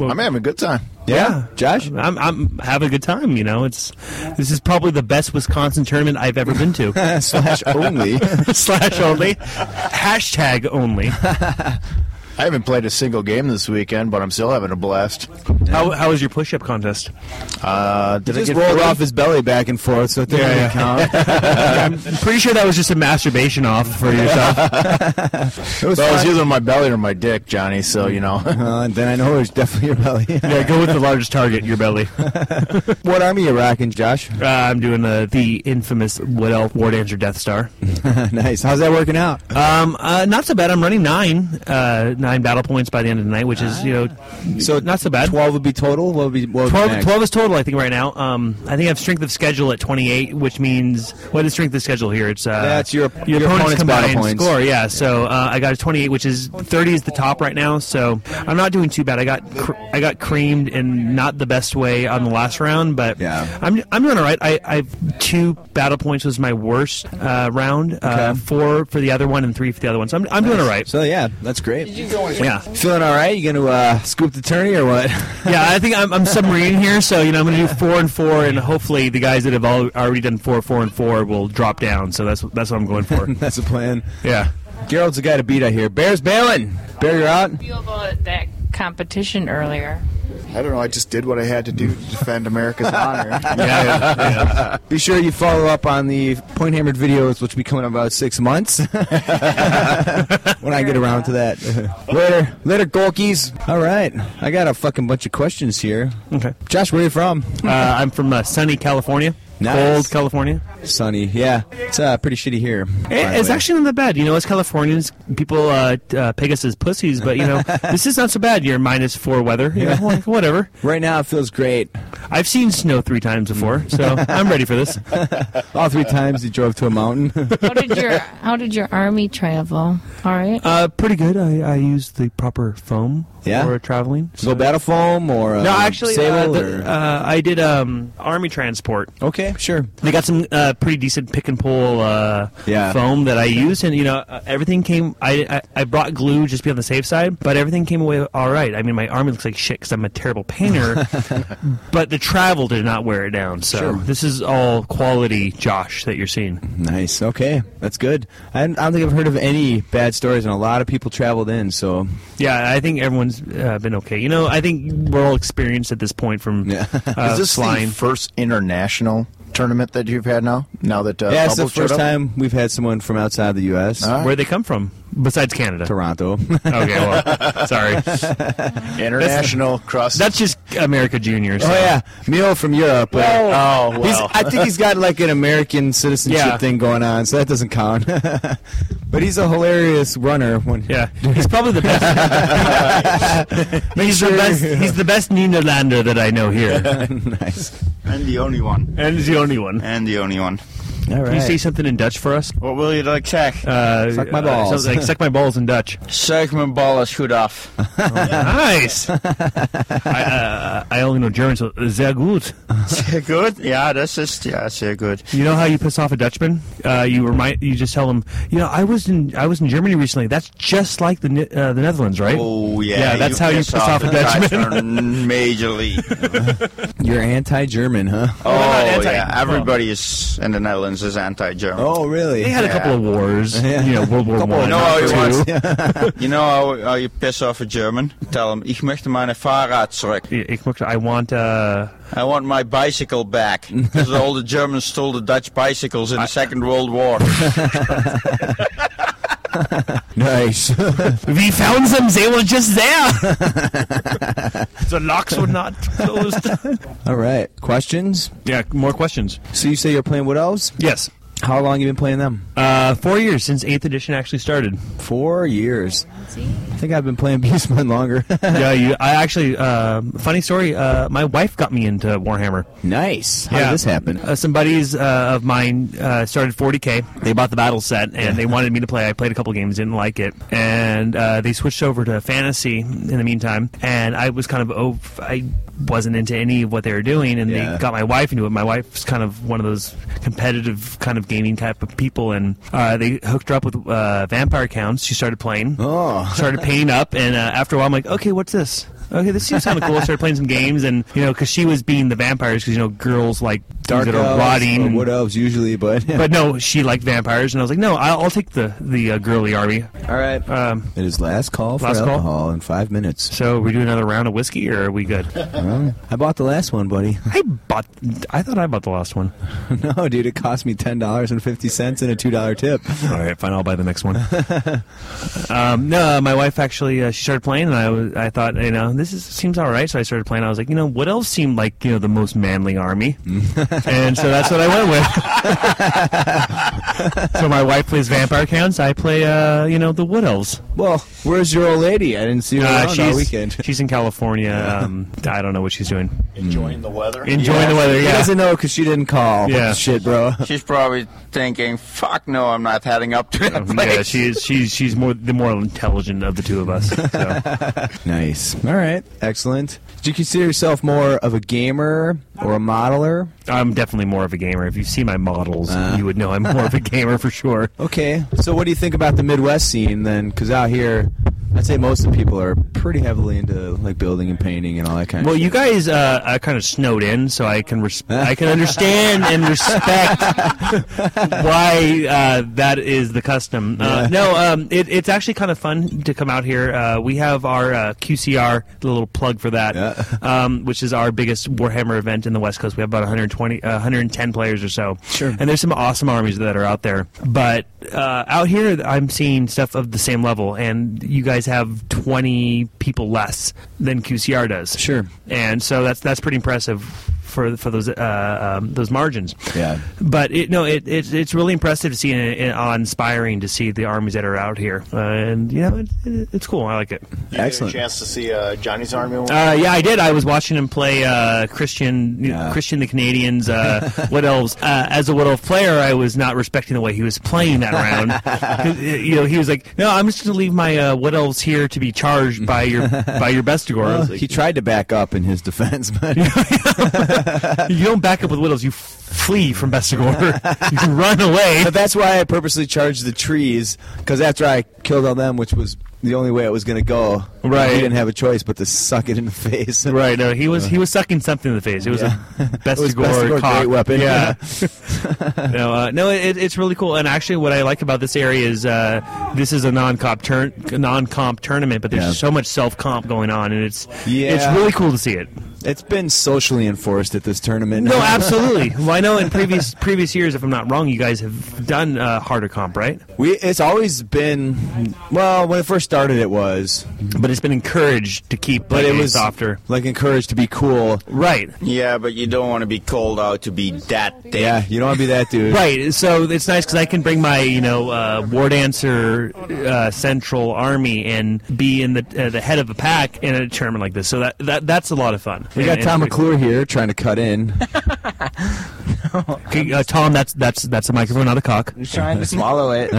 Speaker 4: I'm having a good time.
Speaker 5: Yeah, Josh.
Speaker 6: I'm, I'm having a good time. You know, it's this is probably the best Wisconsin tournament I've ever been to.
Speaker 5: [laughs] Slash only.
Speaker 6: [laughs] Slash only, hashtag
Speaker 5: [laughs]
Speaker 6: only.
Speaker 4: I haven't played a single game this weekend, but I'm still having a blast.
Speaker 6: How how was your push-up contest?
Speaker 4: Uh, did I
Speaker 5: Just
Speaker 4: get
Speaker 5: rolled
Speaker 4: food?
Speaker 5: off his belly back and forth, so it didn't
Speaker 6: Yeah,
Speaker 5: really
Speaker 6: yeah.
Speaker 5: count.
Speaker 4: [laughs]
Speaker 6: I'm pretty sure that was just a masturbation off for
Speaker 2: [laughs]
Speaker 6: yourself.
Speaker 5: It was
Speaker 4: Well, [laughs] it was
Speaker 5: fun.
Speaker 4: either my belly or my dick, Johnny. So you know,
Speaker 5: Uh, then I know it was definitely your belly.
Speaker 6: yeah, go with the largest target, your belly.
Speaker 5: [laughs] what army you rocking, Josh?
Speaker 6: Uh, I'm doing uh, the infamous Waddell War Dancer Death Star.
Speaker 5: [laughs] nice. How's that working out?
Speaker 6: Um, uh, not so bad. I'm running nine, uh, nine battle points by the end of the night, which is you know,
Speaker 5: So
Speaker 6: not so bad.
Speaker 5: 12 would be total? What would be, what would be
Speaker 6: 12,
Speaker 5: next?
Speaker 6: 12 is total, I think, right now. Um, I think I have strength of schedule at 28, which means what is strength of schedule here? It's uh,
Speaker 5: That's your-
Speaker 6: your,
Speaker 5: your
Speaker 6: opponent's,
Speaker 5: opponent's battle
Speaker 6: combined
Speaker 5: points.
Speaker 6: score. Yeah, so uh, I got a 28, which is 30 is the top right now. So I'm not doing too bad. I got cr- I got creamed in not the best way on the last round, but
Speaker 5: Yeah.
Speaker 6: I'm I'm doing all right. I I've two battle points was my worst uh, round. Uh,
Speaker 5: Okay.
Speaker 6: four for the other one and three for the other one. So I'm I'm doing all right.
Speaker 5: So, yeah, that's great.
Speaker 6: yeah.
Speaker 5: Feeling all right? You going to uh, scoop the tourney or what? [laughs]
Speaker 6: yeah, I think I'm, I'm submarine here, so you know I'm going to do four and four, and hopefully the guys that have all, already done four, four and four will drop down. So that's that's what I'm going for.
Speaker 5: [laughs] that's the plan.
Speaker 6: yeah.
Speaker 5: Gerald's the guy to beat out here. Bear's bailing. Bear, you're out.
Speaker 7: feel about that competition earlier?
Speaker 3: I don't know. I just did what I had to do to defend
Speaker 1: [laughs]
Speaker 3: America's honor.
Speaker 6: Yeah, yeah.
Speaker 5: Be sure you follow up on the Point Hammered videos, which will be coming in about six months. [laughs] when I get around to that. Later. Later, Golkies. All right. I got a fucking bunch of questions here.
Speaker 6: Okay.
Speaker 5: Josh, where you from?
Speaker 6: Uh, I'm from uh, sunny California,
Speaker 5: Nice.
Speaker 6: cold California.
Speaker 5: Sunny. Yeah. It's uh, pretty shitty here.
Speaker 6: It- it's actually not that bad. You know, as Californians, people uh, t- uh, peg us as pussies, but
Speaker 5: [laughs]
Speaker 6: you know, this is not so bad. You're minus four weather. You know, like, whatever.
Speaker 5: Right now, it feels great.
Speaker 6: I've seen snow three times before,
Speaker 5: [laughs]
Speaker 6: so I'm ready for this.
Speaker 5: All three times he drove to
Speaker 6: [laughs]
Speaker 5: a mountain.
Speaker 7: How did [laughs] your How did your army travel? All right.
Speaker 6: Uh, pretty good. I, I used the proper foam
Speaker 5: Yeah?
Speaker 6: for traveling.
Speaker 5: Go battle foam or uh,
Speaker 6: No, actually, uh,
Speaker 5: sable
Speaker 6: the-
Speaker 5: or-
Speaker 6: uh, I did um, army transport.
Speaker 5: okay, sure.
Speaker 6: They got some uh, pretty decent pick and pull uh,
Speaker 5: Yeah.
Speaker 6: foam that I used, and you know uh, everything came. I, I I brought glue just to be on the safe side, but everything came away all right. I mean, my army looks like shit because I'm a terrible
Speaker 5: [laughs]
Speaker 6: painter, [laughs] but the travel did not wear it down. So
Speaker 5: Sure.
Speaker 6: this is all quality, Josh, that you're seeing.
Speaker 5: Nice. Okay, that's good. I, I don't think I've heard of any bad stories, and a lot of people traveled in.
Speaker 6: [laughs]
Speaker 5: So
Speaker 6: Yeah, I think everyone's uh, been okay. You know, I think we're all experienced at this point from
Speaker 5: Yeah.
Speaker 6: uh,
Speaker 4: is this
Speaker 6: flying.
Speaker 4: the first international tournament that you've had now? Now that uh,
Speaker 5: yeah, it's the
Speaker 4: Bubble showed
Speaker 5: first
Speaker 4: up?
Speaker 5: time we've had someone from outside the U.S.
Speaker 4: Huh?
Speaker 6: Where they come from, besides Canada.
Speaker 5: Toronto. [laughs]
Speaker 6: Okay, well, sorry.
Speaker 4: international cross.
Speaker 6: That's just America Junior. so-
Speaker 5: oh yeah, Mio from Europe. but-
Speaker 4: oh well.
Speaker 5: He's, I think he's got like an American citizenship
Speaker 6: Yeah.
Speaker 5: thing going on, so that doesn't count. [laughs] but he's a hilarious runner. When [laughs]
Speaker 6: Yeah, he's probably the best. he's the best. He's the best Nederlander that I know here,
Speaker 5: nice.
Speaker 8: And the only one.
Speaker 6: and he's the only one.
Speaker 8: And the only one.
Speaker 5: All right.
Speaker 6: Can you say something in Dutch for us?
Speaker 8: What will you like, check?
Speaker 6: Uh,
Speaker 5: Suck my
Speaker 6: uh,
Speaker 5: balls.
Speaker 6: something like, suck my balls in Dutch.
Speaker 8: Suck my ball is goed [laughs] af.
Speaker 6: nice. I, uh, I only know German, so sehr gut.
Speaker 8: [laughs] Sehr gut. Ja, das ist, ja, sehr gut.
Speaker 6: You know how you piss off a Dutchman? Uh, you remind. You just tell him. You know, I was in. I was in Germany recently. That's just like the Ne- uh, the Netherlands, right?
Speaker 8: Oh, yeah.
Speaker 6: Yeah, that's how you piss off a
Speaker 8: the Dutch
Speaker 6: Dutchman.
Speaker 8: are
Speaker 6: [laughs]
Speaker 8: Majorly.
Speaker 5: You're anti-German, huh?
Speaker 8: Oh,
Speaker 6: anti-
Speaker 8: yeah. Everybody is in the Netherlands is anti-German.
Speaker 5: Oh, really?
Speaker 6: They had a couple of
Speaker 5: [laughs]
Speaker 6: wars. You know, World War
Speaker 5: Couple
Speaker 6: One.
Speaker 5: of
Speaker 8: You know how you
Speaker 5: Two.
Speaker 8: want- [laughs] You know how, how you piss off a German? Tell him, ich möchte meine Fahrrad zurück.
Speaker 6: Ich möchte- I want. Uh,
Speaker 8: I want my bicycle back. Because all the Germans stole the Dutch bicycles in the Second World War.
Speaker 5: [laughs] Nice.
Speaker 6: We found them. They were just there.
Speaker 5: [laughs]
Speaker 6: [laughs] the locks were not closed.
Speaker 5: All right. Questions?
Speaker 6: yeah, more questions.
Speaker 5: So you say you're playing Wood Elves?
Speaker 6: Yes.
Speaker 5: How long you been playing them?
Speaker 6: [laughs] Uh, four years since 8th edition actually started.
Speaker 5: Four years. I think I've been
Speaker 2: [laughs]
Speaker 5: playing Beastman longer.
Speaker 6: [laughs] yeah, you, I actually, um funny story, uh, my wife got me into Warhammer.
Speaker 5: nice. How
Speaker 6: Yeah.
Speaker 5: did this happen?
Speaker 6: Uh, some buddies uh, of mine uh, started 40k. They bought the battle set and they wanted me to play. I played a couple games, didn't like it, and uh, they switched over to fantasy in the meantime. And I was kind of oh, I wasn't into any of what they were doing, and
Speaker 5: Yeah.
Speaker 6: they got my wife into it. My wife's kind of one of those competitive kind of gaming type of people, and uh, they hooked her up with uh, Vampire Counts. She [laughs] started playing
Speaker 5: Oh.
Speaker 6: started painting up, and uh, after a while, I'm like, okay, what's this? okay, this seems kind of cool. I started playing some games, and you know, because she was beating the vampires, because you know, girls like
Speaker 2: Dark
Speaker 6: that
Speaker 2: elves, Oh,
Speaker 6: are
Speaker 2: or
Speaker 6: rotting.
Speaker 2: wood elves usually, but [laughs]
Speaker 6: but no, she liked vampires, and I was like, no, I'll, I'll take the the uh, girly army.
Speaker 2: all right.
Speaker 6: Um,
Speaker 2: It is last call for
Speaker 6: Last call?
Speaker 2: alcohol oh, in five minutes.
Speaker 6: so we do another round of whiskey, or are we good?
Speaker 2: Well, I bought the last one, buddy.
Speaker 6: I bought. I thought I bought the last one.
Speaker 2: [laughs] no, dude, it cost me ten dollars and fifty cents and a two dollar tip.
Speaker 6: All right, fine. I'll buy the next one. [laughs] um, no, my wife actually uh, she started playing, and I was I thought you know this is, seems all right. So I started playing. I was like, you know, what else seemed like you know the most manly
Speaker 2: [laughs]
Speaker 6: army, and so that's what I went with. [laughs] so my wife plays vampire counts. I play uh, you know the wood elves.
Speaker 2: Well, where's your old lady? I didn't see her around all weekend. [laughs]
Speaker 6: she's in California. Um, I don't know what she's doing.
Speaker 4: Enjoying the weather.
Speaker 6: Enjoying the weather.
Speaker 2: He
Speaker 6: Yeah.
Speaker 2: doesn't know because she didn't call.
Speaker 6: Yeah.
Speaker 2: shit, bro.
Speaker 8: She's probably thinking, "Fuck no, I'm not heading up to that
Speaker 6: Um,
Speaker 8: place."
Speaker 6: [laughs] Yeah, she is. She's she's more the more intelligent of the two of us. So.
Speaker 2: [laughs] Nice. All right. Excellent. Do you consider yourself more of a gamer or a modeler? Uh.
Speaker 6: I'm definitely more of a gamer. If you see my models, you would know I'm more of a gamer for sure.
Speaker 2: [laughs] Okay. So, what do you think about the Midwest scene then? Because out here, I'd say most of the people are pretty heavily into like building and painting and all that kind
Speaker 6: Well,
Speaker 2: of.
Speaker 6: you guys uh, are kind of snowed in, so I can res- I can understand and respect why uh, that is the custom. Uh, no, um, it, it's actually kind of fun to come out here. Uh, we have our uh, QCR, the little plug for that,
Speaker 2: Yeah.
Speaker 6: um, which is our biggest Warhammer event in the West Coast. We have about 120, uh, 110 players or so.
Speaker 2: Sure.
Speaker 6: And there's some awesome armies that are out there. But uh, out here, I'm seeing stuff of the same level, and you guys have 20 people less than QCR does.
Speaker 2: Sure.
Speaker 6: And so that's that's pretty impressive for for those uh, um, those margins.
Speaker 2: Yeah.
Speaker 6: But it, no, it, it's it's really impressive to see and, and awe inspiring to see the armies that are out here, uh, and you know it, it, it's cool. I like it.
Speaker 4: You get
Speaker 2: Excellent.
Speaker 4: a chance to see uh, Johnny's Army. One?
Speaker 6: Uh, yeah, I did. I was watching him play uh, Christian
Speaker 2: Yeah.
Speaker 6: Christian the Canadians
Speaker 2: [laughs]
Speaker 6: uh, Wood Elves. Uh, as a Wood Elf player, I was not respecting the way he was playing that
Speaker 2: [laughs]
Speaker 6: round. 'Cause, uh, you know, he was like, "No, I'm just going to leave my uh, Wood Elves here to be charged by
Speaker 2: [laughs]
Speaker 6: your [laughs] by your Bestigor." I
Speaker 2: Well,
Speaker 6: was like, [laughs]
Speaker 2: he tried to back up in his defense, [laughs] but
Speaker 6: [laughs] You don't back up with Wood Elves. You f- flee from
Speaker 2: [laughs]
Speaker 6: Bestigor. you run away.
Speaker 2: But that's why I purposely charged the trees because after I killed all them, which was the only way it was going to go,
Speaker 6: Right.
Speaker 2: He didn't have a choice but to suck it in the face. Uh.
Speaker 6: Right, no, he was he was sucking something in the face. It was
Speaker 2: [laughs]
Speaker 6: a
Speaker 2: It was
Speaker 6: Bestigor,
Speaker 2: Bestigor
Speaker 6: cock.
Speaker 2: great weapon.
Speaker 6: Yeah, [laughs] no, uh, no, it, it's really cool. And actually, what I like about this area is uh, this is a non-comp turn non-comp tournament, but there's
Speaker 2: Yeah.
Speaker 6: so much self-comp going on, and it's
Speaker 2: Yeah.
Speaker 6: it's really cool to see it.
Speaker 2: It's been socially enforced at this tournament. [laughs]
Speaker 6: No, absolutely. well, I know in previous previous years, if I'm not wrong, you guys have done uh, harder comp, right?
Speaker 2: we it's always been well when it first started it was,
Speaker 6: But it's been encouraged to keep,
Speaker 2: but
Speaker 6: like,
Speaker 2: it was
Speaker 6: softer.
Speaker 2: like encouraged to be cool.
Speaker 6: Right.
Speaker 8: yeah, but you don't want to be called out to be that thing.
Speaker 2: Yeah, you don't want to be that dude.
Speaker 6: Right, so it's nice because I can bring my, you know, uh, War Dancer uh, Central Army and be in the uh, the head of a pack in a tournament like this. So that, that that's a lot of fun.
Speaker 2: We got Tom McClure here trying to cut in.
Speaker 6: [laughs] Uh, Tom, that's
Speaker 2: [laughs]
Speaker 6: that's that's a microphone, not a cock.
Speaker 5: I'm
Speaker 6: [laughs]
Speaker 5: trying to swallow it.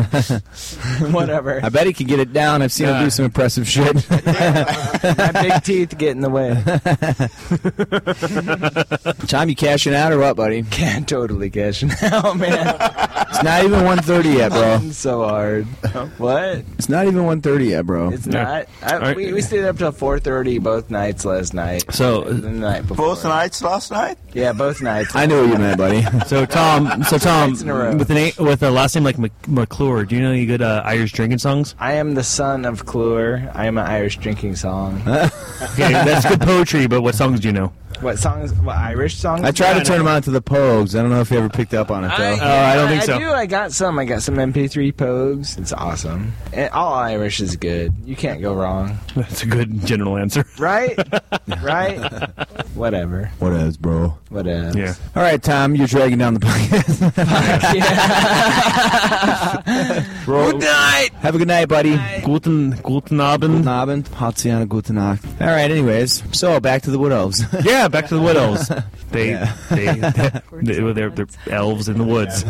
Speaker 5: Whatever.
Speaker 2: I bet he can get it down. I've seen him do some impressive shit.
Speaker 5: [laughs] My big teeth get in the way.
Speaker 2: [laughs] Tom, you cashing out or what, buddy?
Speaker 5: Can't totally cash now, man.
Speaker 2: It's not even 1:30 yet, bro.
Speaker 5: It's so hard. What?
Speaker 2: It's not even 1:30 yet, bro.
Speaker 5: It's not. I,
Speaker 6: right.
Speaker 5: we, we stayed up till 4:30 both nights last night.
Speaker 6: So-
Speaker 5: the night before.
Speaker 8: Both nights last night.
Speaker 5: Yeah, both nights.
Speaker 2: I knew what you meant, buddy.
Speaker 6: So
Speaker 5: [laughs]
Speaker 6: Tom, so Tom,
Speaker 5: Nights in a row.
Speaker 6: with a name, with a last name like Mc- McClure, do you know any good uh, Irish drinking songs?
Speaker 5: I am the son of Cluer. I am an Irish drinking song.
Speaker 6: [laughs] Okay, that's good poetry, but what songs do you know?
Speaker 5: what songs? What Irish songs?
Speaker 2: I tried to turn him on to the Pogues. I don't know if you ever picked up on it though.
Speaker 6: Oh, I don't think so.
Speaker 5: I do. I got some. I got some MP3 pogues. It's awesome. And all Irish is good. You can't go wrong.
Speaker 6: That's a good general answer.
Speaker 5: Right? right? Whatever.
Speaker 2: [laughs] what is, bro?
Speaker 5: Whatever.
Speaker 6: Yeah.
Speaker 2: All right, Tom, you're dragging down the [laughs]
Speaker 5: [laughs]
Speaker 2: podcast.
Speaker 5: Good night.
Speaker 2: Have a good night, buddy.
Speaker 6: Guten Guten Abend.
Speaker 2: Abend, Hatsiana gute Nacht. All right, anyways, so back to the Wood Elves.
Speaker 6: Yeah, back to the wood
Speaker 2: [laughs]
Speaker 6: elves. They,
Speaker 2: Yeah.
Speaker 6: they, they, are they're they're elves in the
Speaker 5: [laughs]
Speaker 6: woods.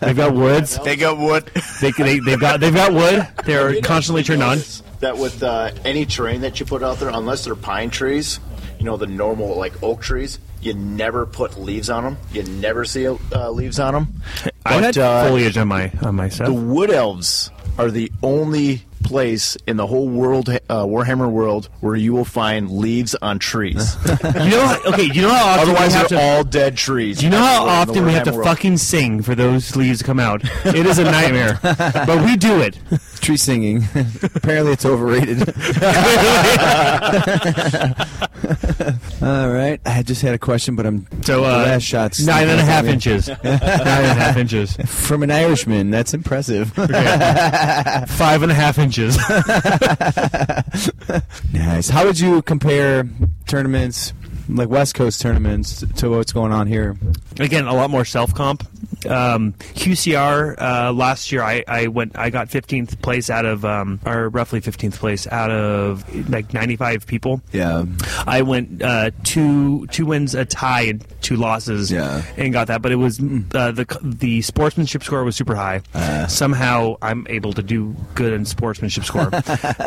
Speaker 6: They've got woods.
Speaker 4: They got wood.
Speaker 6: They, they, they've got they've got wood. They're constantly turned on.
Speaker 9: that with uh, any terrain that you put out there, unless they're pine trees, you know, the normal like oak trees, you never put leaves on them. You never see uh, leaves on them.
Speaker 6: I had
Speaker 9: uh,
Speaker 6: foliage on my on my
Speaker 9: the
Speaker 6: set.
Speaker 9: wood elves are the only
Speaker 4: place in the whole world, uh, Warhammer world, where you will find leaves on trees.
Speaker 6: [laughs] You know, okay. You know how often
Speaker 4: Otherwise,
Speaker 6: we have
Speaker 4: they're
Speaker 6: to,
Speaker 4: all dead trees.
Speaker 6: Do you know how
Speaker 4: everywhere in the
Speaker 6: often we have to
Speaker 4: Warhammer world.
Speaker 6: fucking sing for those leaves to come
Speaker 4: [laughs]
Speaker 6: out? It is a nightmare, but we do it.
Speaker 5: Tree singing. [laughs] Apparently, it's overrated. [laughs] All right. I just had a question, but I'm
Speaker 6: So, uh,
Speaker 5: the last shots
Speaker 6: Nine and a half
Speaker 5: [laughs]
Speaker 6: inches. Nine and a half inches.
Speaker 5: from an Irishman. That's impressive. [laughs]
Speaker 6: Five and a half inches.
Speaker 5: nice. How would you compare tournaments? Like West Coast tournaments to what's going on here.
Speaker 6: again a lot more self comp. Um, QCR uh, last year I, I went I got 15th place out of um, or roughly 15th place out of like 95 people.
Speaker 5: Yeah,
Speaker 6: I went uh, two two wins a tie and two losses
Speaker 5: Yeah.
Speaker 6: and got that but it was uh, the the sportsmanship score was super high.
Speaker 4: Uh.
Speaker 6: Somehow I'm able to do good in sportsmanship
Speaker 4: [laughs]
Speaker 6: score.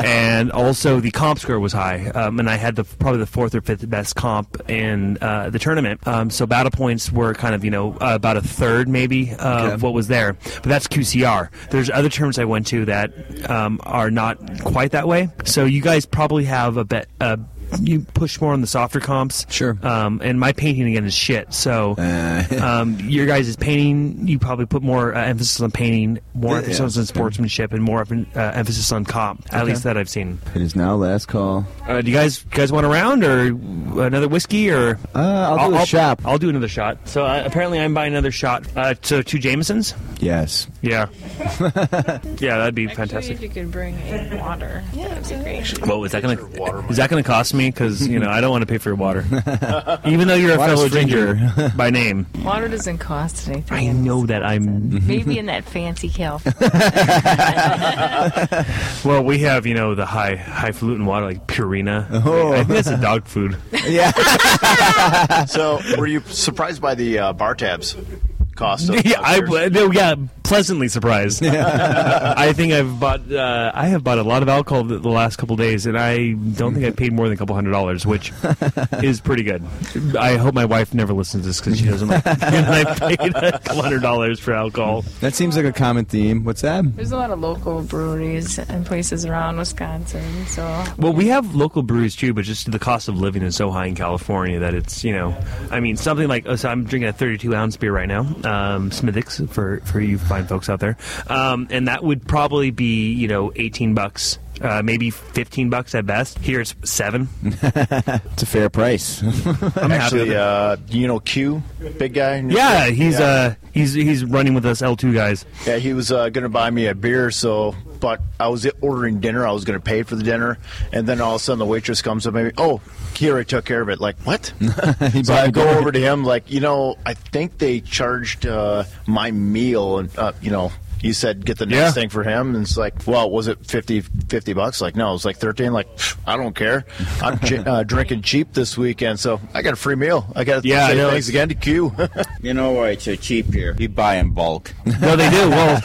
Speaker 6: and also the comp score was high. Um, and I had the probably the fourth or fifth best comp in uh, the tournament. Um, so battle points were kind of you know uh, about a third maybe of what was there. But that's QCR. There's other terms I went to that um, are not quite that way. So you guys probably have a bet. Uh, you push more on the softer comps,
Speaker 5: Sure.
Speaker 6: Um, and my painting again is shit. So
Speaker 5: Uh, [laughs]
Speaker 6: um, your guys' painting, you probably put more uh, emphasis on painting, more
Speaker 5: Yeah,
Speaker 6: emphasis
Speaker 5: yeah.
Speaker 6: on sportsmanship, and more of an, uh, emphasis on comp. At least that I've seen.
Speaker 5: it is now last call.
Speaker 6: Uh, do you guys guys want a round or another whiskey or?
Speaker 5: Uh, I'll, do a shop.
Speaker 6: I'll do another shot. So uh, apparently, I'm buying another shot. Uh, so two Jamesons.
Speaker 5: Yes, [laughs]
Speaker 6: Yeah. yeah, that'd be fantastic.
Speaker 7: you could bring in water, [laughs] yeah, that would be great.
Speaker 6: Well, is that gonna is that gonna cost me? Because you know I don't want to pay for your
Speaker 5: [laughs]
Speaker 6: water, even though you're a
Speaker 5: Water's
Speaker 6: fellow
Speaker 5: free [laughs]
Speaker 6: ginger by name.
Speaker 7: Water doesn't cost anything.
Speaker 6: [laughs] I know that I'm
Speaker 5: [laughs]
Speaker 7: Maybe in that fancy California.
Speaker 6: Well, we have you know the high highfalutin water like Purina.
Speaker 5: Oh.
Speaker 6: I think that's a dog
Speaker 5: [laughs]
Speaker 6: food.
Speaker 4: [laughs]
Speaker 10: So, were you surprised by the uh, bar tabs cost? Of,
Speaker 6: [laughs] yeah, I
Speaker 10: of yours?
Speaker 6: no, yeah, pleasantly surprised. I think I've bought uh, I have bought a lot of alcohol the, the last couple days, and I don't think I paid more than a couple hundred dollars, which is pretty good. I hope my [laughs] wife never listens to this because she doesn't
Speaker 5: [laughs]
Speaker 6: like when I paid a couple hundred dollars for alcohol.
Speaker 5: that seems like a common theme. What's that?
Speaker 7: There's a lot of local breweries and places around Wisconsin, so
Speaker 6: Well, we have local breweries too, but just the cost of living is so high in California that it's you know, I mean something like oh, so I'm drinking a 32 ounce beer right now, um, Smithwick's for for you fine folks out there, um, and that would probably be you know 18 bucks. Uh, maybe 15 bucks at best. Here it's [laughs] seven.
Speaker 5: It's a fair price.
Speaker 4: [laughs]
Speaker 6: I'm happy. with
Speaker 4: Actually,
Speaker 6: it.
Speaker 4: uh, you know Q, big guy.
Speaker 6: yeah, he's uh he's he's running with us L2 guys.
Speaker 4: Yeah, he was uh, going to buy me a beer, so but I was ordering dinner. I was going to pay for the dinner, and then all of a sudden the waitress comes up. Maybe oh, Kira took care of it. Like
Speaker 6: [laughs]
Speaker 4: what? so I go over to him. Like you know, I think they charged uh, my meal, and uh, you know. You said get the next
Speaker 6: Yeah.
Speaker 4: thing for him, and it's like, well, was it 50, 50 bucks? Like, no, it was like thirteen. Like, pff, I don't care.
Speaker 6: [laughs]
Speaker 4: I'm j- uh, drinking cheap this weekend, so I got a free meal. I got to
Speaker 6: Yeah, I
Speaker 4: say
Speaker 6: know.
Speaker 4: thanks again to Q.
Speaker 8: You know why it's so cheap here? You buy in bulk.
Speaker 6: No, they do. Well,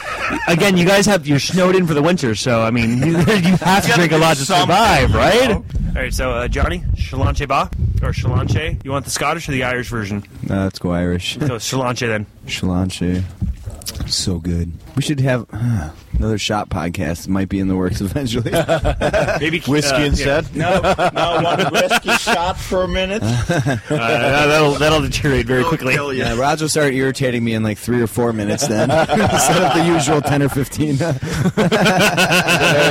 Speaker 6: again, you guys have you're snowed in for the winter, so I mean [laughs] you, you have to drink a lot to survive, right? All right, so uh, Johnny, Shalanche Ba or Shalanche? You want the Scottish or the Irish [laughs] version?
Speaker 5: No, let's go Irish.
Speaker 6: So Shalanche then.
Speaker 5: Shalanche. So good. We should have uh, another shop podcast. It might be in the works
Speaker 8: [laughs]
Speaker 5: eventually. [laughs]
Speaker 6: Maybe uh,
Speaker 4: Whiskey
Speaker 6: yeah.
Speaker 4: instead.
Speaker 8: No, no, one whiskey shot for a minute.
Speaker 6: Uh, that'll that'll deteriorate very quickly.
Speaker 8: Kill you.
Speaker 5: yeah, Raj will start irritating me in like three or four minutes then. [laughs] Instead of the usual 10 or 15.
Speaker 4: And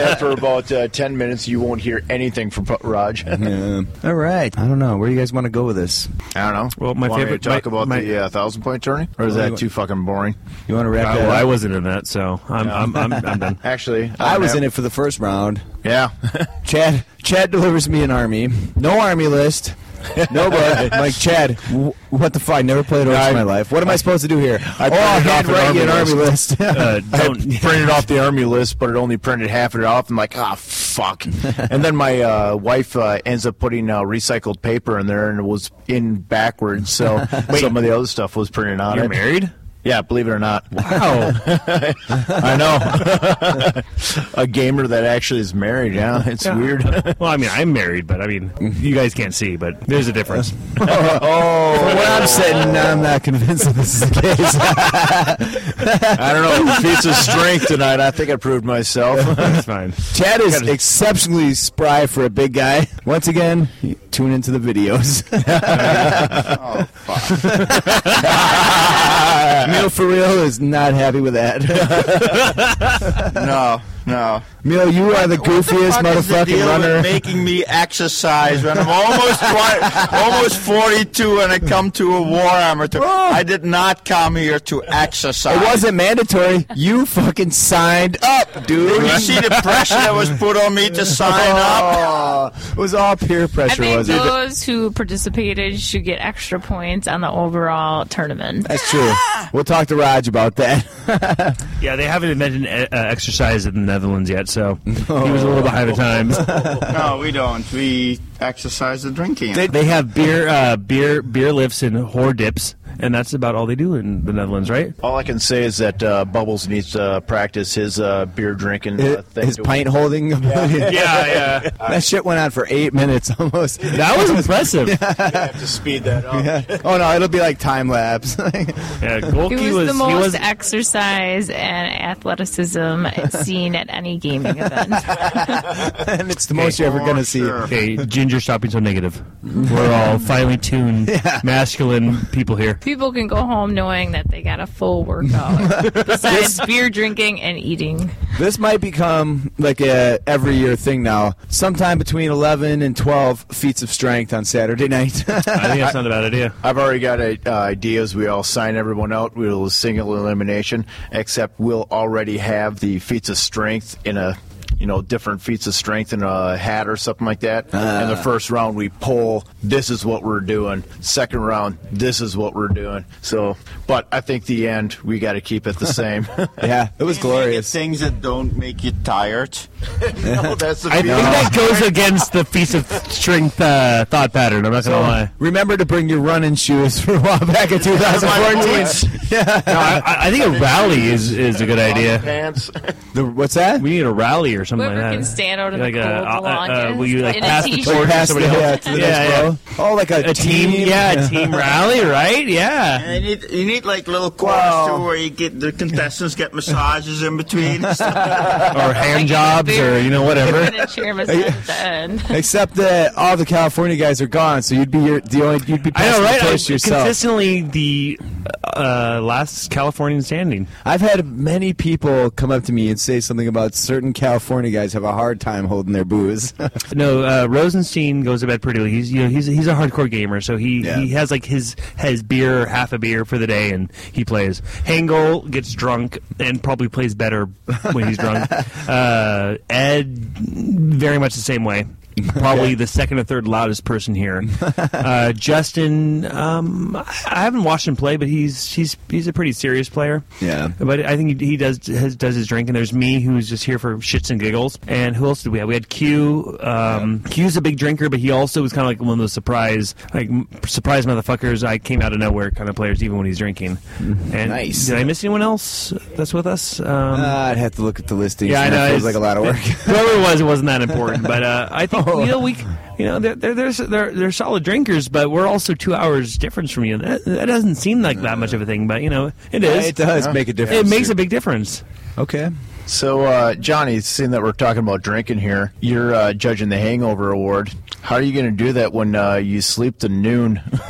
Speaker 4: after about uh, 10 minutes, you won't hear anything from Pu- Raj. I
Speaker 5: Yeah. [laughs] All right. I don't know. Where do you guys want to go with this?
Speaker 4: don't know.
Speaker 6: Well, my
Speaker 4: Want me
Speaker 6: favorite-
Speaker 4: to talk
Speaker 6: my-
Speaker 4: about
Speaker 6: my-
Speaker 4: the uh, thousand point tourney, or is
Speaker 5: Well,
Speaker 4: that
Speaker 5: you-
Speaker 4: too fucking boring?
Speaker 5: You want to wrap
Speaker 6: Uh,
Speaker 5: it
Speaker 6: well, I
Speaker 5: up?
Speaker 6: wasn't in that, so I'm I'm, I'm,
Speaker 8: [laughs]
Speaker 6: I'm
Speaker 5: [laughs]
Speaker 6: done.
Speaker 4: Actually,
Speaker 5: I was
Speaker 4: don't
Speaker 5: in
Speaker 4: know.
Speaker 5: it for the first round.
Speaker 4: Uh, Yeah,
Speaker 5: [laughs] Chad Chad delivers me an army. No army list. No, but like Chad, w- what the fuck? I never played Oath in my life. What am I supposed to do here? I oh,
Speaker 4: printed
Speaker 5: I'll hand
Speaker 4: off an
Speaker 5: write you an
Speaker 4: army
Speaker 5: army [laughs] list.
Speaker 6: Uh,
Speaker 4: I
Speaker 6: don't.
Speaker 4: printed off the army list, but it only printed half of it off. I'm like, ah, fuck. and then my uh, wife uh, ends up putting uh, recycled paper in there, and it was in backwards, so some of the other stuff was printed on
Speaker 6: You're
Speaker 4: it.
Speaker 6: married?
Speaker 4: Yeah, believe it or not.
Speaker 6: Wow.
Speaker 4: [laughs] I know. a gamer that actually is married. Yeah, it's
Speaker 6: Yeah.
Speaker 4: weird.
Speaker 6: [laughs] well, I mean, I'm married, but I mean, you guys can't see, but there's a
Speaker 4: [laughs]
Speaker 6: difference.
Speaker 5: [laughs] oh, from what I'm saying, I'm not convinced that this is the case.
Speaker 4: I don't know. Feats of strength tonight. I think I proved myself.
Speaker 6: That's fine.
Speaker 5: Chad is exceptionally spry for a big guy. Once again, tune into the [laughs] videos. Oh, Neil for real is not happy with that. [laughs]
Speaker 11: No, no.
Speaker 5: Neil, you are the goofiest
Speaker 12: What is the
Speaker 5: motherfucking
Speaker 12: deal with
Speaker 5: runner.
Speaker 12: making me exercise when I'm almost 20, almost 42 and I come to a Warhammer. To, I did not come here to exercise.
Speaker 5: It wasn't mandatory. You fucking signed up, dude.
Speaker 12: Did you see the pressure that was put on me to sign up?
Speaker 5: Oh, it was all peer
Speaker 7: I
Speaker 5: pressure,
Speaker 7: think
Speaker 5: was it?
Speaker 7: those who participated should get extra points on the overall tournament.
Speaker 5: That's true. We'll talk to Raj about that.
Speaker 6: Yeah, they haven't invented uh, exercise in the Netherlands yet, so he was a little behind
Speaker 4: Oh.
Speaker 12: [laughs]
Speaker 6: the times.
Speaker 4: [laughs]
Speaker 8: No, we don't. We exercise the drinking.
Speaker 6: They, they have beer, uh, beer, beer lifts and whore dips, and that's about all they do in the Netherlands, right?
Speaker 4: All I can say is that uh, Bubbles needs to practice his uh, beer drinking uh, thing.
Speaker 5: His pint holding ability.
Speaker 6: [laughs] Yeah, yeah.
Speaker 5: That shit went on for [laughs] eight minutes almost.
Speaker 6: That
Speaker 5: [laughs]
Speaker 6: was impressive.
Speaker 11: have to speed that up.
Speaker 5: oh no, it'll be like time lapse. [laughs]
Speaker 6: Yeah,
Speaker 7: He
Speaker 6: Golke
Speaker 7: was,
Speaker 6: was,
Speaker 7: the
Speaker 6: he
Speaker 7: most
Speaker 6: was
Speaker 7: exercise and athleticism seen at any gaming
Speaker 6: [laughs]
Speaker 7: event.
Speaker 5: and it's the most you're ever gonna see.
Speaker 8: Sure.
Speaker 6: Okay, Ginger, stop being so negative.
Speaker 4: [laughs]
Speaker 6: We're all finely tuned, masculine people here.
Speaker 7: People can go home knowing that they got a full workout besides beer drinking and eating.
Speaker 5: [laughs] This might become like a every year thing now. Sometime between eleven and twelve feats of strength on Saturday night.
Speaker 6: I think that's not a bad
Speaker 5: [laughs]
Speaker 6: idea.
Speaker 4: I've already got uh, ideas. We all sign everyone out. We'll single elimination, except we'll already have the feats of strength in a, you know, different feats of strength in a hat or something like that. In
Speaker 5: Ah.
Speaker 4: the first round, we pull. This is what we're doing. Second round, this is what we're doing. So, but I think the end, we got to
Speaker 5: [laughs]
Speaker 4: keep it the same.
Speaker 5: yeah, it was glorious.
Speaker 8: Things that don't make you
Speaker 6: [laughs]
Speaker 8: tired. [laughs] Oh,
Speaker 11: No, that's the
Speaker 6: I think
Speaker 11: feeling.
Speaker 6: that goes against the feats of strength uh, thought pattern. I'm not gonna lie.
Speaker 5: Remember to bring your running shoes for a while back in
Speaker 11: boots.
Speaker 5: 2014. [laughs]
Speaker 6: No, I, I- I think a rally is, is a good idea.
Speaker 11: Pants.
Speaker 5: [laughs] The- what's that?
Speaker 6: We need a rally or something
Speaker 7: Whoever
Speaker 6: like that.
Speaker 7: can stand out in
Speaker 6: like
Speaker 7: the cold
Speaker 6: uh,
Speaker 7: the
Speaker 6: uh,
Speaker 7: longest
Speaker 6: will you like
Speaker 7: in a
Speaker 6: pass the
Speaker 7: t-shirt.
Speaker 6: torch to
Speaker 5: Pass the,
Speaker 6: somebody
Speaker 5: yeah,
Speaker 6: else?
Speaker 5: to the next bro. Oh, like a,
Speaker 6: A team, yeah, a [laughs] team rally, right? Yeah.
Speaker 8: And you need, you need like little corners too where you get the contestants get massages in
Speaker 6: [laughs]
Speaker 8: between. [laughs]
Speaker 6: Or hand jobs, or you know whatever.
Speaker 7: And a chair massage
Speaker 6: [laughs]
Speaker 7: at the end.
Speaker 5: Except that all the California guys are gone, so you'd be your, the only you'd be
Speaker 6: I know,
Speaker 5: passing
Speaker 6: right?
Speaker 5: the
Speaker 6: I,
Speaker 5: torch to yourself.
Speaker 6: consistently, the uh, last Californian standing.
Speaker 5: I've had many people come up to me and say something about certain California guys have a hard time holding their
Speaker 2: [laughs]
Speaker 5: booze.
Speaker 6: No, uh, Rosenstein goes to bed pretty late. He's you know he's he's a hardcore gamer, so he,
Speaker 5: Yeah.
Speaker 6: he has like his has beer, half a beer for the day, and he plays. Hangul gets drunk and probably plays better when he's
Speaker 5: [laughs]
Speaker 6: drunk. uh, Ed, very much the same way. Probably the second or third loudest person
Speaker 5: [laughs]
Speaker 6: here. Uh, Justin, um, I I haven't watched him play, but he's he's he's a pretty serious player.
Speaker 5: Yeah.
Speaker 6: But I think he does his, does his drink, and there's me who's just here for shits and giggles. And who else did we have? We had Q. Um, Q's a big drinker, but he also was kind of like one of those surprise, like m- surprise motherfuckers. I came out of nowhere kind of players, even when he's drinking. And
Speaker 5: Mm-hmm. Nice.
Speaker 6: Did I miss anyone else that's with us? Um,
Speaker 5: Uh, I'd have to look at the listings.
Speaker 6: Yeah, I
Speaker 5: and that
Speaker 6: know,
Speaker 5: feels
Speaker 6: it's-
Speaker 5: like a lot of
Speaker 6: [laughs]
Speaker 5: work.
Speaker 6: whoever it was, it wasn't that important. But uh, I think you know we, you know, they're they're, they're they're they're solid drinkers, but we're also two hours difference from you. That, that doesn't seem like that much of a thing, but you know, it is.
Speaker 5: it does make a difference.
Speaker 6: It makes a big difference.
Speaker 5: okay.
Speaker 4: so, uh, Johnny, seeing that we're talking about drinking here, you're uh, judging the Hangover Award. How are you going to do that when uh, you sleep to noon? [laughs]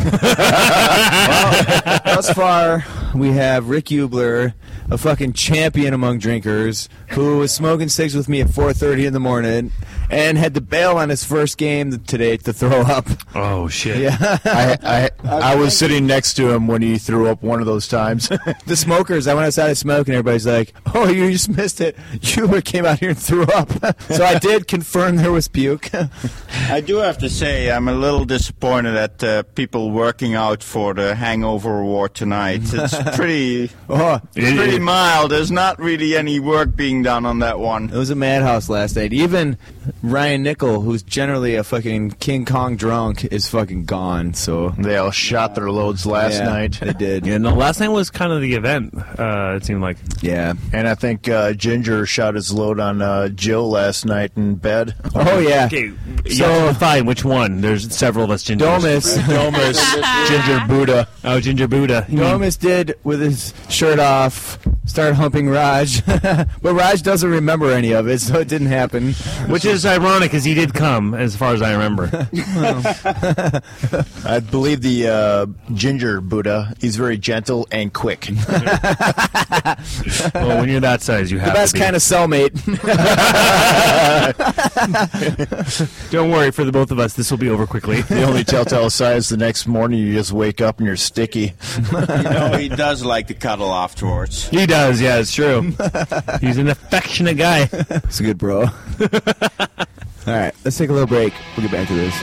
Speaker 5: Thus far, we have Rick Ubler, a fucking champion among drinkers, who was smoking cigs with me at 4:30 in the morning, and had to bail on his first game today to throw up.
Speaker 6: Oh shit!
Speaker 5: Yeah. [laughs]
Speaker 4: I, I, I was sitting next to him when he threw up one of those times. [laughs]
Speaker 5: the smokers, I went outside to smoke, and everybody's like, "Oh, you just missed it. You came out here and threw up." [laughs] so I did confirm there was puke.
Speaker 8: I do have to say I'm a little disappointed at uh,
Speaker 6: [laughs]
Speaker 8: people working out for the Hangover Award tonight. It's pretty
Speaker 5: oh,
Speaker 6: It-
Speaker 8: pretty mild. There's not really any work being done on that one.
Speaker 2: It was a madhouse last night. Even Ryan Nickel, who's generally a fucking King Kong drunk, is fucking gone. So
Speaker 4: they all shot their loads
Speaker 6: last night.
Speaker 2: They
Speaker 6: [laughs]
Speaker 2: did.
Speaker 6: Yeah, no, last night was kind of the event. Uh, it seemed like.
Speaker 2: Yeah.
Speaker 4: And I think uh, Ginger shot his load on uh, Jill last night in bed. [laughs]
Speaker 2: Oh, yeah.
Speaker 6: Okay, so fine. Which one? There's several of us. Ginger.
Speaker 2: Domus. Domus.
Speaker 5: [laughs]
Speaker 4: Ginger Buddha.
Speaker 6: Oh, Ginger Buddha. You mean-
Speaker 2: Domus did with his shirt off. Start humping Raj, [laughs] but Raj doesn't remember any of it, so it didn't happen.
Speaker 6: Which is ironic, because he
Speaker 2: [laughs]
Speaker 6: did come, as far as I
Speaker 5: [laughs]
Speaker 6: remember.
Speaker 4: I believe the uh, Ginger Buddha. He's very gentle
Speaker 5: [laughs]
Speaker 4: and quick.
Speaker 6: [laughs] well, when you're that size, you
Speaker 2: the best kind of
Speaker 6: cellmate. [laughs] Don't worry, for the both of us, this will be over quickly.
Speaker 4: the only telltale sign is the next morning you just wake up and you're sticky.
Speaker 8: you know, he does like to cuddle afterwards.
Speaker 6: He does, yeah, it's true. He's an affectionate guy.
Speaker 2: It's good, bro. [laughs] All right, let's take a little break. We'll get back to this.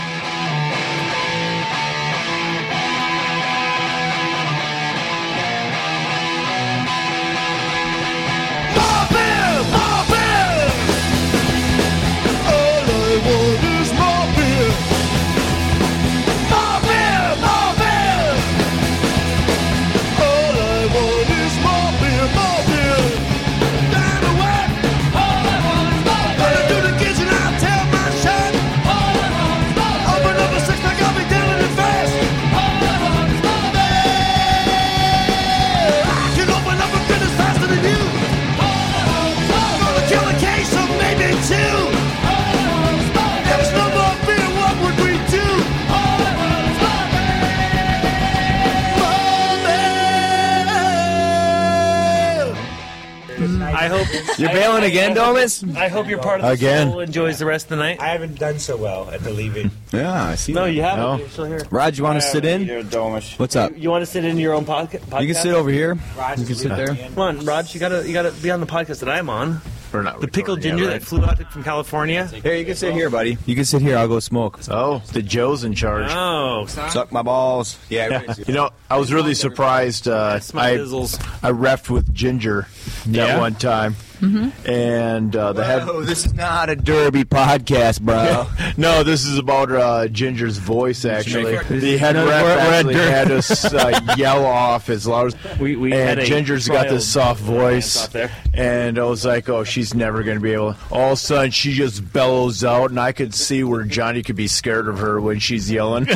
Speaker 6: I hope
Speaker 2: You're bailing again, Domus?
Speaker 6: I hope you're part of the
Speaker 2: Again.
Speaker 6: soul enjoys the rest of the night. I haven't done so well at the leaving.
Speaker 2: Yeah, I see.
Speaker 6: No,
Speaker 2: that.
Speaker 6: you haven't. You're still here.
Speaker 2: Raj, you want to
Speaker 6: Yeah,
Speaker 2: sit in? What's up?
Speaker 6: You want to sit in your own podca- podcast?
Speaker 2: You can sit over here. You can sit there.
Speaker 6: Come on, Raj. You gotta, you gotta be on the podcast that I'm on.
Speaker 4: We're not
Speaker 6: the pickled ginger that flew out from California.
Speaker 2: Here, you can sit here, buddy. You can sit here. I'll go smoke.
Speaker 4: Oh, the
Speaker 5: [laughs]
Speaker 4: Joe's in charge.
Speaker 6: Oh,
Speaker 8: Suck my balls. Yeah.
Speaker 4: You know, I was really surprised. Uh,
Speaker 6: my
Speaker 4: I
Speaker 6: dizzles.
Speaker 4: I refed with Ginger that
Speaker 6: Yeah?
Speaker 4: one time, and uh, the head.
Speaker 2: Oh, this is not a derby podcast, bro.
Speaker 4: [laughs] No, this is about uh, Ginger's voice. Actually,
Speaker 2: make it-
Speaker 4: the head
Speaker 2: No,
Speaker 4: ref
Speaker 2: we're- we're at
Speaker 4: actually
Speaker 2: Dur-
Speaker 4: had
Speaker 6: [laughs]
Speaker 4: us uh, yell off as loud as
Speaker 6: We- we had
Speaker 4: and
Speaker 6: a
Speaker 4: Ginger's got this soft
Speaker 6: dance
Speaker 4: voice,
Speaker 6: off there.
Speaker 4: and I was like, "Oh, she's never going to be able." All of a sudden, she just bellows out, and I could see where Johnny could be scared of her when she's
Speaker 6: [laughs]
Speaker 4: yelling. [laughs]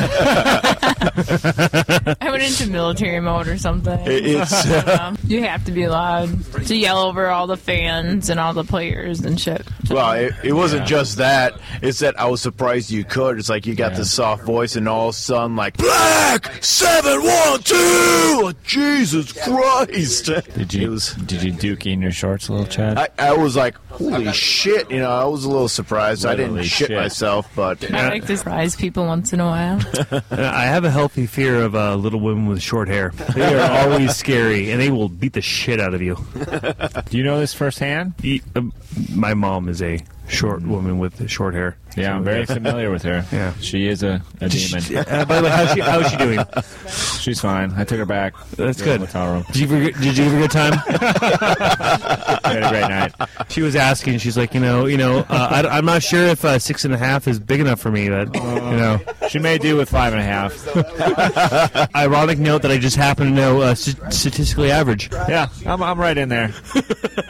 Speaker 4: It-
Speaker 7: I went into military mode or something.
Speaker 4: it's
Speaker 7: I don't know. you have to be loud to yell over all the fans and all the players and shit.
Speaker 4: well, it, it wasn't just that. It's that I was surprised you could. It's like you got this soft voice, and all of a sudden, like black seven one two. Jesus Christ!
Speaker 1: Did you
Speaker 4: It was-
Speaker 1: did you dookie in your shorts, a little Chad?
Speaker 4: I, I was like, holy shit, you know, I was a little surprised. I didn't
Speaker 1: Literally
Speaker 4: shit,
Speaker 1: shit.
Speaker 4: myself, but
Speaker 7: I like to surprise people once in a while.
Speaker 6: [laughs]
Speaker 7: [laughs]
Speaker 6: I have a healthy fear of uh, little women with short hair. They are always scary, and they will beat the shit out of you.
Speaker 1: [laughs] Do you know this firsthand? Mm.
Speaker 6: E- uh, my mom is a short woman with short hair.
Speaker 1: Yeah, I'm very familiar with her.
Speaker 6: [laughs] Yeah.
Speaker 1: She is a, a demon.
Speaker 6: Uh, by the way, how's she, how's she doing?
Speaker 1: She's fine. I took her back.
Speaker 6: That's
Speaker 1: to the
Speaker 6: good.
Speaker 1: Hotel room.
Speaker 6: Did you, have a good- did you have a good
Speaker 1: [laughs]
Speaker 6: time?
Speaker 1: I had a great night.
Speaker 6: She was asking. She's like, you know, you know, uh, I, am not sure if uh, six and a half is big enough for me, but you know,
Speaker 1: Uh, She may do with five and a
Speaker 6: [laughs]
Speaker 1: half.
Speaker 6: ironic note that I just happen to know uh, st- statistically average.
Speaker 1: Yeah, I'm, I'm right in there.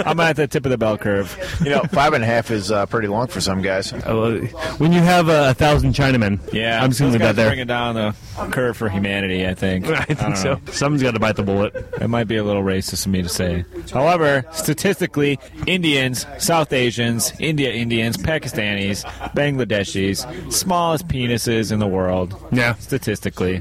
Speaker 1: I'm at the tip of the bell curve.
Speaker 4: you know, five and a half is uh, pretty long for some guys.
Speaker 6: Uh, when you have uh, a thousand Chinamen,
Speaker 1: Yeah,
Speaker 6: I'm just gonna leave
Speaker 1: those
Speaker 6: that
Speaker 1: guys are
Speaker 6: there.
Speaker 1: Bringing down the curve for humanity, I
Speaker 6: [laughs]
Speaker 1: think.
Speaker 6: I think
Speaker 1: don't
Speaker 6: so.
Speaker 1: know.
Speaker 6: Someone's got to bite the bullet.
Speaker 1: It might be a little racist of me to say. However, statistically, Indians, South Asians, India Indians, Pakistanis, Bangladeshis, smallest penises in the world.
Speaker 6: Yeah.
Speaker 1: Statistically,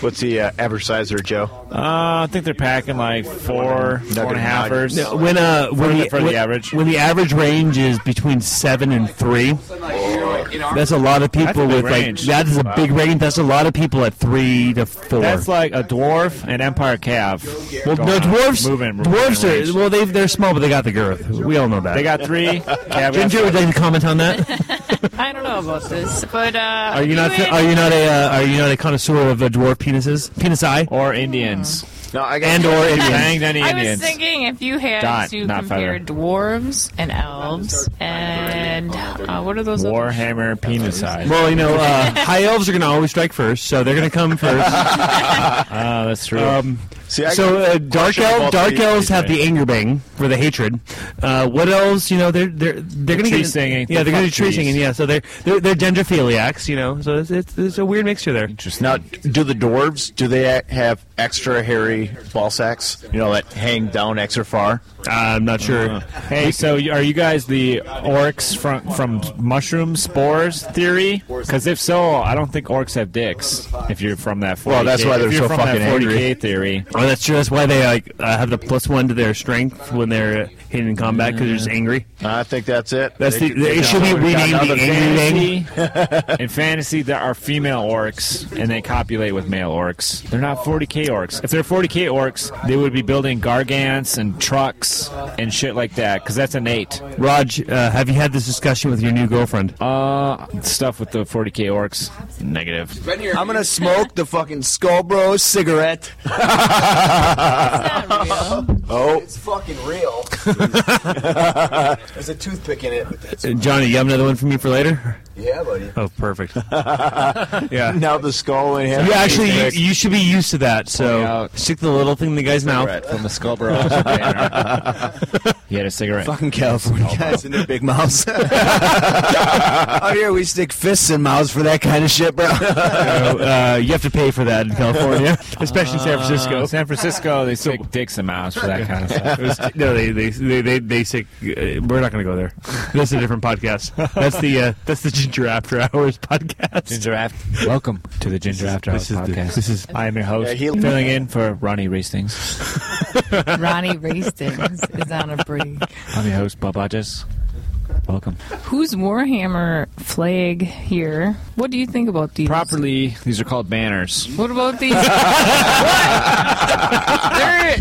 Speaker 4: What's the uh, average size there, Joe?
Speaker 1: uh, I think they're packing like four, four and a halfers.
Speaker 6: No, when uh, when
Speaker 1: the- for the
Speaker 6: when-
Speaker 1: average.
Speaker 6: when the average range is between seven and three, that's a lot of
Speaker 1: That's a
Speaker 6: people
Speaker 1: big
Speaker 6: with like
Speaker 1: range.
Speaker 6: that is a big range. That's a lot of people at three to four.
Speaker 1: That's like a dwarf and empire calf.
Speaker 6: well,
Speaker 1: going
Speaker 6: no,
Speaker 1: on.
Speaker 6: dwarfs.
Speaker 1: Moving,
Speaker 6: dwarfs
Speaker 1: moving
Speaker 6: are
Speaker 1: range.
Speaker 6: well, they they're small, but they got the girth. We all know that.
Speaker 1: They got three. calves.
Speaker 6: Ginger, would you like to comment
Speaker 7: [laughs]
Speaker 6: on that?
Speaker 7: I don't know about this, but uh,
Speaker 6: Are you not?
Speaker 7: anyway,
Speaker 6: Are you not a? Uh, are you not a connoisseur of uh, dwarf penises? Penis eye?
Speaker 1: or Indians.
Speaker 9: No, I
Speaker 6: And or Indians.
Speaker 7: I was thinking if you had
Speaker 6: Dot,
Speaker 7: to
Speaker 6: not
Speaker 7: compare
Speaker 6: feather.
Speaker 7: dwarves and elves and uh, what are those? other-
Speaker 1: Warhammer penis eyes.
Speaker 6: Well, you know, uh, high elves are going to always strike first, so they're going to come first.
Speaker 1: [laughs] Ah, that's true.
Speaker 6: Um,
Speaker 1: See, I
Speaker 6: so
Speaker 1: got
Speaker 6: uh,
Speaker 1: a
Speaker 6: dark
Speaker 1: question
Speaker 6: elves,
Speaker 1: about
Speaker 6: dark
Speaker 1: the-
Speaker 6: elves have the anger bang for the hatred. Uh, what elves? You know, they're they're they're going to
Speaker 1: tree
Speaker 6: get
Speaker 1: singing.
Speaker 6: Yeah, they're going to
Speaker 1: Fuck
Speaker 6: do tree
Speaker 1: trees.
Speaker 6: singing. Yeah, so they're they're, they're dendrophiliacs. You know, so it's, it's it's a weird mixture there.
Speaker 4: Interesting. Now, do the dwarves do they a- have extra hairy ball sacks? You know that hang down extra far. Uh-huh.
Speaker 6: I'm not sure.
Speaker 1: Hey,
Speaker 4: [laughs]
Speaker 1: so y- are you guys the orcs from from mushroom spores theory? Because if so, I don't think orcs have dicks. If you're from that 40K,
Speaker 4: Well, that's why they're
Speaker 1: if you're
Speaker 4: so
Speaker 1: from
Speaker 4: fucking
Speaker 1: that 40K
Speaker 4: angry.
Speaker 1: theory.
Speaker 6: Oh, that's true. That's why they like uh, have the plus one to their strength when they're uh, hidden in combat because they're just angry.
Speaker 4: I think that's it.
Speaker 6: That's
Speaker 4: They
Speaker 6: the.
Speaker 4: ju- they
Speaker 6: It should be
Speaker 4: just-
Speaker 6: renamed the
Speaker 1: Another
Speaker 6: angry
Speaker 1: E
Speaker 4: [laughs]
Speaker 1: fantasy. In fantasy, there are female orcs, and they copulate with male orcs. They're not 40k orcs. If they're 40k orcs, they would be building gargants and trucks and shit like that, because that's innate.
Speaker 6: bang. Raj, uh, have you had this discussion with your new girlfriend? [laughs]
Speaker 1: Uh, stuff with the 40k orcs. Negative.
Speaker 5: I'm gonna smoke the fucking Skullbro [laughs] cigarette.
Speaker 9: Oh, it's fucking
Speaker 2: [laughs]
Speaker 9: real. There's a toothpick in it.
Speaker 6: Uh, Johnny, you have another one for me for later?
Speaker 9: Yeah, buddy.
Speaker 6: Oh,
Speaker 9: [laughs]
Speaker 6: perfect. yeah.
Speaker 4: Now the skull in him.
Speaker 6: You actually, you, you should be used to that. So stick the little thing in the guy's mouth.
Speaker 2: from the Skullboro.
Speaker 1: He had a cigarette.
Speaker 2: Fucking California guys and their big [laughs] mouths. Out Oh, here we stick fists in mouths for that kind of shit, bro.
Speaker 6: Uh, you have to pay for that in [laughs]
Speaker 1: [laughs]
Speaker 6: California, especially in San Francisco.
Speaker 1: Uh, San Francisco, they stick dicks and mouths for that
Speaker 6: [laughs]
Speaker 1: kind of stuff.
Speaker 6: It was- no, they they they they, they say, uh, we're not going to go there. That's a different podcast. [laughs] That's the uh, that's the Ginger After Hours podcast.
Speaker 1: Ginger
Speaker 6: [laughs]
Speaker 1: After. Welcome to the Ginger After Hours
Speaker 6: this is the-
Speaker 1: podcast.
Speaker 6: this is-
Speaker 1: I am your host,
Speaker 9: Yeah, he-
Speaker 1: filling in for Ronnie Rastings.
Speaker 6: [laughs]
Speaker 7: Ronnie Rastings is on a break.
Speaker 1: [laughs] I'm your host, Bob Hodges. Welcome.
Speaker 7: Who's Warhammer flag
Speaker 6: [laughs]
Speaker 7: here? What do you think about these?
Speaker 1: Properly, these are called banners.
Speaker 7: What about these? What? They're-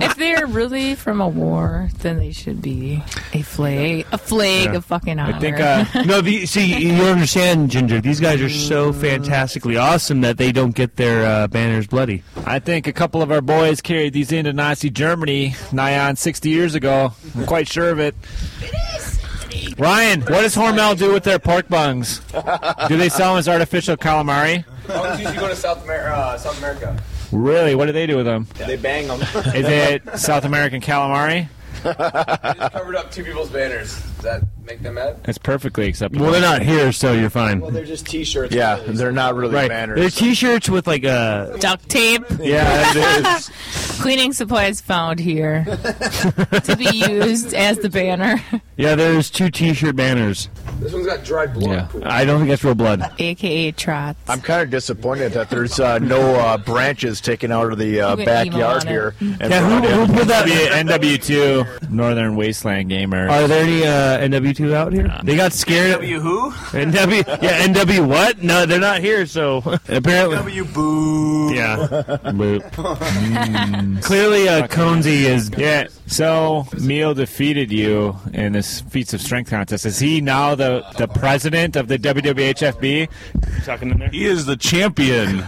Speaker 7: if they're really from a war, then they should be a flag, a flag of fucking honor.
Speaker 1: I think uh,
Speaker 6: No, the, see, you don't understand, Ginger. These guys are so fantastically awesome that they don't get their uh, banners bloody.
Speaker 1: I think a couple of our boys carried these into Nazi Germany nigh on 60 years ago. I'm quite sure of it. Ryan, what does Hormel do with their pork bungs? Do they sell them as artificial calamari?
Speaker 5: usually go to South America. Uh, South America.
Speaker 1: Really? What do they do with them?
Speaker 5: They bang them.
Speaker 1: Is it South American calamari?
Speaker 5: covered up two people's banners. Does that make them mad?
Speaker 1: That's perfectly acceptable.
Speaker 6: Well, they're not here, so you're fine.
Speaker 5: Well, they're just T-shirts.
Speaker 4: Yeah, they're not really
Speaker 6: right.
Speaker 4: banners.
Speaker 6: They're t-shirts with like a
Speaker 7: duct tape,
Speaker 6: yeah.
Speaker 7: [laughs] cleaning supplies found here to
Speaker 6: [laughs]
Speaker 7: be used as the banner,
Speaker 6: Yeah, there's two T-shirt banners.
Speaker 5: This one's got dried blood.
Speaker 1: Yeah.
Speaker 6: I don't think that's real blood.
Speaker 7: aka trots.
Speaker 4: I'm kind of disappointed that there's uh, no uh, branches taken out of the uh,
Speaker 7: You can email
Speaker 4: backyard
Speaker 7: on it.
Speaker 4: here. And
Speaker 6: Yeah, who,
Speaker 4: brought in.
Speaker 6: who put that?
Speaker 1: NW2 Northern Wasteland Gamer.
Speaker 6: Are there any uh, NW2 out here? They got scared. NW
Speaker 13: who?
Speaker 6: NW yeah NW what? No, they're not here. So apparently
Speaker 13: W boo.
Speaker 6: yeah. [laughs] Clearly, uh, Conzi is
Speaker 1: Yeah. So Neil defeated you in this feats of strength contest. Is he now the the president of the WWHFB?
Speaker 6: talking in there.
Speaker 14: He is the
Speaker 1: [laughs]
Speaker 14: champion.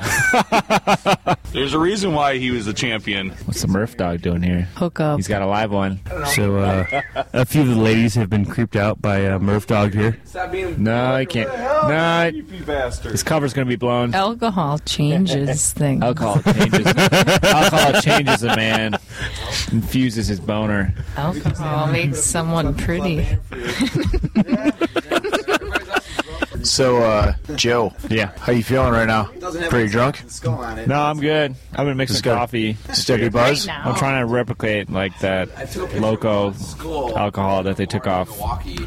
Speaker 14: There's a reason why he was the champion.
Speaker 1: What's the Murph dog doing here?
Speaker 7: Hook up.
Speaker 1: He's got a live one.
Speaker 6: So uh, a few of the ladies have been creeped out by uh, Murph Dog here.
Speaker 5: Stop being.
Speaker 1: No, he can't. No, it- his cover's gonna be blown.
Speaker 7: Alcohol
Speaker 1: [laughs]
Speaker 7: [laughs] changes things.
Speaker 1: Alcohol changes. Alcohol changes a man. Infuses his boner.
Speaker 7: Alcohol makes someone pretty. [laughs]
Speaker 4: So, uh, Joe,
Speaker 1: Yeah.
Speaker 4: how you feeling right now? Pretty drunk?
Speaker 5: Skull on it.
Speaker 1: No, I'm good. I've been mixing
Speaker 4: Just got-
Speaker 1: coffee.
Speaker 4: Steady buzz?
Speaker 7: Right now.
Speaker 1: I'm trying to replicate like that loco alcohol that they took off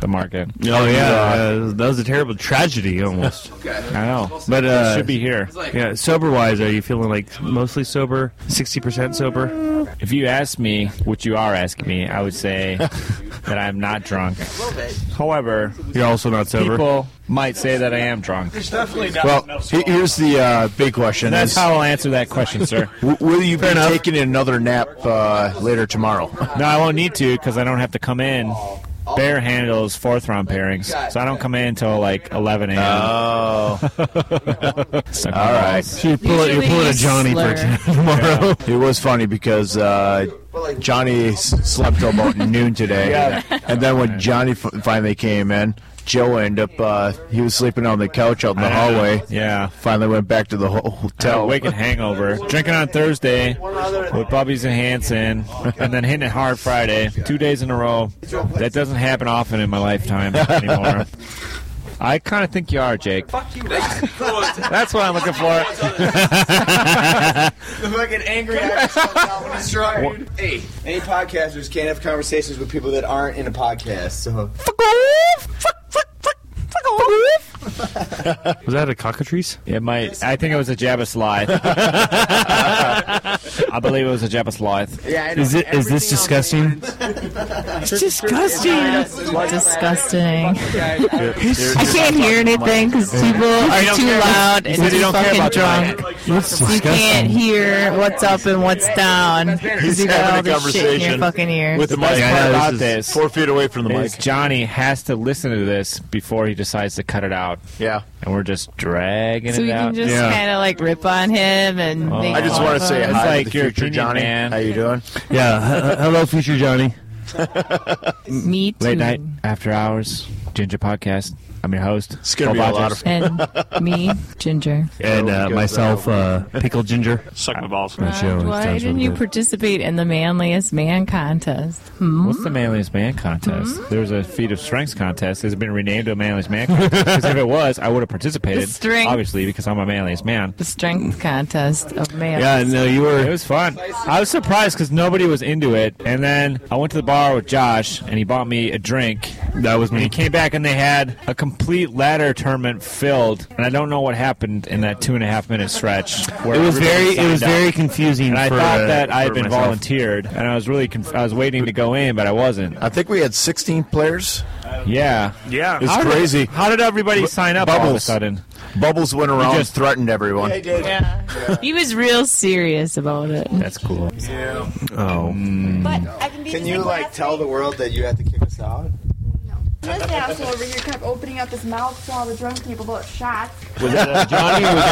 Speaker 1: the market.
Speaker 6: Oh yeah, uh, that was a terrible tragedy [laughs] almost.
Speaker 1: I know.
Speaker 6: But uh,
Speaker 1: It should be here.
Speaker 6: Yeah, sober wise, are you feeling like mostly sober, sixty percent sober?
Speaker 1: [laughs] If you ask me what you are asking me, I
Speaker 6: [laughs]
Speaker 1: would say that I'm not drunk. However,
Speaker 6: You're also not sober.
Speaker 1: people might say that I am drunk.
Speaker 4: Well, he- here's the uh, big question.
Speaker 1: That's
Speaker 4: is,
Speaker 1: how I'll answer that
Speaker 4: [laughs]
Speaker 1: question, sir.
Speaker 4: w- will you be taking another nap uh, later tomorrow?
Speaker 1: [laughs] No, I won't need to because I don't have to come in Bear handles fourth round pairings, so I don't come in until like 11 a.m. [laughs] Oh.
Speaker 4: All right.
Speaker 6: You pull it- you pull it a Johnny for
Speaker 1: [laughs]
Speaker 4: tomorrow. It was funny because uh, Johnny s- slept till
Speaker 1: [laughs]
Speaker 4: about noon today,
Speaker 1: Yeah.
Speaker 4: and then when Johnny f- finally came in. Joe ended up, uh, he was sleeping on the couch out in the hallway.
Speaker 1: Yeah.
Speaker 4: Finally went back to the ho- hotel.
Speaker 1: Wicked hangover. [laughs] Drinking on Thursday with Bubby's and Hanson, and then hitting it hard Friday, two days in a row. That doesn't happen often in my lifetime [laughs] anymore. I kind of think you are,
Speaker 6: [laughs]
Speaker 1: Jake. That's what I'm looking [laughs] for.
Speaker 5: [laughs] the [laughs] fucking angry actor comes out when he's trying. Hey, any podcasters can't have conversations with people that aren't in a podcast. So fuck off, fuck, fuck, fuck, fuck off.
Speaker 1: [laughs] Was that a cockatrice? It might. I think it was a Jabba Lythe. [laughs] I believe it was a Jabba Lythe.
Speaker 5: Yeah, I know. Is it- is this
Speaker 1: disgusting?
Speaker 7: It's disgusting. Disgusting. I can't hear anything because people
Speaker 15: He
Speaker 7: are
Speaker 15: don't
Speaker 7: too
Speaker 15: care.
Speaker 7: loud
Speaker 15: He
Speaker 7: and
Speaker 15: said he
Speaker 7: too
Speaker 15: don't care
Speaker 7: fucking
Speaker 15: about that.
Speaker 7: drunk.
Speaker 15: That's
Speaker 7: You can't hear what's up and what's down. 'cause you got all this shit in your fucking ears.
Speaker 1: With the best
Speaker 4: Yeah, I
Speaker 1: part
Speaker 4: know, this
Speaker 1: about
Speaker 4: is
Speaker 1: this,
Speaker 4: four feet away from the
Speaker 1: is
Speaker 4: mic.
Speaker 1: Johnny has to listen to this before he decides to cut it out.
Speaker 4: Yeah,
Speaker 1: and we're just dragging
Speaker 7: So
Speaker 1: it
Speaker 7: we
Speaker 1: out.
Speaker 7: can just kind of like rip on him and. make
Speaker 4: I just
Speaker 7: fun
Speaker 4: want
Speaker 7: of
Speaker 4: to say
Speaker 7: him.
Speaker 4: hi
Speaker 1: like
Speaker 4: to the
Speaker 1: your
Speaker 4: future
Speaker 1: opinion,
Speaker 4: Johnny.
Speaker 1: man.
Speaker 4: How you doing?
Speaker 6: Yeah. H- hello, future Johnny.
Speaker 7: [laughs] Me too.
Speaker 1: Late night, after hours, Ginger Podcast. I'm your host. It's
Speaker 4: gonna be a lot of
Speaker 7: And
Speaker 4: [laughs]
Speaker 7: me, Ginger.
Speaker 6: And uh, myself, uh, Pickled Ginger.
Speaker 14: Suck my balls.
Speaker 7: Why didn't you participate in the manliest man contest? Hmm?
Speaker 1: What's the manliest man contest?
Speaker 7: Mm-hmm.
Speaker 1: There was a feat of strengths contest. It's been renamed to a manliest man contest. Because if it was, I would have participated.
Speaker 7: [laughs] The strength-
Speaker 1: Obviously, because I'm a manliest man.
Speaker 7: The strength contest of man.
Speaker 1: you were. It was fun. I was surprised because nobody was into it. And then I went to the bar with Josh, and he bought me a drink. That was me. And he came back, and they had a complete ladder tournament filled. And I don't know what happened in that two and a half minute stretch. where
Speaker 6: It was
Speaker 1: everybody
Speaker 6: very- it
Speaker 1: signed
Speaker 6: was
Speaker 1: up.
Speaker 6: very confusing
Speaker 1: And I
Speaker 6: for,
Speaker 1: thought
Speaker 6: uh,
Speaker 1: that I had
Speaker 6: for
Speaker 1: been
Speaker 6: myself.
Speaker 1: volunteered, and I was really conf- I was waiting to go in, but I wasn't. I
Speaker 4: think we had 16 players.
Speaker 1: Yeah.
Speaker 4: It's
Speaker 1: How did-
Speaker 4: crazy.
Speaker 1: how did everybody sign up all of a
Speaker 4: Bubbles.
Speaker 1: sudden?
Speaker 4: Bubbles went around
Speaker 1: just-
Speaker 4: threatened everyone.
Speaker 7: Yeah. He was real serious about it.
Speaker 1: That's cool.
Speaker 5: Yeah.
Speaker 1: Oh.
Speaker 15: But I can be
Speaker 5: Can
Speaker 15: this
Speaker 5: you
Speaker 15: big
Speaker 5: like
Speaker 15: ass
Speaker 5: tell the world that you have to kick us out?
Speaker 15: This asshole over here kept opening up his mouth to all the drunk people about shots.
Speaker 4: Was that uh, Johnny? Was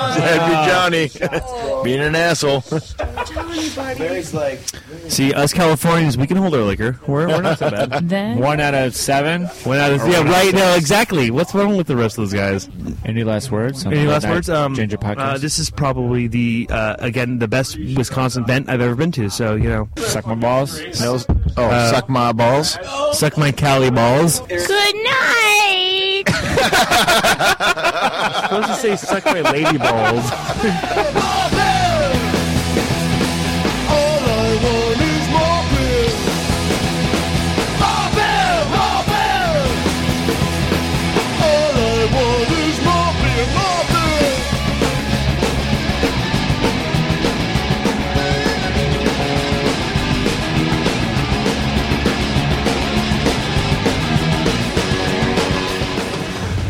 Speaker 4: that, uh, That'd be Johnny being an asshole. [laughs]
Speaker 15: Johnny, buddy.
Speaker 5: Barry's like,
Speaker 6: See, us Californians, we can hold our liquor. We're, we're not so bad.
Speaker 1: One out of [laughs] seven.
Speaker 6: One out of
Speaker 1: Or
Speaker 6: yeah,
Speaker 1: one out
Speaker 6: right.
Speaker 1: of
Speaker 6: No,
Speaker 1: six.
Speaker 6: exactly. What's wrong with the rest of those guys?
Speaker 1: Any last words? on
Speaker 6: Any
Speaker 1: the
Speaker 6: last
Speaker 1: Midnight
Speaker 6: words? Um,
Speaker 1: Ginger podcast.
Speaker 6: Uh, this is probably the uh, again the best Wisconsin event I've ever been to. So you know,
Speaker 1: suck my balls.
Speaker 6: No,
Speaker 4: oh, suck my balls.
Speaker 6: Uh, Suck my Cali balls.
Speaker 15: Good night. [laughs]
Speaker 7: [laughs]
Speaker 6: supposed to say suck my lady balls.
Speaker 15: All I want is more beer. More beer, more beer. All I want is more beer, more beer.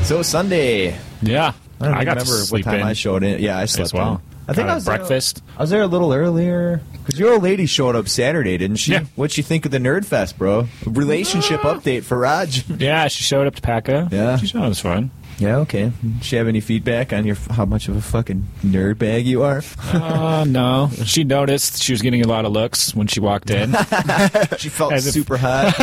Speaker 2: So Sunday.
Speaker 1: Yeah,
Speaker 2: I don't
Speaker 1: I got to
Speaker 2: remember
Speaker 1: sleep
Speaker 2: what time
Speaker 1: in
Speaker 2: I showed in. Yeah, I slept
Speaker 1: as well.
Speaker 2: in. I think
Speaker 1: Had
Speaker 2: I was
Speaker 1: breakfast.
Speaker 2: There, I was there a little earlier because your old lady showed up Saturday, didn't she? What'd she think of the Nerd Fest, bro? Relationship update for Raj.
Speaker 1: Ah.
Speaker 2: [laughs]
Speaker 1: Yeah, she showed up to Paca.
Speaker 2: Yeah,
Speaker 1: she showed up. It was fun.
Speaker 2: Uh, Yeah, okay. Did she have any feedback on your how much of a fucking nerd bag you are?
Speaker 1: Uh, no, she noticed she was getting a lot of looks when she walked
Speaker 2: [laughs]
Speaker 1: in.
Speaker 2: she felt
Speaker 1: As if- [laughs]
Speaker 2: super hot.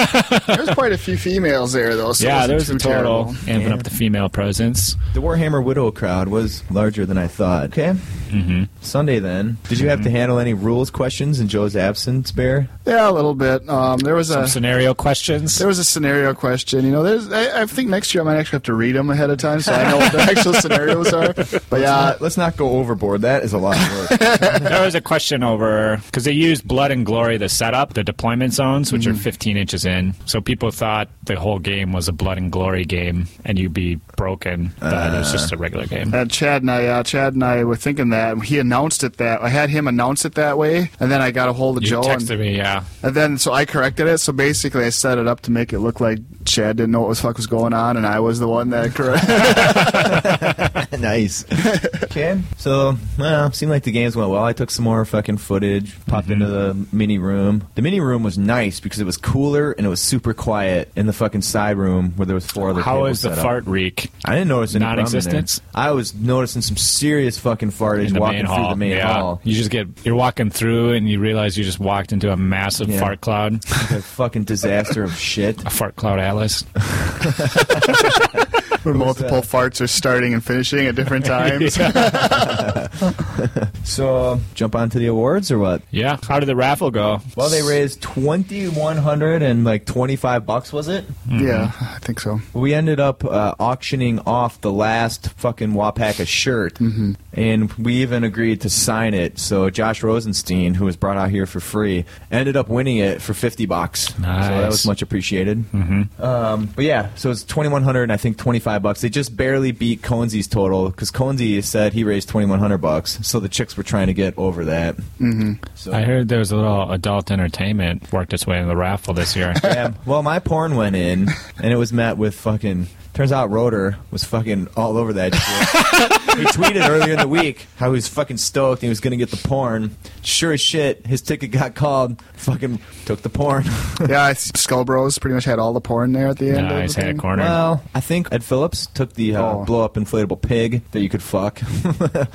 Speaker 3: There's quite a few females there, though. So
Speaker 1: yeah,
Speaker 3: it
Speaker 1: there
Speaker 3: wasn't
Speaker 1: was a
Speaker 3: too
Speaker 1: total
Speaker 3: terrible.
Speaker 1: amping up the female presence.
Speaker 2: The Warhammer Widow crowd was larger than I thought. Okay. Mm-hmm. Sunday then. Did you have
Speaker 1: Mm-hmm.
Speaker 2: to handle any rules questions in Joe's absence, Bear?
Speaker 3: Yeah, a little bit. Um, there was
Speaker 1: Some
Speaker 3: a
Speaker 1: scenario questions.
Speaker 3: There was a scenario question. You know, there's. I, I think next year I might actually have to read them ahead of time, so I know what the
Speaker 1: [laughs]
Speaker 3: actual scenarios are. But uh,
Speaker 2: Let's
Speaker 3: yeah,
Speaker 2: not, let's not go overboard. That is a lot of work.
Speaker 1: [laughs] there was a question over because they used Blood and Glory to set up the deployment zones, which are 15
Speaker 2: Mm-hmm.
Speaker 1: inches in. So people thought the whole game was a Blood and Glory game, and you'd be broken. But it was just a regular game.
Speaker 3: Uh, Chad and I, uh, Chad and I were thinking that he announced it that I had him announce it that way, and then I got a hold of
Speaker 1: You
Speaker 3: Joe,
Speaker 1: texted
Speaker 3: and,
Speaker 1: me, yeah.
Speaker 3: and then so I corrected it. So basically, I set it up to make it look like Chad didn't know what the fuck was going on, and I was the one that correct. [laughs]
Speaker 2: [laughs] nice. Ken? So, well, seemed like the games went well. I took some more fucking footage, popped
Speaker 1: Mm-hmm.
Speaker 2: into the mini room. The mini room was nice because it was cooler and it was super quiet in the fucking side room where there was four other
Speaker 1: How
Speaker 2: tables
Speaker 1: is the
Speaker 2: set up.
Speaker 1: fart reek?
Speaker 2: I didn't notice any problem there.
Speaker 1: Non-existence?
Speaker 2: I was noticing some serious fucking fartage
Speaker 1: in the
Speaker 2: walking
Speaker 1: main
Speaker 2: through
Speaker 1: hall.
Speaker 2: the main
Speaker 1: yeah.
Speaker 2: hall.
Speaker 1: You just get you're walking through and you realize you just walked into a massive
Speaker 2: Yeah.
Speaker 1: fart
Speaker 2: [laughs]
Speaker 1: cloud.
Speaker 2: a fucking disaster of shit.
Speaker 1: A fart cloud
Speaker 2: [laughs]
Speaker 1: atlas.
Speaker 3: Where multiple farts are starting and finishing at
Speaker 1: [laughs]
Speaker 3: different times.
Speaker 2: [laughs] so, jump onto the awards or what?
Speaker 1: Yeah. How did the raffle go?
Speaker 2: Well, they raised twenty one hundred and like twenty five bucks, was it?
Speaker 3: [laughs] Yeah, I think so.
Speaker 2: We ended up uh, auctioning off the last fucking Wapaka shirt, and we even agreed to sign it. So Josh Rosenstein, who was brought out here for free, ended up winning it for fifty bucks. So that
Speaker 1: Nice.
Speaker 2: was much appreciated. Mm-hmm. Um, but yeah, so it's twenty one hundred and I think twenty five bucks. They just barely beat Conzi's total because Conzi said he raised twenty one hundred bucks. So the chicks were trying to get over that.
Speaker 1: Mm-hmm.
Speaker 2: So-
Speaker 1: I heard there was a little adult entertainment worked its way in the raffle this year.
Speaker 2: [laughs] yeah. Well, my porn went in, and it was met with fucking. Turns out Rotor was fucking all over
Speaker 1: [laughs]
Speaker 2: that shit. he tweeted earlier in the week how he was fucking stoked and he was gonna get the porn. Sure as shit, his ticket got called. Fucking took the porn.
Speaker 3: yeah, it's- Skull Bros pretty much had all the porn there at the end. of the thing.
Speaker 2: Well, I think Ed Phillips took the uh, blow up inflatable pig that you could fuck.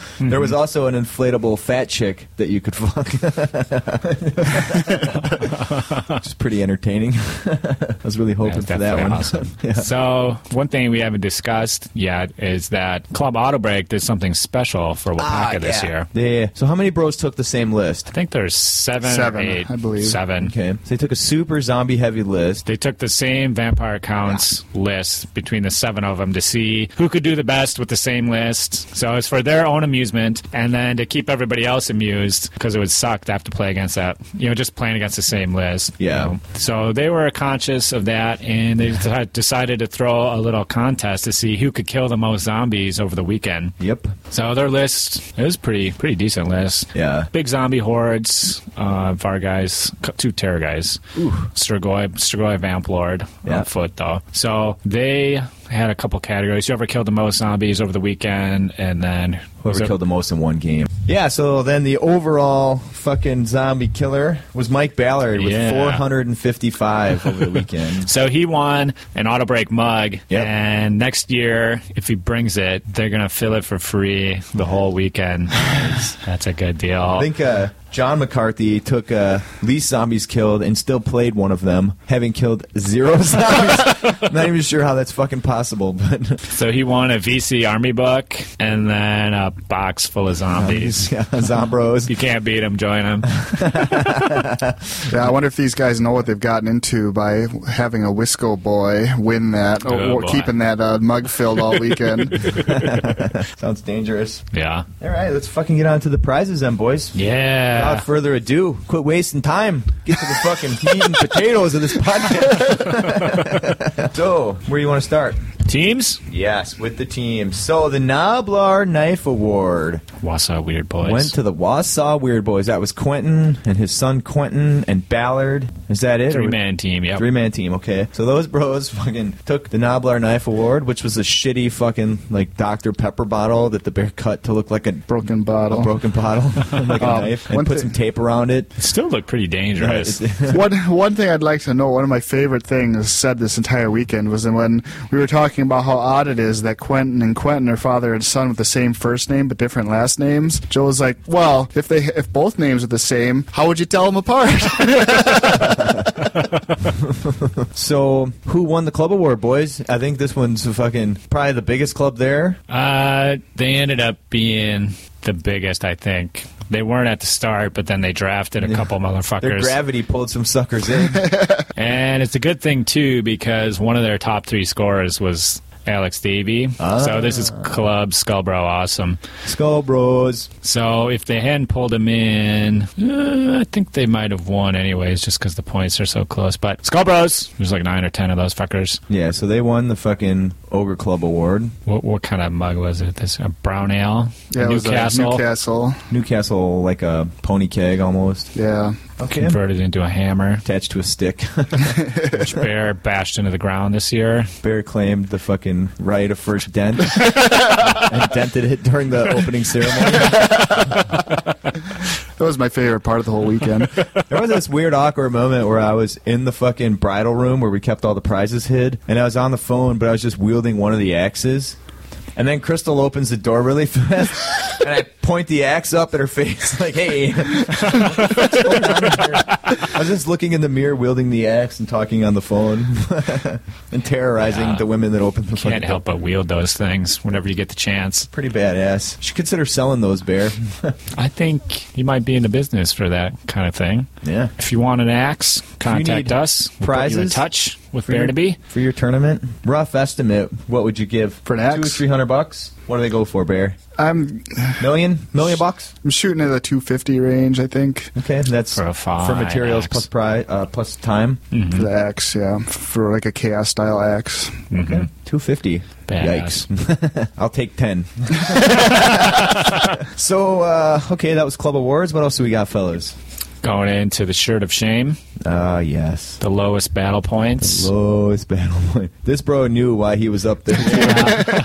Speaker 2: [laughs] There
Speaker 1: Hmm.
Speaker 2: was also an inflatable fat chick that you could fuck. [laughs] Which is pretty entertaining. [laughs] I was really hoping for that
Speaker 1: definitely
Speaker 2: one. [laughs]
Speaker 1: awesome. So one thing we haven't discussed yet is that Club Auto Break did something special for Wapaka this year.
Speaker 2: Ah, Yeah. So how many bros took the same list? I
Speaker 1: think there's seven, or
Speaker 2: Seven,
Speaker 1: eight,
Speaker 2: I believe.
Speaker 1: seven.
Speaker 2: Okay. So they took a super zombie heavy list.
Speaker 1: They took the same vampire counts list between the seven of them to see who could do the best with the same list. So it's for their own amusement, and then to keep everybody else amused because it would suck to have to play against that. You know, just playing against the same list.
Speaker 2: Yeah.
Speaker 1: you know. So Oh, they were conscious of that, and they de- decided to throw a little contest to see who could kill the most zombies over the weekend.
Speaker 2: Yep.
Speaker 1: So their list it was pretty pretty decent list.
Speaker 2: Yeah.
Speaker 1: Big zombie hordes, uh, Var guys, c- two terror guys, Strigoi, Strigoi Vamp Lord, on foot though. So they had a couple categories. Whoever killed the most zombies over the weekend, and then
Speaker 2: Whoever killed the most in one game. Yeah, so then the overall fucking zombie killer was Mike Ballard with
Speaker 1: Yeah.
Speaker 2: 455 over the
Speaker 1: [laughs]
Speaker 2: weekend.
Speaker 1: So he won an auto break mug, and next year, if he brings it, they're gonna fill it for free the whole
Speaker 2: [laughs]
Speaker 1: weekend. That's a good deal.
Speaker 2: I think uh, John McCarthy took uh, least zombies killed and still played one of them, having killed zero [laughs] zombies. [laughs] Not even sure how that's fucking possible, but
Speaker 1: So he won a VC Army book and then a box full of zombies.
Speaker 2: [laughs] Yeah, zombros.
Speaker 1: You can't beat them, join them.
Speaker 2: [laughs]
Speaker 3: Yeah, I wonder if these guys know what they've gotten into by having a Wisco boy win that, or,
Speaker 2: Oh,
Speaker 3: or
Speaker 2: boy.
Speaker 3: keeping that uh, mug filled all weekend.
Speaker 2: [laughs]
Speaker 3: [laughs]
Speaker 2: Sounds dangerous.
Speaker 1: Yeah.
Speaker 2: All right, let's fucking get on to the prizes then, boys.
Speaker 1: Yeah.
Speaker 2: Without further ado, quit wasting time. Get to the fucking
Speaker 1: [laughs]
Speaker 2: meat and potatoes of this podcast. [laughs] so, where do you want to start?
Speaker 1: Teams?
Speaker 2: Yes, with the teams. So, the Noblar Knife Award.
Speaker 1: Wausau Weird Boys.
Speaker 2: Went to the Wausau Weird Boys. That was Quentin and his son Quentin and Ballard. Is that it?
Speaker 1: Three man team, yeah.
Speaker 2: Three man team, okay. So those bros [laughs] fucking took the Noblar Knife Award, which was a shitty fucking like Dr. Pepper bottle that the bear cut to look like a
Speaker 3: broken bottle.
Speaker 2: A broken bottle. [laughs] like a
Speaker 3: Um,
Speaker 2: knife. And
Speaker 3: one
Speaker 2: put
Speaker 3: thi-
Speaker 2: some tape around it.
Speaker 1: Still look pretty dangerous.
Speaker 2: [laughs]
Speaker 3: one one thing I'd like to know, one of my favorite things said this entire weekend was that when we were talking about how odd it is that Quentin and Quentin are father and son with the same first name but different last names. Joe was like, "Well, if they if both names are the same, how would you tell them apart?" [laughs]
Speaker 2: so who won the club award, boys? I think this one's fucking probably the biggest club there.
Speaker 1: Uh, they ended up being the biggest, I think. They weren't at the start, but then they drafted a couple
Speaker 2: Their
Speaker 1: motherfuckers.
Speaker 2: gravity pulled some suckers
Speaker 3: [laughs]
Speaker 2: in.
Speaker 1: and it's a good thing too because one of their top three scorers was Alex Davey. So this is
Speaker 2: Ah.
Speaker 1: Club Skullbro Awesome.
Speaker 2: Skull Bros.
Speaker 1: So if they hadn't pulled him in, uh, I think they might have won anyways, just because the points are so close. But Skull Bros, there's like nine or ten of those fuckers.
Speaker 2: Yeah, so they won the fucking Ogre Club Award.
Speaker 1: What what kind of mug was it? This a brown ale?
Speaker 3: Yeah, it was a
Speaker 1: Newcastle.
Speaker 3: Newcastle.
Speaker 2: Newcastle, like a pony keg almost.
Speaker 3: Yeah,
Speaker 1: Okay. Converted into a hammer. Attached to a [laughs] stick. Which bear bashed into the ground this year.
Speaker 2: Bear claimed the fucking right of first
Speaker 1: [laughs]
Speaker 2: dent and dented it during the opening ceremony.
Speaker 3: [laughs] That was my favorite part of the whole weekend.
Speaker 2: there was this weird awkward moment where I was in the fucking bridal room where we kept all the prizes hid, and I was on the phone, but I was just wielding one of the axes. And then Crystal opens the door really [laughs] fast, [laughs] and I point the axe up at her face, [laughs] like, "Hey!" I was just looking in the mirror, wielding the axe and talking on the phone, [laughs] and terrorizing
Speaker 1: Yeah.
Speaker 2: the women that opened the fucking
Speaker 1: Can't help but wield those things whenever you get the chance.
Speaker 2: Pretty badass. Should consider selling those, Bear.
Speaker 1: [laughs] I think you might be in the business for that kind of thing.
Speaker 2: Yeah.
Speaker 1: If you want an axe,
Speaker 2: need
Speaker 1: contact us. We'll put you in
Speaker 2: prizes
Speaker 1: touch with
Speaker 2: for your-
Speaker 1: Bear to Be.
Speaker 2: for your tournament. Rough estimate. What would you give for an axe? Two, three hundred bucks. What do they go for, Bear?
Speaker 3: I'm
Speaker 2: million million bucks.
Speaker 3: I'm shooting at the 250 range, I think.
Speaker 2: Okay, that's
Speaker 1: for,
Speaker 2: for materials plus pri- uh, plus time.
Speaker 1: Mm-hmm.
Speaker 3: For the axe, yeah, for like a chaos style axe.
Speaker 2: Okay. Mm-hmm. Two fifty. Yikes! [laughs] I'll take
Speaker 1: [laughs]
Speaker 2: ten. so uh, okay, that was club awards. What else do we got, fellas?
Speaker 1: Going into the shirt of shame.
Speaker 2: Ah, yes.
Speaker 1: The lowest battle points.
Speaker 2: Lowest battle point. This bro knew why he was up there.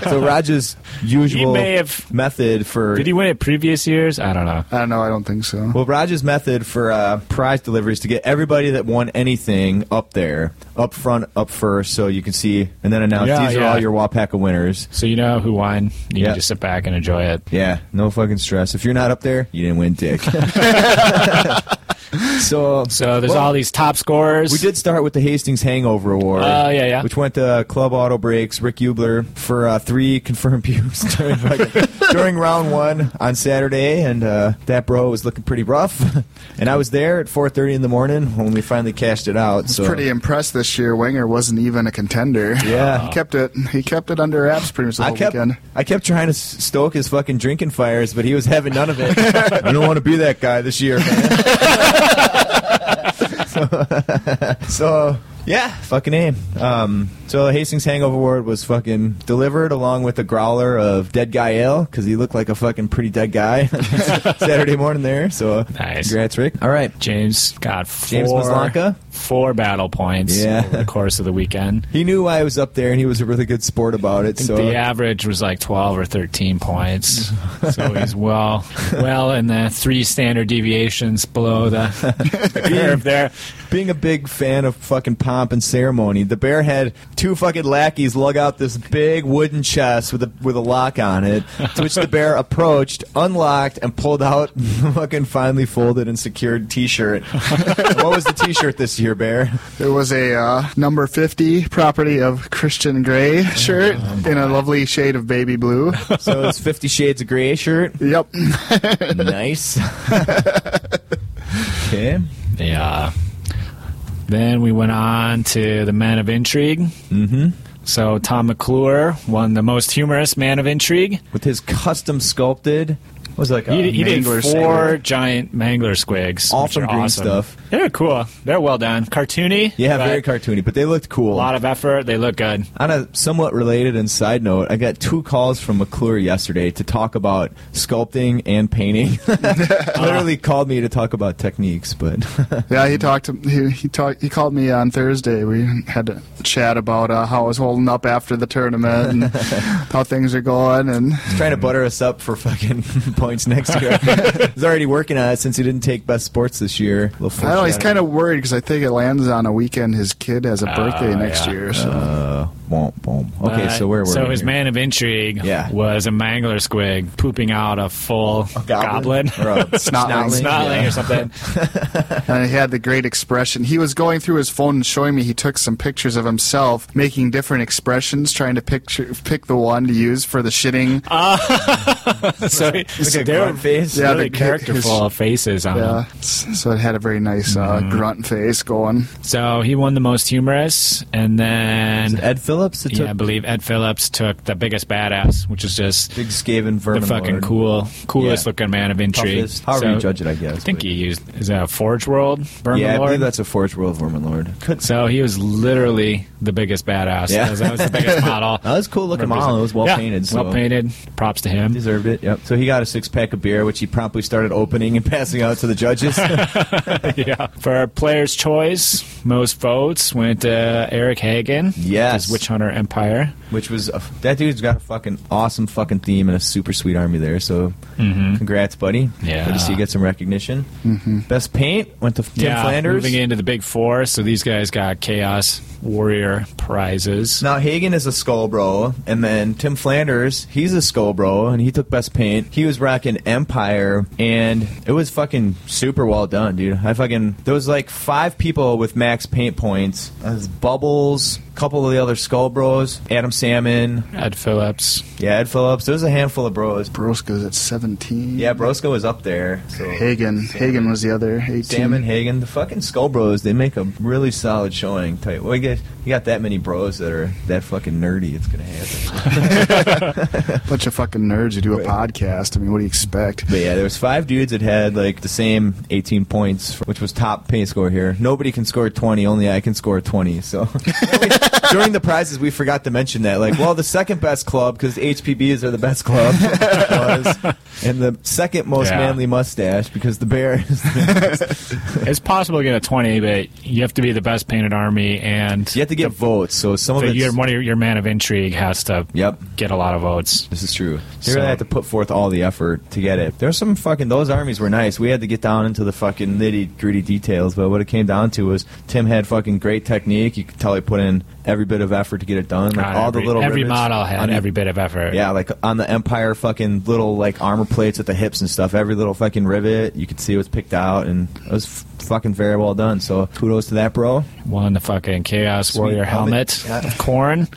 Speaker 1: [laughs]
Speaker 2: so Roger's usual
Speaker 1: He may have-
Speaker 2: method for
Speaker 1: Did he win it previous years? I don't know.
Speaker 3: I don't know. Uh, I don't think so.
Speaker 2: Well, Roger's method for uh, prize delivery is to get everybody that won anything up there, up front, up first, so you can see, and then announce
Speaker 1: Yeah,
Speaker 2: these are
Speaker 1: yeah.
Speaker 2: all your WAPACA winners.
Speaker 1: So you know who won. You
Speaker 2: Yeah.
Speaker 1: can just sit back and enjoy it.
Speaker 2: Yeah, no fucking stress. If you're not up there, you didn't win
Speaker 1: [laughs]
Speaker 2: dick. [laughs] so,
Speaker 1: so there's all these top scorers.
Speaker 2: We did start with the Hastings Hangover Award.
Speaker 1: Oh, yeah, yeah.
Speaker 2: Which went to Club Auto Breaks, Rick Ubler, for uh, three [laughs] confirmed pubes during, during round one on Saturday. And uh, that bro was looking pretty rough. [laughs] And I was there at 4.30 in the morning when we finally cashed it out. So
Speaker 3: Pretty impressed this year. Winger wasn't even a contender.
Speaker 2: Yeah.
Speaker 3: Uh, he kept it. He kept it under wraps pretty much the
Speaker 2: I
Speaker 3: whole
Speaker 2: kept,
Speaker 3: weekend.
Speaker 2: I kept trying to s- stoke his fucking drinking fires, but he was having
Speaker 3: [laughs]
Speaker 2: none of it. I don't want to be that guy this year, man. [laughs] so, yeah, fucking aim. Um, so the Hastings Hangover Award was fucking delivered along with a growler of Dead Guy Ale because he looked like a fucking pretty dead guy [laughs] Saturday morning there. So
Speaker 1: Nice.
Speaker 2: congrats, Rick. All right,
Speaker 1: James got four,
Speaker 2: James Maslanka?
Speaker 1: four battle points
Speaker 2: Yeah.
Speaker 1: [laughs] over the course of the weekend.
Speaker 2: he knew I was up there and he was a really good sport about it.
Speaker 1: I think
Speaker 2: so uh,
Speaker 1: the average was like 12 or 13 points. so he's well well in the three standard deviations below the, the [laughs] curve there.
Speaker 2: Being a big fan of fucking pomp and ceremony, the bear had two fucking lackeys lug out this big wooden chest with a with a lock on it, to which the bear approached, unlocked, and pulled out [laughs] the fucking finely folded and secured T-shirt. [laughs] what was the T-shirt this year, bear?
Speaker 3: There was a uh, number 50 property of Christian Grey shirt
Speaker 2: Oh,
Speaker 3: in a lovely shade of baby
Speaker 2: [laughs]
Speaker 3: blue.
Speaker 2: So it's Fifty Shades of Grey shirt.
Speaker 3: Yep.
Speaker 2: nice. [laughs] okay.
Speaker 1: Yeah. Uh, Then we went on to the Man of Intrigue. Mm-hmm. So Tom McClure won the most humorous Man of Intrigue.
Speaker 2: With his custom sculpted, was like a
Speaker 1: he, he did four
Speaker 2: mangler squid.
Speaker 1: giant mangler squigs,
Speaker 2: All
Speaker 1: which
Speaker 2: from
Speaker 1: are
Speaker 2: green
Speaker 1: awesome.
Speaker 2: stuff.
Speaker 1: They're cool. They're well done, cartoony.
Speaker 2: Yeah,
Speaker 1: but
Speaker 2: very cartoony, but they looked cool.
Speaker 1: a lot of effort. They look good.
Speaker 2: On a somewhat related and side note, I got two calls from McClure yesterday to talk about sculpting and
Speaker 1: [laughs]
Speaker 2: painting. [laughs] Literally called me to talk about techniques, but [laughs]
Speaker 3: Yeah, he talked. He he talked. He called me on Thursday. We had to chat about uh, how I was holding up after the tournament
Speaker 2: [laughs]
Speaker 3: and how things are going. And
Speaker 2: trying to
Speaker 1: Mm.
Speaker 2: butter us up for fucking [laughs] points
Speaker 3: [laughs]
Speaker 2: next year. He's already working on it since he didn't take best sports this year.
Speaker 3: I don't know. He's kind of worried because I think it lands on a weekend. His kid has a birthday next year. So
Speaker 2: Ah, Uh, womp, womp. Okay,
Speaker 1: But-
Speaker 2: so where were
Speaker 1: Uh, so
Speaker 2: we?
Speaker 1: his
Speaker 2: here?
Speaker 1: man of intrigue
Speaker 2: Yeah.
Speaker 1: was a mangler squig pooping out a full
Speaker 2: Oh, goblin?
Speaker 1: goblin,
Speaker 2: Or
Speaker 1: [laughs]
Speaker 2: a snotling,
Speaker 1: Snotling
Speaker 2: yeah.
Speaker 1: or something.
Speaker 3: and he had the great expression. He was going through his phone and showing me he took some pictures of himself making different expressions, trying to picture pick the one to use for the shitting.
Speaker 2: [laughs]
Speaker 1: so he-
Speaker 2: Like a
Speaker 1: Uh, they were
Speaker 2: grunt face?
Speaker 1: really
Speaker 3: Yeah, the kid-
Speaker 1: characterful faces on
Speaker 3: Yeah,
Speaker 1: him. Mm-hmm.
Speaker 3: so it had a very nice uh, grunt face going.
Speaker 1: So he won the most humorous, and then
Speaker 2: Ed Ed Phillips? That
Speaker 1: yeah,
Speaker 2: took-
Speaker 1: I believe Ed Phillips took the biggest badass, which is just
Speaker 2: big scaven
Speaker 1: the fucking
Speaker 2: lord.
Speaker 1: cool, coolest
Speaker 2: Yeah.
Speaker 1: looking man of intrigue.
Speaker 2: Toughest. However you judge it, I guess,
Speaker 1: I think he used is that a Forge World Vermin
Speaker 2: yeah, I
Speaker 1: Lord?
Speaker 2: believe that's a Forge World Vermin Lord.
Speaker 1: so he was literally the biggest badass.
Speaker 2: Yeah.
Speaker 1: That was, that was the biggest model.
Speaker 2: [laughs] That was a cool looking
Speaker 1: Represent-
Speaker 2: model. It was well
Speaker 1: Yeah,
Speaker 2: painted. So.
Speaker 1: Well painted. Props to him.
Speaker 2: Deserved it. Yep. So he got a six pack of beer, which he promptly started opening and passing out to the judges.
Speaker 1: [laughs] yeah. For our player's choice, most votes went to Eric Hagen.
Speaker 2: Yes.
Speaker 1: Witch Hunter Empire.
Speaker 2: which was a, that dude's got a fucking awesome fucking theme and a super sweet army there. So
Speaker 1: Mhm.
Speaker 2: congrats, buddy.
Speaker 1: Yeah.
Speaker 2: Good to see you get some recognition. Best paint went to Tim
Speaker 1: yeah,
Speaker 2: Flanders.
Speaker 1: Moving into the big four, so these guys got Chaos
Speaker 2: [laughs]
Speaker 1: Warrior prizes.
Speaker 2: Now Hagen is a skull bro, and then Tim Flanders, he's a skull bro, and he took best paint. He was rocking Empire, and it was fucking super well done, dude. I fucking there was like five people with max paint points. That was Bubbles, a couple of the other skull bros, Adam Salmon,
Speaker 1: Ed Phillips.
Speaker 2: Yeah, Ed Phillips. There was a handful of bros.
Speaker 3: Broska's at 17.
Speaker 2: Yeah, Brosko was up there. So
Speaker 3: Hagen. Hagen was the other 18.
Speaker 2: Salmon Hagen, the fucking Skull Bros, they make a really solid showing. Tell you, well, you, got, you got that many bros that are that fucking nerdy, it's gonna happen.
Speaker 3: Bunch of fucking nerds who do a podcast. I mean, what do you expect?
Speaker 2: But yeah, there was five dudes that had like the same 18 points, which was top paint score here. Nobody can score 20, only I can score 20. So [laughs] during the prizes, we forgot to mention that. Like, well, the second best club because HPBs are the best club, [laughs] was, and the second most
Speaker 1: Yeah.
Speaker 2: manly mustache because the bear is
Speaker 1: it's possible to get a 20, but you have to be the best painted army, and you
Speaker 2: have to get votes. So some of
Speaker 1: the,
Speaker 2: it's-
Speaker 1: your one of your, your man of intrigue has to
Speaker 2: yep.
Speaker 1: get a lot of votes.
Speaker 2: This is true. They
Speaker 1: So-
Speaker 2: really had to put forth all the effort to get it. There were some fucking those armies were nice. We had to get down into the fucking nitty gritty details, but what it came down to was Tim had fucking great technique. You could tell he put in every bit of effort to get it done. Like
Speaker 1: God,
Speaker 2: all
Speaker 1: every,
Speaker 2: the little
Speaker 1: every
Speaker 2: ribbons
Speaker 1: model had
Speaker 2: on
Speaker 1: every bit of effort.
Speaker 2: Yeah, like on the Empire fucking little like armor plates at the hips and stuff. Every little fucking rivet, you could see it was picked out, and it was f- fucking very well done. So kudos to that, bro.
Speaker 1: Won the fucking Chaos Warrior helmet, of
Speaker 2: [laughs]
Speaker 1: corn.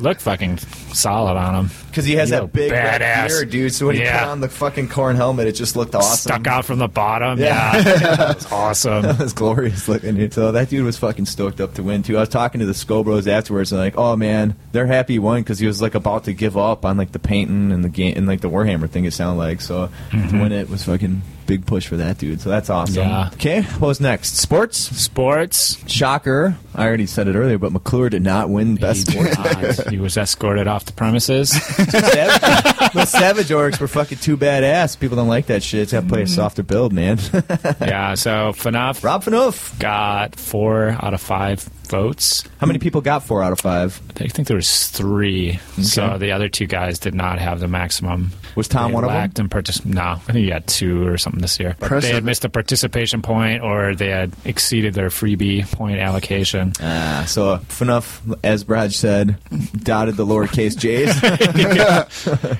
Speaker 1: Looked fucking solid on him.
Speaker 2: Because he has
Speaker 1: He's a
Speaker 2: that big red
Speaker 1: badass
Speaker 2: beard, dude. So when he
Speaker 1: Yeah.
Speaker 2: put on the fucking corn helmet, it just looked awesome.
Speaker 1: Stuck out from the bottom.
Speaker 2: Yeah.
Speaker 1: Yeah. That's awesome.
Speaker 2: That was glorious looking, dude. So that dude was fucking stoked up to win too. I was talking to the Scobros afterwards, and like, oh man, they're happy he won because he was like about to give up on like the painting and the game and like the Warhammer thing. It sounded like so to
Speaker 1: Mhm.
Speaker 2: win it was fucking big push for that dude. So that's awesome.
Speaker 1: Yeah.
Speaker 2: Okay, what was next? Sports.
Speaker 1: Sports.
Speaker 2: Shocker. I already said it earlier, but McClure did not win best sports. [laughs]
Speaker 1: God, he was escorted off the premises.
Speaker 2: the [laughs] Savage Orcs were fucking too badass. People don't like that shit. It's got to play
Speaker 1: Mm-hmm.
Speaker 2: a softer build, man. [laughs]
Speaker 1: yeah, so FNAF.
Speaker 2: Rob FNAF.
Speaker 1: Got four out of five votes.
Speaker 2: How many people got [laughs] four out of five?
Speaker 1: I think there was three. So
Speaker 2: Okay.
Speaker 1: the other two guys did not have the maximum.
Speaker 2: Was Tom
Speaker 1: They
Speaker 2: one of them?
Speaker 1: lacked in partic- no, I think he got two or something this year. But they
Speaker 2: Impressive.
Speaker 1: had missed a participation point or they had exceeded their freebie point allocation.
Speaker 2: Ah, so FNAF, as Brad said, dotted the lowercase
Speaker 1: [laughs]
Speaker 2: j's.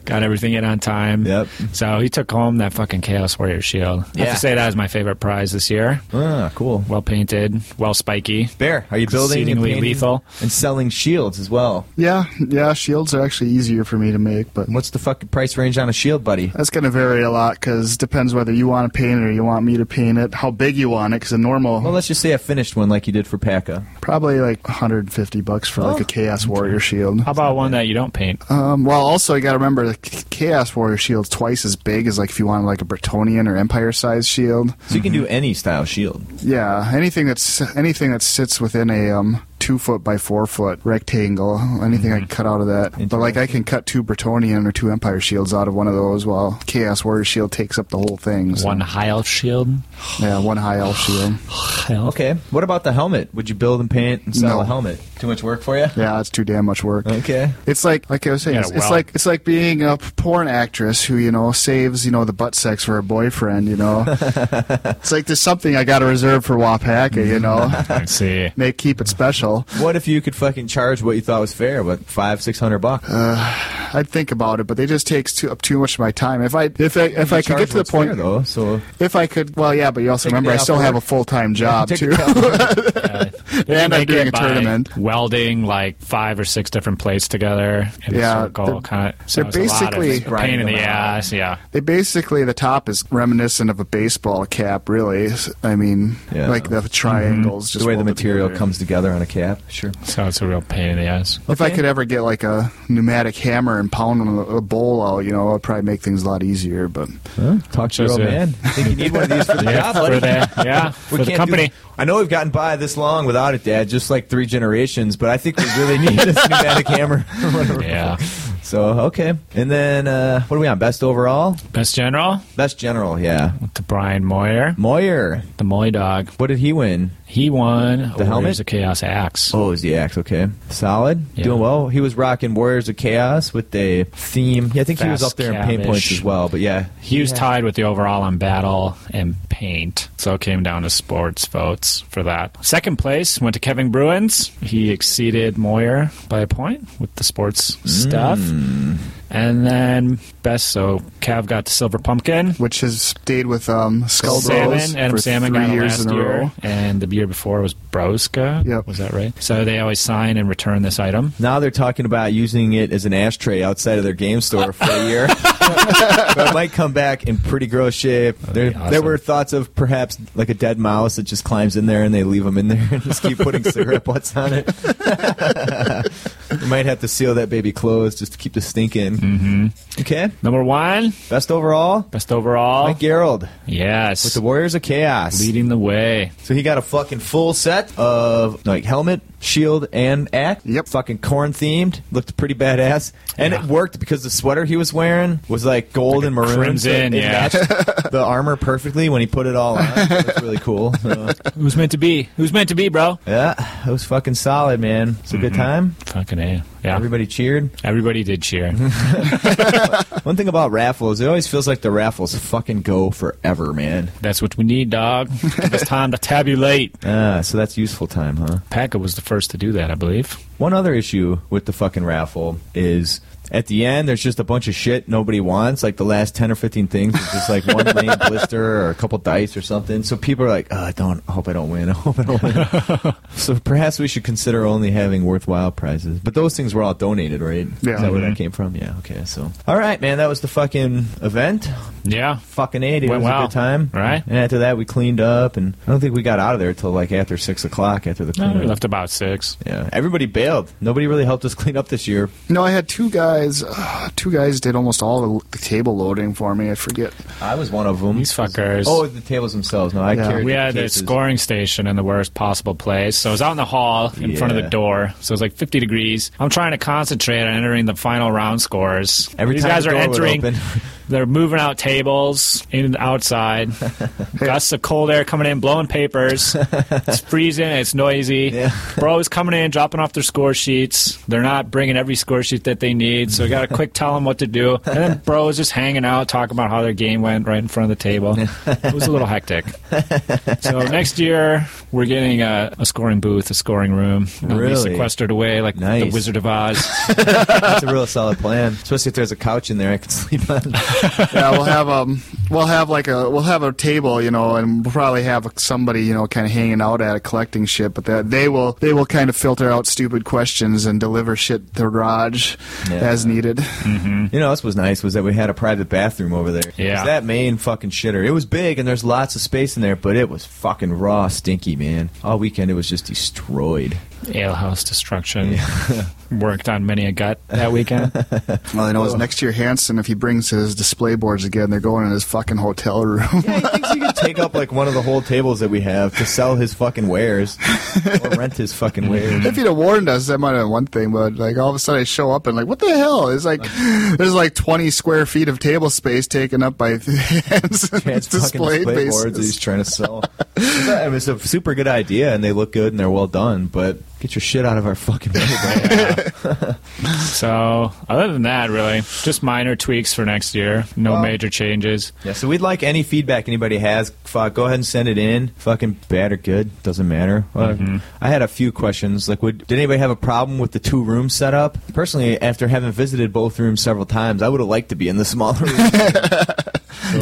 Speaker 1: Got everything in on time.
Speaker 2: Yep.
Speaker 1: So he took home that fucking Chaos Warrior shield. I
Speaker 2: Yeah.
Speaker 1: have to say that was my favorite prize this year.
Speaker 2: Ah, cool.
Speaker 1: Well painted, well spiky.
Speaker 2: Bear, are you building and
Speaker 1: Exceedingly
Speaker 2: painting
Speaker 1: lethal.
Speaker 2: and selling shields as well?
Speaker 3: Yeah, yeah, shields are actually easier for me to make, but
Speaker 2: what's the fucking price range on a shield, buddy?
Speaker 3: That's going to vary a lot cuz depends whether you want to paint it or you want me to paint it, how big you want it cuz a normal
Speaker 2: Well, let's just say a finished one like you did for Paka.
Speaker 3: probably like 150 bucks for like
Speaker 2: Oh.
Speaker 3: a Chaos Warrior shield.
Speaker 1: How about one that you don't paint?
Speaker 3: Um, well, also you got to remember the Ch- Chaos Warrior shield's twice as big as like if you wanted like a Bretonian or Empire size shield.
Speaker 2: So you can do any style shield.
Speaker 3: Yeah, anything that's anything that sits within a um, two foot by four foot rectangle, anything
Speaker 2: Mm-hmm.
Speaker 3: I can cut out of that. But like I can cut two Bretonian or two Empire shields out of one of those, while Chaos Warrior shield takes up the whole thing.
Speaker 1: One high elf shield.
Speaker 3: Yeah, one high elf shield.
Speaker 2: Okay. [sighs] What about the helmet? Would you build and paint and sell
Speaker 3: No.
Speaker 2: a helmet? Too much work for you?
Speaker 3: Yeah, it's too damn much work.
Speaker 2: Okay.
Speaker 3: It's like like I was saying,
Speaker 2: Yeah,
Speaker 3: it's, it's
Speaker 2: well.
Speaker 3: like it's like being a porn actress who you know saves you know the butt sex for her boyfriend. You
Speaker 2: [laughs]
Speaker 3: know, it's like there's something I got to reserve for Wapaka. You know,
Speaker 1: I see.
Speaker 3: [laughs] make keep it special.
Speaker 2: What if you could fucking charge what you thought was fair, what five, six hundred bucks?
Speaker 3: Uh, I'd think about it, but they just takes too up too much of my time. If I if I if I could get to the point
Speaker 2: though, so
Speaker 3: if I could, well, yeah, but you also
Speaker 1: Take a
Speaker 3: remember
Speaker 1: day
Speaker 3: I
Speaker 1: off
Speaker 3: still
Speaker 1: work.
Speaker 3: have a full
Speaker 2: [laughs]
Speaker 3: time job
Speaker 1: Take a
Speaker 3: too.
Speaker 1: day
Speaker 3: and I'm doing a tournament.
Speaker 1: welding like five or six different plates together in
Speaker 3: Yeah,
Speaker 1: a circle.
Speaker 3: they're-
Speaker 1: Kind of, so
Speaker 3: they're
Speaker 1: it's a lot of
Speaker 3: basically-
Speaker 1: pain in
Speaker 3: Grinding
Speaker 1: the
Speaker 3: them out.
Speaker 1: ass. Yeah,
Speaker 3: They basically the top is reminiscent of a baseball cap, really. S- I mean,
Speaker 2: Yeah. Mm-hmm.
Speaker 3: like the triangles. Just
Speaker 2: the way the
Speaker 3: welded
Speaker 2: material
Speaker 3: together.
Speaker 2: comes together on a cap. Sure.
Speaker 1: So it's a real pain in the ass.
Speaker 3: If I could ever get like a pneumatic hammer and pound on a- a bowl out, you know, it would probably make things a lot easier. But
Speaker 2: Talk to your old man. Think you need one of these for the
Speaker 3: Yeah,
Speaker 2: job, buddy?
Speaker 3: for the-
Speaker 2: [laughs]
Speaker 3: yeah, for the
Speaker 2: can't do
Speaker 3: company.
Speaker 2: th- I know we've gotten by this long without it, Dad, just like three generations, but I think we really need this pneumatic hammer. [laughs] or whatever.
Speaker 1: Yeah.
Speaker 2: So, okay. And then, uh, what are we on? Best overall?
Speaker 1: Best general?
Speaker 2: Best general, yeah.
Speaker 1: to Brian Moyer.
Speaker 2: Moyer.
Speaker 1: The Moy dog.
Speaker 2: What did he win?
Speaker 1: He won
Speaker 2: The
Speaker 1: Warriors
Speaker 2: helmet?
Speaker 1: of Chaos axe.
Speaker 2: Oh, it was the axe, okay. Solid. Doing well. He was rocking Warriors of Chaos with the theme. Yeah, I think he was
Speaker 1: Fast
Speaker 2: up there in pain points
Speaker 1: Cavish.
Speaker 2: as well, but yeah.
Speaker 1: He was
Speaker 2: Yeah.
Speaker 1: tied with the overall on battle and paint, so it came down to sports votes for that. Second place went to Kevin Bruins. He exceeded Moyer by a point with the sports stuff.
Speaker 3: Hmm.
Speaker 1: And then best, so Cav got the silver pumpkin,
Speaker 3: which has stayed with um, Skull Bros
Speaker 1: Salmon. Adam
Speaker 3: for
Speaker 1: Salmon
Speaker 3: three
Speaker 1: got it
Speaker 3: years
Speaker 1: last
Speaker 3: in a
Speaker 1: year,
Speaker 3: row.
Speaker 1: and the year before was Broska. Yep. was that right? So they always sign and return this item.
Speaker 2: Now they're talking about using it as an ashtray outside of their game store for a year. but it might come back in pretty gross shape. There, there
Speaker 1: awesome.
Speaker 2: were thoughts of perhaps like a dead mouse that just climbs in there and they leave them in there and just
Speaker 11: [laughs]
Speaker 2: keep putting cigarette butts on it. you might have to seal that baby closed just to keep the stink in. Mm-hmm. Okay.
Speaker 1: Number one.
Speaker 2: Best overall.
Speaker 1: Best overall.
Speaker 2: Mike Gerald.
Speaker 1: Yes.
Speaker 2: With the Warriors of Chaos.
Speaker 1: Leading the way.
Speaker 2: So he got a fucking full set of like helmet, shield, and axe. Yep. Fucking corn themed. Looked pretty badass. And it worked because the sweater he was wearing was like gold and maroon. so
Speaker 1: crimson,
Speaker 2: it
Speaker 1: yeah. [laughs]
Speaker 2: matched the armor perfectly when he put it all on. That's really cool. So,
Speaker 1: It was meant to be. Who's meant to be, bro? Mm-hmm.
Speaker 2: yeah, it was fucking solid, man. It's a good time.
Speaker 1: Fucking A. Yeah.
Speaker 2: Everybody cheered.
Speaker 1: Everybody did cheer. [laughs]
Speaker 2: One thing about raffles, it always feels like the raffles fucking go forever, man.
Speaker 1: That's what we need, dog. it's time to tabulate.
Speaker 2: [laughs] Ah, so that's useful time, huh?
Speaker 1: Packer was the first to do that, I believe.
Speaker 2: One other issue with the fucking raffle is at the end there's just a bunch of shit nobody wants. Like the last ten or fifteen things is just like one
Speaker 1: [laughs]
Speaker 2: lame blister or a couple dice or something. So people are like, oh, I don't I hope I don't win. I hope I
Speaker 1: [laughs]
Speaker 2: don't win. so perhaps we should consider only having worthwhile prizes. But those things were all donated, right?
Speaker 3: Yeah.
Speaker 2: Is that where that
Speaker 1: Mhm.
Speaker 2: came from? Yeah. Okay. So all right, man, that was the fucking event.
Speaker 1: Yeah.
Speaker 2: Fucking eighty. It
Speaker 1: Went
Speaker 2: was a
Speaker 1: well,
Speaker 2: good time.
Speaker 1: right?
Speaker 2: And after that, we cleaned up, and I don't think we got out of there till like after six o'clock after the
Speaker 1: No,
Speaker 2: cleanup.
Speaker 1: we left about six.
Speaker 2: Yeah, everybody bailed. Nobody really helped us [laughs] clean up this year.
Speaker 3: No, I had two guys. Uh, two guys did almost all the, the table loading for me. I forget.
Speaker 2: I was one of them.
Speaker 1: These fuckers.
Speaker 2: Oh, the tables themselves. No, I
Speaker 3: Yeah.
Speaker 2: carried.
Speaker 1: we
Speaker 2: the
Speaker 1: had the
Speaker 2: cases.
Speaker 1: scoring station in the worst possible place. So it was out in the hall in front of
Speaker 2: Yeah.
Speaker 1: the door. So it was like 50 degrees. I'm trying to concentrate on entering the final round scores.
Speaker 2: Every
Speaker 1: These
Speaker 2: time
Speaker 1: guys
Speaker 2: the
Speaker 1: are
Speaker 2: door would
Speaker 1: entering.
Speaker 2: open.
Speaker 1: [laughs] They're moving out tables in and
Speaker 2: [laughs]
Speaker 1: outside. Gusts of cold air coming in, blowing papers. It's freezing. It's noisy. Bros coming in, dropping off their score sheets. They're not bringing every score sheet that they need. So we got to quick tell them what to do. And then bros just hanging out, talking about how their game went right in front of the table. It was a little hectic.
Speaker 2: [laughs]
Speaker 1: So next year we're getting a, a scoring booth, a scoring room. It'll be
Speaker 2: Really?
Speaker 1: sequestered away like the
Speaker 2: Nice.
Speaker 1: Wizard of
Speaker 2: [laughs]
Speaker 1: Oz.
Speaker 2: That's a real solid plan. Especially if there's a couch in there, I could [laughs] sleep on.
Speaker 3: yeah, we'll have um, we'll have like a we'll have a table, you know, and we'll probably have somebody, you know, kind of hanging out at it, collecting shit. But that they will they will kind of filter out stupid questions and deliver shit to Raj
Speaker 2: Yeah.
Speaker 3: as needed.
Speaker 2: You know, this was nice was that we had a private bathroom over there.
Speaker 1: Mm-hmm. Yeah.
Speaker 2: 'Cause That main fucking shitter. It was big and there's lots of space in there, but it was fucking raw, stinky, man. All weekend it was just destroyed.
Speaker 1: Alehouse destruction.
Speaker 2: [laughs]
Speaker 1: Worked on many a gut that weekend.
Speaker 3: Well, I know is next year Hanson, if he brings his display boards again, they're going in his fucking hotel room.
Speaker 2: Yeah, he thinks he could take up like one of the whole tables that we have to sell his fucking wares or rent his fucking wares.
Speaker 3: If he'd have warned us, that might have been one thing. But like all of a sudden, I show up and like, what the hell? It's like there's like 20 square feet of table space taken up by [laughs] hands
Speaker 2: It's fucking
Speaker 3: display
Speaker 2: display boards that he's
Speaker 3: bases.
Speaker 2: [laughs] trying to sell. It's a- it was a super good idea, and they look good and they're well done. But Get your shit out of our fucking way, bro.
Speaker 1: so other than that, really, just minor tweaks for next year. No
Speaker 2: Well-
Speaker 1: major changes.
Speaker 2: Yeah, so we'd like any feedback anybody has. Fuck, go ahead and send it in. Fucking bad or good, doesn't matter. Well, I had a few questions. Like, would did anybody have a problem with the two room setup? Personally, after having visited both rooms several times, I would have liked to be in the smaller room.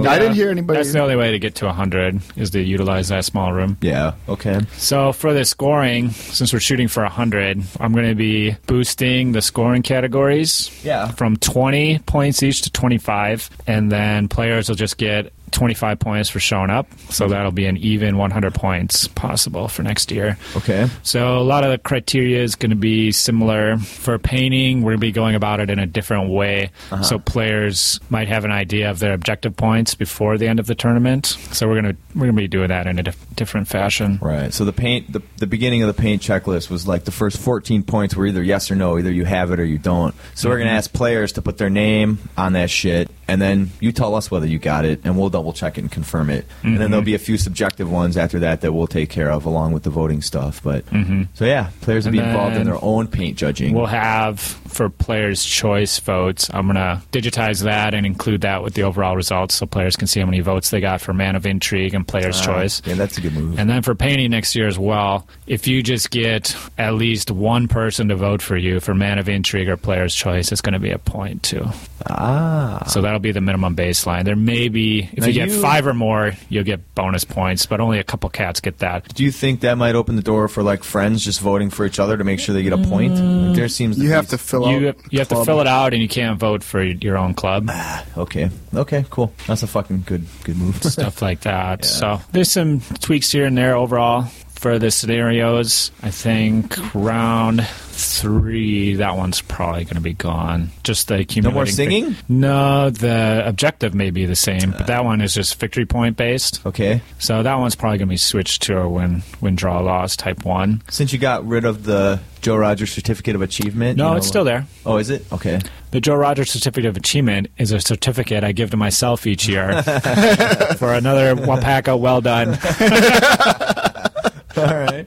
Speaker 3: I didn't hear anybody.
Speaker 1: That's the only way to get to 100 is to utilize that small room.
Speaker 2: Yeah. Okay.
Speaker 1: So for the scoring, since we're shooting for 100, I'm going to be boosting the scoring categories.
Speaker 2: Yeah.
Speaker 1: From 20 points each to 25, and then players will just get 25 points for showing up. So
Speaker 2: Mm-hmm.
Speaker 1: that'll be an even 100 points possible for next year.
Speaker 2: [laughs] Okay.
Speaker 1: So a lot of the criteria is going to be similar for painting. We're going to be going about it in a different way.
Speaker 2: Uh-huh.
Speaker 1: So players might have an idea of their objective points before the end of the tournament. So we're going to we're going to be doing that in a diff- different fashion.
Speaker 2: Right. So the paint, the, the beginning of the paint checklist was like the first 14 points were either yes or no, either you have it or you don't. So we're going
Speaker 1: Mm-hmm.
Speaker 2: to ask players to put their name on that shit, and then you tell us whether you got it, and we'll double check it and confirm it. And
Speaker 1: Mhm.
Speaker 2: then there'll be a few subjective ones after that that we'll take care of along with the voting stuff. But
Speaker 1: Mhm.
Speaker 2: so yeah, players will be
Speaker 1: And
Speaker 2: involved in
Speaker 1: then-
Speaker 2: their own paint judging.
Speaker 1: We'll have for players' choice votes. I'm going to digitize that and include that with the overall results so players can see how many votes they got for Man of Intrigue and Player's
Speaker 2: Ah,
Speaker 1: Choice.
Speaker 2: Yeah, that's a good move.
Speaker 1: And then for painting next year as well, if you just get at least one person to vote for you for Man of Intrigue or Player's Choice, it's going to be a point too.
Speaker 2: Ah.
Speaker 1: So that'll be the minimum baseline. There may be, if
Speaker 2: Now
Speaker 1: you get
Speaker 2: you-
Speaker 1: five or more, you'll get bonus points, but only a couple cats get that.
Speaker 2: Do you think that might open the door for like friends just voting for each other to make sure they get a point? Like, there seems to
Speaker 1: You
Speaker 2: be
Speaker 1: have
Speaker 3: to fill
Speaker 1: you,
Speaker 3: out
Speaker 1: you have to
Speaker 3: club.
Speaker 1: fill it out and you can't vote for your own club.
Speaker 2: okay. Okay, cool. That's a fucking good good
Speaker 1: [laughs]
Speaker 2: move.
Speaker 1: Stuff like that. So there's some tweaks here and there overall for the scenarios. I think round three, that one's probably going to be gone. Just the
Speaker 2: No more
Speaker 1: accumulating
Speaker 2: singing.
Speaker 1: No, the objective may be the same, but that one is just victory point based.
Speaker 2: Okay.
Speaker 1: So that one's probably going to be switched to a win, win, draw, loss type one.
Speaker 2: Since you got rid of the Joe Rogers Certificate of Achievement,
Speaker 1: No,
Speaker 2: you know,
Speaker 1: it's still there.
Speaker 2: Oh, is it? Okay.
Speaker 1: The Joe Rogers Certificate of Achievement is a certificate I give to myself
Speaker 2: Uh-huh.
Speaker 1: each year [laughs] for another Wapaka well done. [laughs]
Speaker 2: [laughs] All right.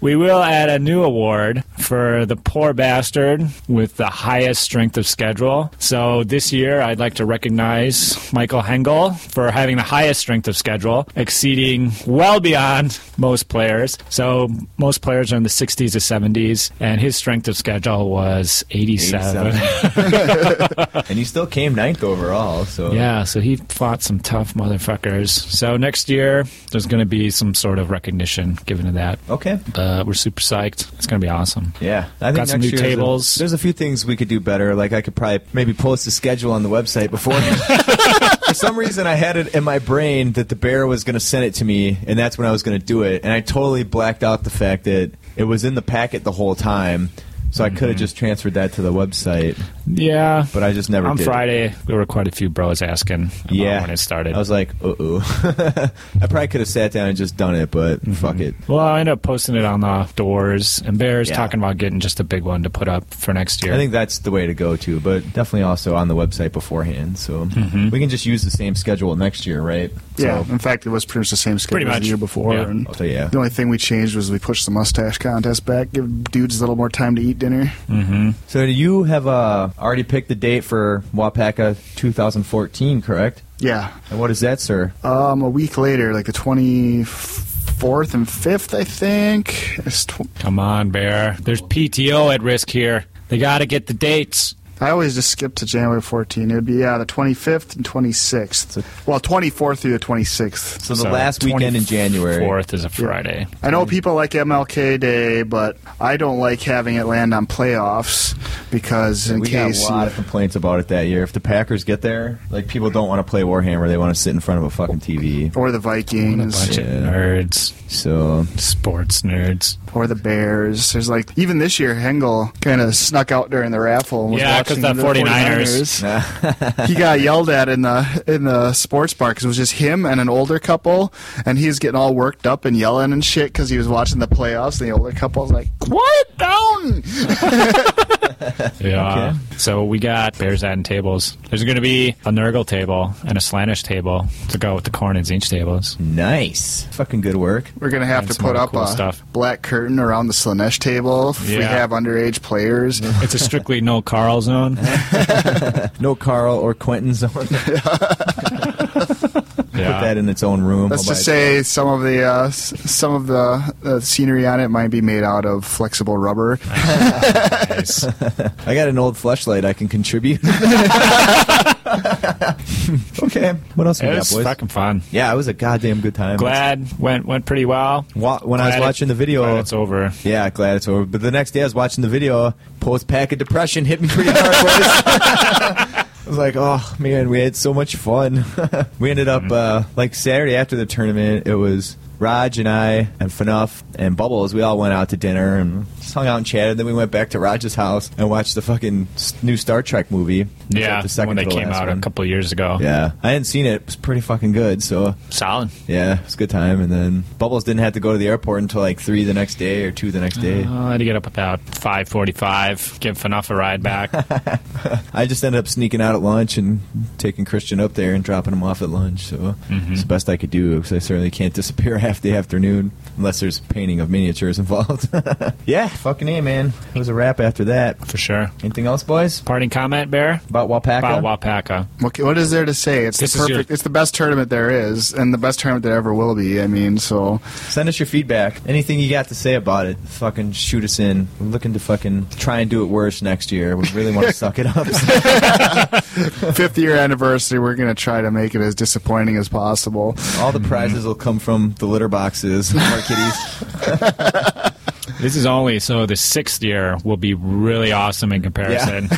Speaker 1: we will add a new award for the poor bastard with the highest strength of schedule. So this year, I'd like to recognize Michael Hengel for having the highest strength of schedule, exceeding well beyond most players. So most players are in the 60s to 70s, and his strength of schedule was 87. [laughs]
Speaker 2: 87. and you still came ninth overall. So
Speaker 1: Yeah, so he fought some tough motherfuckers. So next year, there's going to be some sort of recognition given to that.
Speaker 2: Okay.
Speaker 1: Uh, we're super psyched. It's going to be awesome.
Speaker 2: Yeah, I think
Speaker 1: Got some
Speaker 2: next
Speaker 1: new
Speaker 2: year there's a-
Speaker 1: tables.
Speaker 2: There's a, few things we could do better. Like I could probably maybe post the schedule on the
Speaker 1: [laughs]
Speaker 2: website before. For some reason, I had it in my brain that the bear was going to send it to me, and that's when I was going to do it. And I totally blacked out the fact that it was in the packet the whole time. So I could have just transferred that to the website.
Speaker 1: Mm-hmm. Yeah.
Speaker 2: But I just never
Speaker 1: On
Speaker 2: did.
Speaker 1: Friday, there were quite a few bros asking about
Speaker 2: Yeah.
Speaker 1: when it started.
Speaker 2: I was like, uh oh. [laughs] I probably could have sat down and just done it, but
Speaker 1: Mm-hmm.
Speaker 2: fuck it.
Speaker 1: well, I ended up posting it on the doors, and Bear's
Speaker 2: Yeah.
Speaker 1: talking about getting just a big one to put up for next year.
Speaker 2: I think that's the way to go too, but definitely also on the website beforehand. So we can just use the same schedule next year, right?
Speaker 3: Yeah,
Speaker 2: So,
Speaker 3: in fact, it was pretty much the same schedule
Speaker 2: Pretty
Speaker 3: as
Speaker 2: much.
Speaker 3: the year before.
Speaker 2: Yeah.
Speaker 3: And
Speaker 2: So, yeah.
Speaker 3: The only thing we changed was we pushed the mustache contest back, give dudes a little more time to eat dinner.
Speaker 2: Mm-hmm. So do you have uh, already picked the date for Wapaka 2014, correct?
Speaker 3: Yeah.
Speaker 2: And what is that, sir?
Speaker 3: Um, a week later, like the twenty fourth and fifth, I think. It's tw-
Speaker 1: Come on, Bear. There's PTO at risk here. They got to get the dates.
Speaker 3: I always just skip to January 14. It would be yeah, the 25th and 26th. Well, 24th through the 26th.
Speaker 2: So the last weekend in January.
Speaker 1: Fourth is a uh, Friday.
Speaker 3: I
Speaker 2: Um,
Speaker 3: know people like MLK Day, but I don't like having it land on playoffs because in
Speaker 2: we
Speaker 3: case
Speaker 2: got a lot of complaints about it that year. If the Packers get there, like people don't want to play Warhammer; they want to sit in front of a fucking TV.
Speaker 3: Or the Vikings. What a bunch of
Speaker 1: nerds.
Speaker 2: So
Speaker 1: sports nerds
Speaker 3: or the Bears. There's like even this year, Hengel kind of snuck out during the raffle. And was
Speaker 1: Yeah,
Speaker 3: watching watching the
Speaker 1: that 49ers.
Speaker 2: [laughs]
Speaker 3: [laughs] 49ers. he got yelled at in the in the sports bar because it was just him and an older couple, and he was getting all worked up and yelling and shit because he was watching the playoffs. And the older couple was like, "Quiet down." [laughs]
Speaker 1: Yeah. So we got Bears adding tables. There's going to be a Nurgle table and a Slanish table to go with the corn and zinch tables.
Speaker 2: Nice. Fucking good work.
Speaker 3: We're gonna have
Speaker 1: And
Speaker 3: to
Speaker 1: some
Speaker 3: put
Speaker 1: other
Speaker 3: up
Speaker 1: cool
Speaker 3: a
Speaker 1: stuff.
Speaker 3: black curtain around the Slanesh table if we
Speaker 1: Yeah.
Speaker 3: have underage players.
Speaker 1: [laughs] It's a strictly no Carl zone.
Speaker 2: [laughs] no Carl or Quentin zone. Put that in its own
Speaker 3: [laughs]
Speaker 2: room.
Speaker 3: Let's
Speaker 2: all by
Speaker 3: just say some of the uh, s- some of the uh, scenery on it might be made out of flexible
Speaker 1: [laughs]
Speaker 3: rubber.
Speaker 2: [laughs] I got an old flashlight I can contribute. okay. What else we
Speaker 1: It
Speaker 2: got,
Speaker 1: was
Speaker 2: boys?
Speaker 1: fucking fun.
Speaker 2: Yeah, it was a goddamn good time.
Speaker 1: Glad went went pretty well.
Speaker 2: Wa- when I was
Speaker 1: Glad it-
Speaker 2: watching the video,
Speaker 1: glad it's over.
Speaker 2: Yeah, glad it's over. But the next day, I was watching the video. Post packet depression hit me pretty hard. boys. [laughs] I was like, oh man, we had so much fun. [laughs] we ended up
Speaker 1: Mm-hmm.
Speaker 2: uh, like Saturday after the tournament. It was Raj and I and Fanuff and Bubbles. We all went out to dinner and just hung out and chatted. Then we went back to Raj's house and watched the fucking s- new Star Trek movie.
Speaker 1: Yeah,
Speaker 2: the second
Speaker 1: when they
Speaker 2: to the
Speaker 1: came
Speaker 2: last
Speaker 1: out
Speaker 2: one.
Speaker 1: a couple years ago.
Speaker 2: Yeah, I hadn't seen it. It was pretty fucking good. So
Speaker 1: solid.
Speaker 2: Yeah, it was a good time. And then Bubbles didn't have to go to the airport until like three the next day or two the next day.
Speaker 1: Uh, I had to get up about 5:45, give Fanuff a ride back.
Speaker 2: I just ended up sneaking out at lunch and taking Christian up there and dropping him off at lunch. So it's the best I could do because I certainly can't disappear [laughs] half the afternoon unless there's painting of miniatures involved. [laughs] yeah, fucking a man. It was a wrap after that
Speaker 1: for sure.
Speaker 2: Anything else, boys?
Speaker 1: Parting comment, Bear
Speaker 2: about Wapaka.
Speaker 1: About Wapaka.
Speaker 3: What, what is there to say? It's
Speaker 1: This
Speaker 3: the
Speaker 1: is your-
Speaker 3: perfect. It's the best tournament there is, and the best tournament there ever will be. I mean, so
Speaker 2: Send us your feedback. Anything you got to say about it, fucking shoot us in. We're looking to fucking try and do it worse next year. We really want to suck it up.
Speaker 3: 50 year anniversary, we're gonna try to make it as disappointing as possible.
Speaker 2: All the prizes will come from the litter boxes [laughs] of our kitties.
Speaker 1: This is only so the sixth year will be really awesome in comparison.
Speaker 2: [laughs]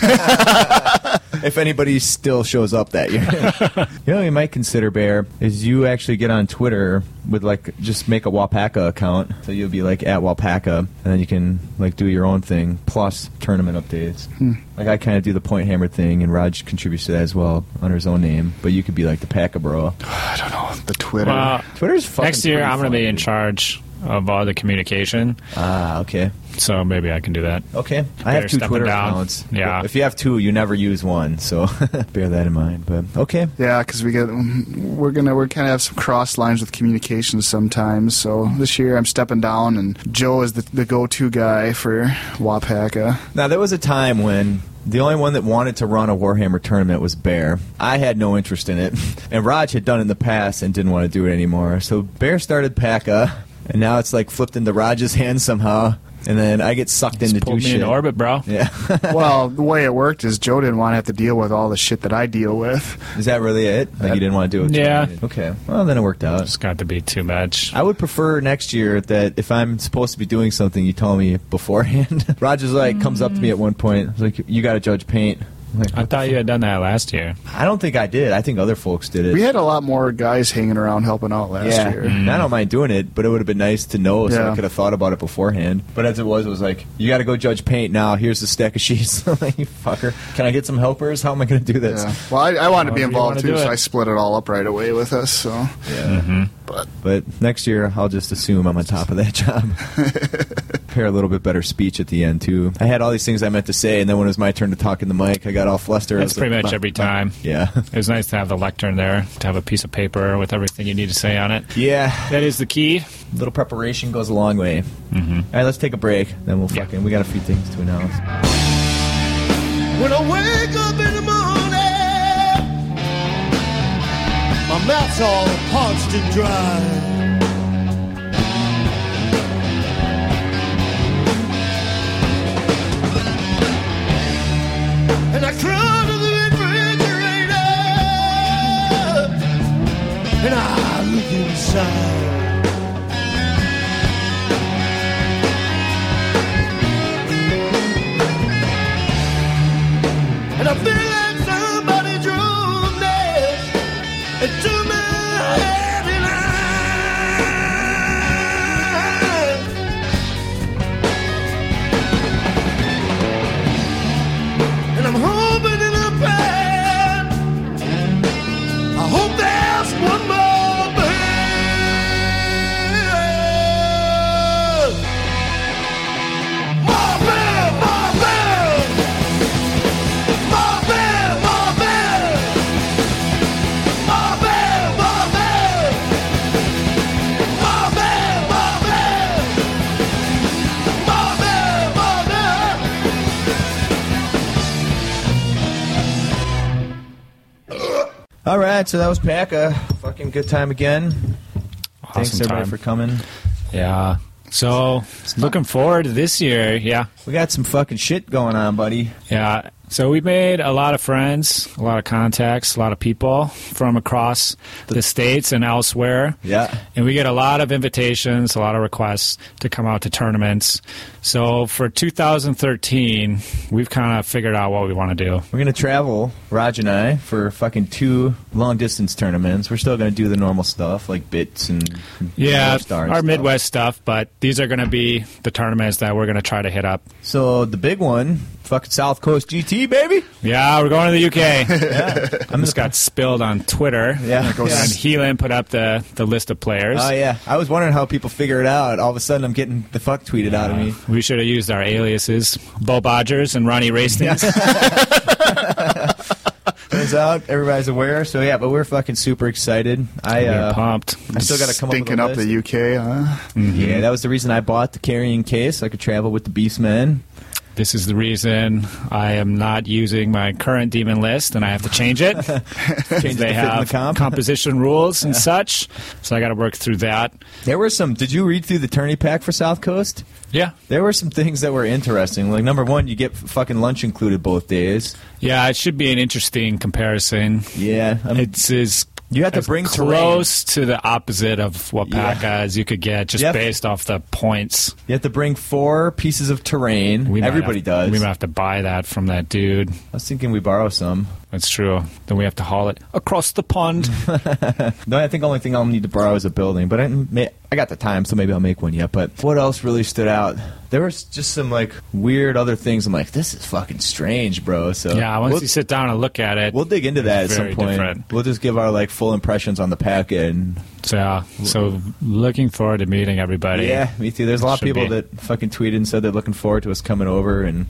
Speaker 1: [laughs]
Speaker 2: if anybody still shows up
Speaker 1: [laughs]
Speaker 2: that year. [laughs] you know what you might consider, Bear, is you actually get on Twitter with like just make a Wapaka account. So you'll be like at Wapaka and then you can like do your own thing plus tournament updates.
Speaker 3: Hmm.
Speaker 2: Like I kind of do the point hammer thing and Raj contributes to that as well under his own name, but you could be like the
Speaker 3: [sighs]
Speaker 2: Paka bro. I
Speaker 3: don't know, the Twitter.
Speaker 1: Well,
Speaker 2: Twitter's fucking
Speaker 1: next year.
Speaker 2: pretty
Speaker 1: I'm going to
Speaker 2: fun,
Speaker 1: be in
Speaker 2: dude.
Speaker 1: charge of all the communication.
Speaker 2: Ah, okay.
Speaker 1: So maybe I can do that.
Speaker 2: Okay. I
Speaker 1: Better
Speaker 2: have two
Speaker 1: step it
Speaker 2: Twitter
Speaker 1: down.
Speaker 2: accounts.
Speaker 1: Yeah.
Speaker 2: If you have two, you never use one, so [laughs] bear that in mind. But okay.
Speaker 3: Yeah, because we get we're gonna we're kind of have some cross lines with communications sometimes. So this year I'm stepping down, and Joe is the, the go to guy for Wapaka.
Speaker 2: Now there was a time when the only one that wanted to run a Warhammer tournament was Bear. I had no interest in it, [laughs] and Raj had done it in the past and didn't want to do it anymore. So Bear started Paka, and now it's like flipped into Raj's [laughs] hands somehow, and then I get sucked into
Speaker 1: pulled me
Speaker 2: do shit.
Speaker 1: into
Speaker 2: [laughs]
Speaker 1: orbit, bro.
Speaker 2: Yeah,
Speaker 3: well, the way it worked is Joe didn't want to have to deal with all the shit that I deal with.
Speaker 2: is that really it? Like you didn't want to do it?
Speaker 1: Yeah.
Speaker 2: Okay. Well, then it worked out.
Speaker 1: Just got to be too much.
Speaker 2: I would prefer next year that if I'm supposed to be doing something, you tell me beforehand. [laughs] Rogers like comes up to me at one point, he's like, "You got to judge paint." I'm like,
Speaker 1: I thought you had done that last year.
Speaker 2: I don't think I did. I think other folks did it.
Speaker 3: We had a lot more guys hanging around helping out last
Speaker 2: yeah, Mm-hmm.
Speaker 3: year.
Speaker 2: And I don't mind doing it, but it would have been nice to know so I
Speaker 3: Yeah.
Speaker 2: could have thought about it beforehand. But as it was, it was like, "You got to go judge paint now. Here's the stack of sheets." [laughs] I'm like, you fucker. Can I get some helpers? How am I going to do this?
Speaker 3: Yeah. Well, I, I wanted to be
Speaker 2: However Oh, you
Speaker 3: involved
Speaker 2: wanna
Speaker 3: too,
Speaker 2: do
Speaker 3: so
Speaker 2: it.
Speaker 3: I split it all up right away with us. So
Speaker 2: Yeah.
Speaker 3: But
Speaker 2: Mm-hmm. but next year I'll just assume I'm on top of that [laughs] job. Prepare a little bit better speech at the end too. I had all these things I meant to say, and then when it was my turn to talk in the mic, I got all flustered. I
Speaker 1: That's
Speaker 2: was
Speaker 1: pretty
Speaker 2: like,
Speaker 1: much
Speaker 2: "Bah,
Speaker 1: every
Speaker 2: bah."
Speaker 1: time.
Speaker 2: Yeah.
Speaker 1: It was nice to have the lectern there, to have a piece of paper with everything you need to say on it.
Speaker 2: Yeah,
Speaker 1: that is the key.
Speaker 2: Little preparation goes a long way. Mm-hmm. All right, let's take a break. Then we'll fucking we got a few things to announce.
Speaker 11: When I wake up in the morning, my mouth's all parched and dry. And I crawl to the refrigerator, and I look inside. And I feel like somebody drove nails into my head and I. And I'm home.
Speaker 2: right, so that was Packa. Fucking good time again. Thanks everybody
Speaker 1: time.
Speaker 2: for coming.
Speaker 1: Yeah. So looking forward to this year. Yeah.
Speaker 2: We got some fucking shit going on, buddy.
Speaker 1: Yeah. So we made a lot of friends, a lot of contacts, a lot of people from across the states and elsewhere.
Speaker 2: Yeah.
Speaker 1: And we get a lot of invitations, a lot of requests to come out to tournaments. So for 2013, we've kind of figured out what we want to do.
Speaker 2: We're gonna travel, Raj and I, for fucking two long distance tournaments. We're still gonna do the normal stuff like bits and
Speaker 1: Yeah,
Speaker 2: North Star
Speaker 1: our
Speaker 2: and stuff.
Speaker 1: Midwest stuff, but these are going to be the tournaments that we're going to try to hit up.
Speaker 2: So the big one, fucking South Coast GT, baby.
Speaker 1: Yeah, we're going to the
Speaker 2: [laughs]
Speaker 1: UK. I just got spilled on Twitter.
Speaker 2: Yeah.
Speaker 1: and Helan put up the, the list of players.
Speaker 2: Oh yeah, I was wondering how people figure it out. All of a sudden, I'm getting the fuck tweeted out of me.
Speaker 1: Uh, We should have used our aliases, Bo Bodgers and Ronnie [laughs] Racings.
Speaker 2: Turns out everybody's aware. So yeah, but we're fucking super excited. I
Speaker 1: We're
Speaker 2: uh,
Speaker 1: pumped. Mm-hmm.
Speaker 2: I still got to come
Speaker 3: Stinking
Speaker 2: up
Speaker 3: up
Speaker 2: with a list.
Speaker 3: the UK, huh?
Speaker 2: Yeah, that was the reason I bought the carrying case. I could travel with the Beastmen.
Speaker 1: This is the reason I am not using my current demon list, and I have to change it.
Speaker 2: [laughs] Change
Speaker 1: they
Speaker 2: the
Speaker 1: have composition rules and such, so I got to work through that.
Speaker 2: There were some. Did you read through the tourney pack for South Coast?
Speaker 1: Yeah.
Speaker 2: There were some things that were interesting. Like number one, you get f- fucking lunch included both days.
Speaker 1: Yeah, it should be an interesting comparison.
Speaker 2: Yeah, um,
Speaker 1: it's as
Speaker 2: you have to bring terrain.
Speaker 1: close to the opposite of what Paca as you could get just
Speaker 2: Yep.
Speaker 1: based off the points.
Speaker 2: You have to bring four pieces of terrain.
Speaker 1: We might
Speaker 2: Everybody
Speaker 1: have-
Speaker 2: does.
Speaker 1: We might have to buy that from that dude. I
Speaker 2: was thinking we borrow some.
Speaker 1: That's true. Then we have to haul it across the pond.
Speaker 2: [laughs] No, I think the only thing I'll need to borrow is a building, but I, didn't ma- I got the time, so maybe I'll make one yet. But what else really stood out? There was just some like weird other things. I'm like, this is fucking strange, bro. So
Speaker 1: yeah, once
Speaker 2: we'll,
Speaker 1: you sit down and look at it,
Speaker 2: we'll dig into that at some
Speaker 1: very
Speaker 2: point.
Speaker 1: different.
Speaker 2: We'll just give our like full impressions on the pack and
Speaker 1: So, yeah, so looking forward to meeting everybody.
Speaker 2: yeah, me too. There's a lot of
Speaker 1: Should
Speaker 2: people
Speaker 1: be.
Speaker 2: that fucking tweeted and said they're looking forward to us coming over and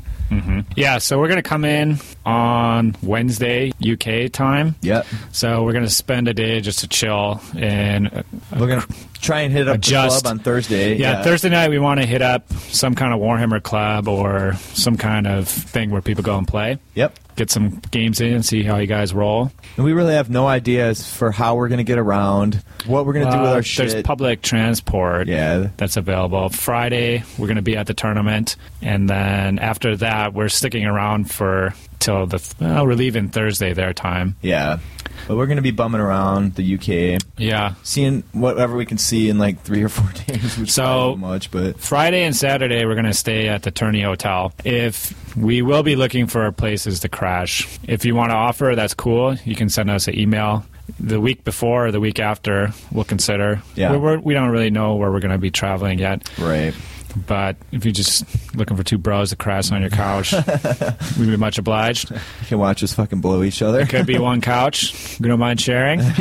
Speaker 1: Yeah, so we're going to come in on Wednesday UK time.
Speaker 2: Yep.
Speaker 1: So we're going to spend a day just to chill and uh,
Speaker 2: we're going to try and hit up the
Speaker 1: Adjust.
Speaker 2: club on Thursday.
Speaker 1: yeah, Thursday night we want to hit up some kind of Warhammer club or some kind of thing where people go and play.
Speaker 2: Yep.
Speaker 1: Get some games in and see how you guys roll.
Speaker 2: And we really have no ideas for how we're going to get around, what we're going to do with
Speaker 1: Uh,
Speaker 2: our shit.
Speaker 1: There's public transport
Speaker 2: yeah.
Speaker 1: that's available. Friday, we're going to be at the tournament. And then after that, we're sticking around for till the. Well, we're leaving Thursday their time.
Speaker 2: Yeah. But we're going to be bumming around the UK.
Speaker 1: Yeah.
Speaker 2: Seeing whatever we can see in like three or four [laughs] days, which so, is not much, but
Speaker 1: Friday and Saturday, we're going to stay at the Turney Hotel. If we will be looking for places to crash, if you want to offer, that's cool. You can send us an email. The week before or the week after, we'll consider.
Speaker 2: Yeah.
Speaker 1: We're, we're, we do not really know where we're going to be traveling yet.
Speaker 2: Right.
Speaker 1: But if you're just looking for two bros to crash on your
Speaker 2: [laughs]
Speaker 1: couch, we'd be much obliged.
Speaker 2: you can watch us fucking blow each other.
Speaker 1: There could
Speaker 2: [laughs]
Speaker 1: be one couch. You don't mind sharing?
Speaker 2: [laughs]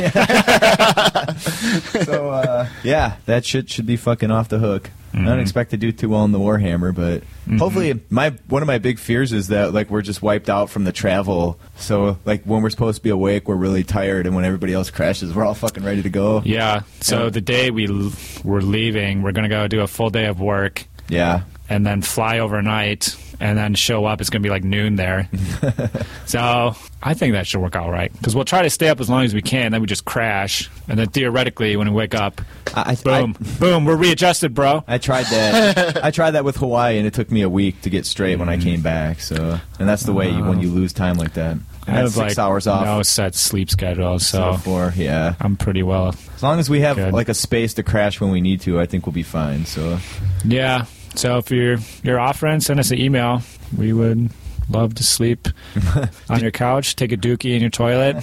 Speaker 2: so, uh, yeah, that shit should be fucking off the hook. I don't expect to do too well in the Warhammer, but hopefully, my one of my big fears is that like we're just wiped out from the travel. So like when we're supposed to be awake, we're really tired, and when everybody else crashes, we're all fucking ready to go.
Speaker 1: Yeah. So
Speaker 2: Yeah.
Speaker 1: the day we l- we're leaving, we're gonna go do a full day of work.
Speaker 2: Yeah.
Speaker 1: And then fly overnight, and then show up. It's gonna be like noon
Speaker 2: [laughs]
Speaker 1: there. so I think that should work out right because we'll try to stay up as long as we can. Then we just crash, and then theoretically, when we wake up, boom, boom, we're readjusted, bro.
Speaker 2: I tried
Speaker 1: [laughs]
Speaker 2: that. I tried that with Hawaii, and it took me a week to get straight when I
Speaker 1: Mm-hmm.
Speaker 2: came back. So, and that's the way you, when you lose time like that. I
Speaker 1: I
Speaker 2: had
Speaker 1: have
Speaker 2: six
Speaker 1: like
Speaker 2: hours off.
Speaker 1: no set sleep schedule, so
Speaker 2: So far, yeah,
Speaker 1: I'm pretty well.
Speaker 2: As long as we have like a space to crash when we need to, I think we'll be fine. So,
Speaker 1: Yeah. So if you're you're offering, send us an email. We would love to
Speaker 2: [laughs]
Speaker 1: sleep on your couch, take a dookie in your toilet.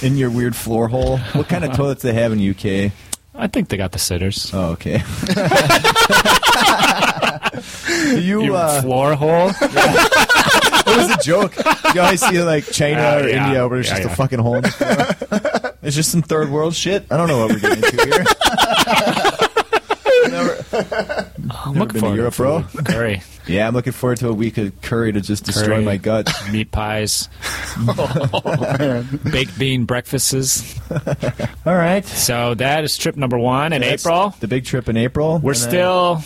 Speaker 2: in your weird floor hole, what kind of toilets they have in UK?
Speaker 1: I think they got the sitters.
Speaker 2: Oh,
Speaker 1: [laughs]
Speaker 2: okay. Do you,
Speaker 1: Your
Speaker 2: uh,
Speaker 1: floor hole?
Speaker 2: [laughs] it was a joke. You always see like China
Speaker 1: Uh,
Speaker 2: or
Speaker 1: yeah.
Speaker 2: India where it's
Speaker 1: Yeah,
Speaker 2: just
Speaker 1: yeah.
Speaker 2: a fucking hole. in
Speaker 1: [laughs]
Speaker 2: the floor. it's just some third world shit. I don't know what we're getting into here.
Speaker 1: Oh, I'm
Speaker 2: Never been to Europe, bro.
Speaker 1: food. Curry,
Speaker 2: Yeah, I'm looking forward to a week of curry to just destroy
Speaker 1: Curry.
Speaker 2: my gut.
Speaker 1: [laughs] meat
Speaker 2: [laughs]
Speaker 1: pies, baked bean breakfasts.
Speaker 2: All right.
Speaker 1: So that is trip number one in
Speaker 2: That's
Speaker 1: April.
Speaker 2: The big trip in April.
Speaker 1: We're
Speaker 2: And then-
Speaker 1: still,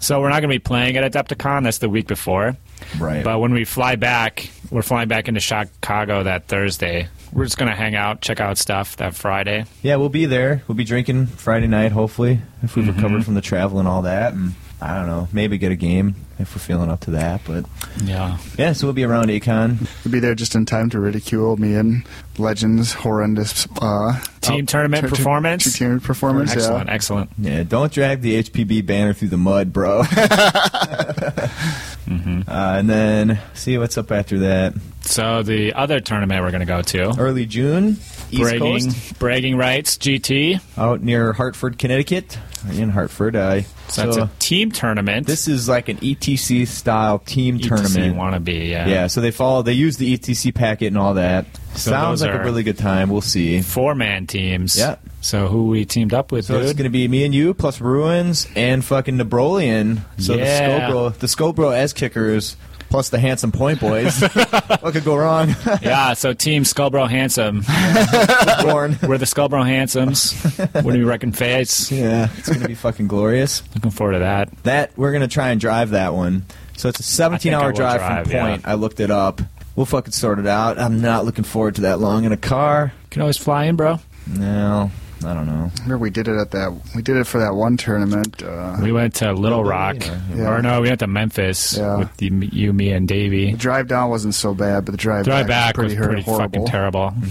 Speaker 1: so we're not going to be playing at Adepticon. That's the week before.
Speaker 2: Right.
Speaker 1: But when we fly back, we're flying back into Chicago that Thursday. we're just gonna hang out, check out stuff that Friday.
Speaker 2: Yeah, we'll be there. We'll be drinking Friday night, hopefully, if we've
Speaker 1: Mm-hmm.
Speaker 2: recovered from the travel and all that. And I don't know, maybe get a game if we're feeling up to that. But
Speaker 1: yeah,
Speaker 2: yeah. So we'll be around Akon.
Speaker 3: We'll be there just in time to ridicule me and Legends' horrendous uh,
Speaker 1: Team tournament
Speaker 3: tur- tur-
Speaker 1: performance?
Speaker 3: tur- team performance.
Speaker 1: Excellent,
Speaker 3: yeah.
Speaker 1: excellent.
Speaker 2: Yeah, don't drag the HPB banner through the mud, bro. [laughs]
Speaker 1: Mm-hmm.
Speaker 2: uh, and then see what's up after that.
Speaker 1: So the other tournament we're gonna go to
Speaker 2: early June, East
Speaker 1: bragging
Speaker 2: Coast.
Speaker 1: bragging rights GT
Speaker 2: out near Hartford, Connecticut. In Hartford, I
Speaker 1: So that's a team tournament.
Speaker 2: This is like an ETC style team
Speaker 1: ETC
Speaker 2: tournament.
Speaker 1: wannabe, yeah.
Speaker 2: Yeah, so they follow. They use the ETC packet and all that.
Speaker 1: So
Speaker 2: Sounds
Speaker 1: those
Speaker 2: like a
Speaker 1: are
Speaker 2: really good time. We'll see.
Speaker 1: Four man teams.
Speaker 2: Yeah.
Speaker 1: So who we teamed up with,
Speaker 2: So
Speaker 1: dude?
Speaker 2: it's gonna be me and you plus Ruins and fucking Nebrolian. So
Speaker 1: Yeah.
Speaker 2: the Scobro, the Scobro S kickers plus the handsome point
Speaker 1: [laughs]
Speaker 2: boys. what could go wrong?
Speaker 1: yeah, so Team Skullbro Handsome.
Speaker 2: [laughs] Born.
Speaker 1: We're the Skullbro Handsomes. What do we reckon face?
Speaker 2: Yeah,
Speaker 1: [laughs]
Speaker 2: it's gonna be fucking glorious.
Speaker 1: Looking forward to that.
Speaker 2: That we're gonna try and drive that one. So it's a 17
Speaker 1: I
Speaker 2: hour
Speaker 1: will
Speaker 2: drive,
Speaker 1: drive,
Speaker 2: from
Speaker 1: yeah.
Speaker 2: Point. I looked it up. We'll fucking sort it out. I'm not looking forward to that long in a car.
Speaker 1: Can always fly in, bro.
Speaker 2: No, I don't know.
Speaker 3: Remember we did it at that. We did it for that one tournament. Uh,
Speaker 1: We went to Little Rock.
Speaker 3: Yeah.
Speaker 1: Or no, we went to Memphis
Speaker 3: Yeah.
Speaker 1: with the, you, me, and Davey.
Speaker 3: the drive down wasn't so bad, but the drive,
Speaker 1: Drive back
Speaker 3: was
Speaker 1: was
Speaker 3: pretty, hor-
Speaker 1: pretty
Speaker 3: horrible.
Speaker 1: fucking terrible.
Speaker 2: [laughs]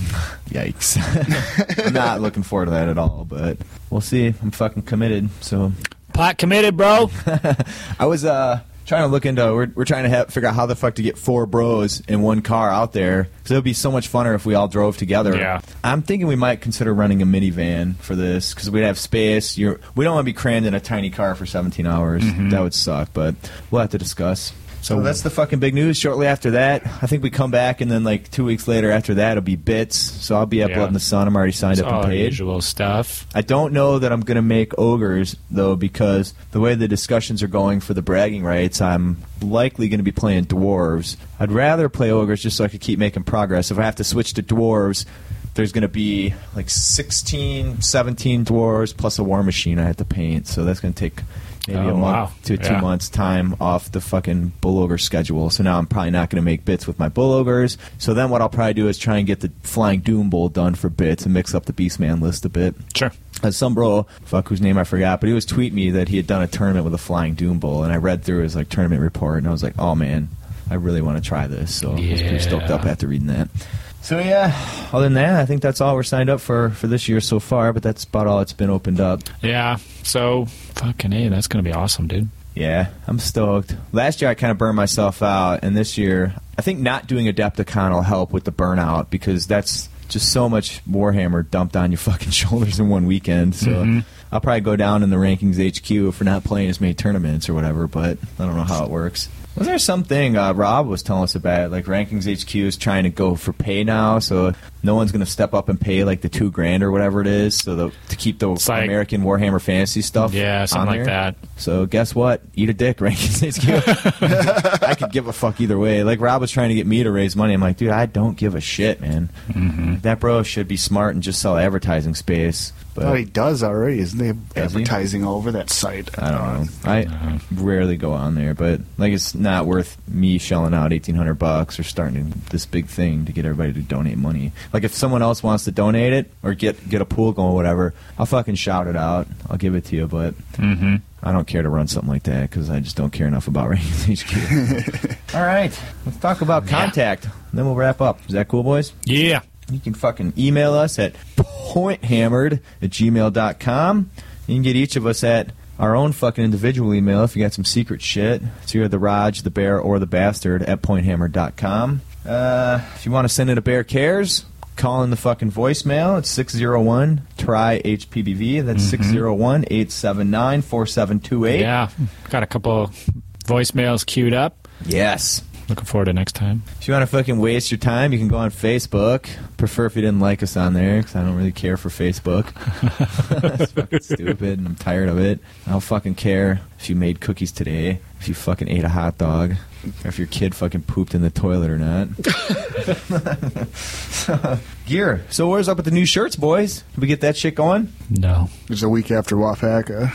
Speaker 2: Yikes. [laughs] I'm not looking forward to that at all, but we'll see. I'm fucking committed, so.
Speaker 1: Pot committed, bro.
Speaker 2: [laughs] I was uh trying to look into. We're, we're trying to have, figure out how the fuck to get four bros in one car out there because it would be so much funner if we all drove together.
Speaker 1: Yeah.
Speaker 2: I'm thinking we might consider running a minivan for this because we'd have space. You're we don't want to be crammed in a tiny car for 17 hours.
Speaker 1: Mm-hmm.
Speaker 2: That would suck, but we'll have to discuss. So that's the fucking big news. Shortly after that, I think we come back, and then like two weeks later after that, it'll be bits. So I'll be up
Speaker 1: Yeah. Oh,
Speaker 2: in the sun. I'm already signed
Speaker 1: It's
Speaker 2: up
Speaker 1: all
Speaker 2: and
Speaker 1: our
Speaker 2: paid.
Speaker 1: usual stuff.
Speaker 2: I don't know that I'm going to make ogres though, because the way the discussions are going for the bragging rights, I'm likely going to be playing dwarves. I'd rather play ogres just so I could keep making progress. If I have to switch to dwarves, there's going to be like 16, 17 dwarves plus a war machine I have to paint. So that's going to take maybe
Speaker 1: Oh,
Speaker 2: a month
Speaker 1: wow.
Speaker 2: to two
Speaker 1: Yeah.
Speaker 2: months time off the fucking bull ogre schedule. So now I'm probably not going to make bits with my bull ogres. So then what I'll probably do is try and get the flying doom bowl done for bits and mix up the beastman list a bit.
Speaker 1: Sure.
Speaker 2: Uh, some bro, fuck whose name I forgot, but he was tweeting me that he had done a tournament with a flying doom bowl, and I read through his like tournament report, and I was like, oh man, I really want to try this. So I was pretty stoked up
Speaker 1: Yeah.
Speaker 2: after reading that. So yeah, other than that, I think that's all we're signed up for for this year so far. But that's about all that's been opened up.
Speaker 1: Yeah. So fucking a, that's gonna be awesome, dude.
Speaker 2: Yeah, I'm stoked. Last year I kind of burned myself out, and this year I think not doing Adepticon will help with the burnout because that's just so much Warhammer dumped on your [laughs] fucking shoulders in one weekend. So
Speaker 1: Mhm.
Speaker 2: I'll probably go down in the rankings HQ for not playing as many tournaments or whatever, but I don't know how it works. Was there something uh, Rob was telling us about? Like Rankings HQ is trying to go for pay now, so no one's going to step up and pay like the two grand or whatever it is, so the, to keep the
Speaker 1: like-
Speaker 2: American Warhammer Fantasy stuff.
Speaker 1: Yeah, something
Speaker 2: on
Speaker 1: like
Speaker 2: there.
Speaker 1: that.
Speaker 2: So guess what? Eat a dick, [laughs] Rankings
Speaker 3: [laughs]
Speaker 2: HQ. I could give a fuck either way. Like Rob was trying to get me to raise money. I'm like, dude, I don't give a shit, man.
Speaker 1: Mm-hmm.
Speaker 2: That bro should be smart and just sell advertising space. But
Speaker 3: Oh, he does already. Isn't they have
Speaker 2: Does he?
Speaker 3: advertising all over that site?
Speaker 2: I don't know.
Speaker 1: Uh-huh.
Speaker 2: I rarely go on there, but like it's not worth me shelling out eighteen hundred bucks or starting this big thing to get everybody to donate money. Like if someone else wants to donate it or get get a pool going, whatever, I'll fucking shout it out. I'll give it to you, but
Speaker 1: Mhm.
Speaker 2: I don't care to run something like that because I just don't care enough about [laughs] Rankings HQ. [laughs] All right, let's talk about contact. Then we'll wrap up. Is that cool, boys?
Speaker 1: Yeah.
Speaker 2: You can fucking email us at pointhammered at gmail.com. You can get each of us at our own fucking individual email if you got some secret shit. It's either the Raj, the Bear, or the Bastard at pointhammered.com. Uh, if you want to send in a Bear Cares, call in the fucking voicemail. It's 601 try HPBV. That's 601 879
Speaker 1: Mm-hmm.
Speaker 2: 4728.
Speaker 1: Yeah. Got a couple voicemails queued up.
Speaker 2: Yes.
Speaker 1: Looking forward to next time.
Speaker 2: If you want to fucking waste your time, you can go on Facebook. Prefer if you didn't like us on there because I don't really care for Facebook. it's fucking stupid and I'm tired of it. I don't fucking care. if you made cookies today, if you fucking ate a hot dog, or if your kid fucking pooped in the toilet or not. [laughs] Gear. So where's up with the new shirts, boys? Did we get that shit going?
Speaker 1: No.
Speaker 3: It's a week after
Speaker 2: [laughs]
Speaker 3: Wapaka.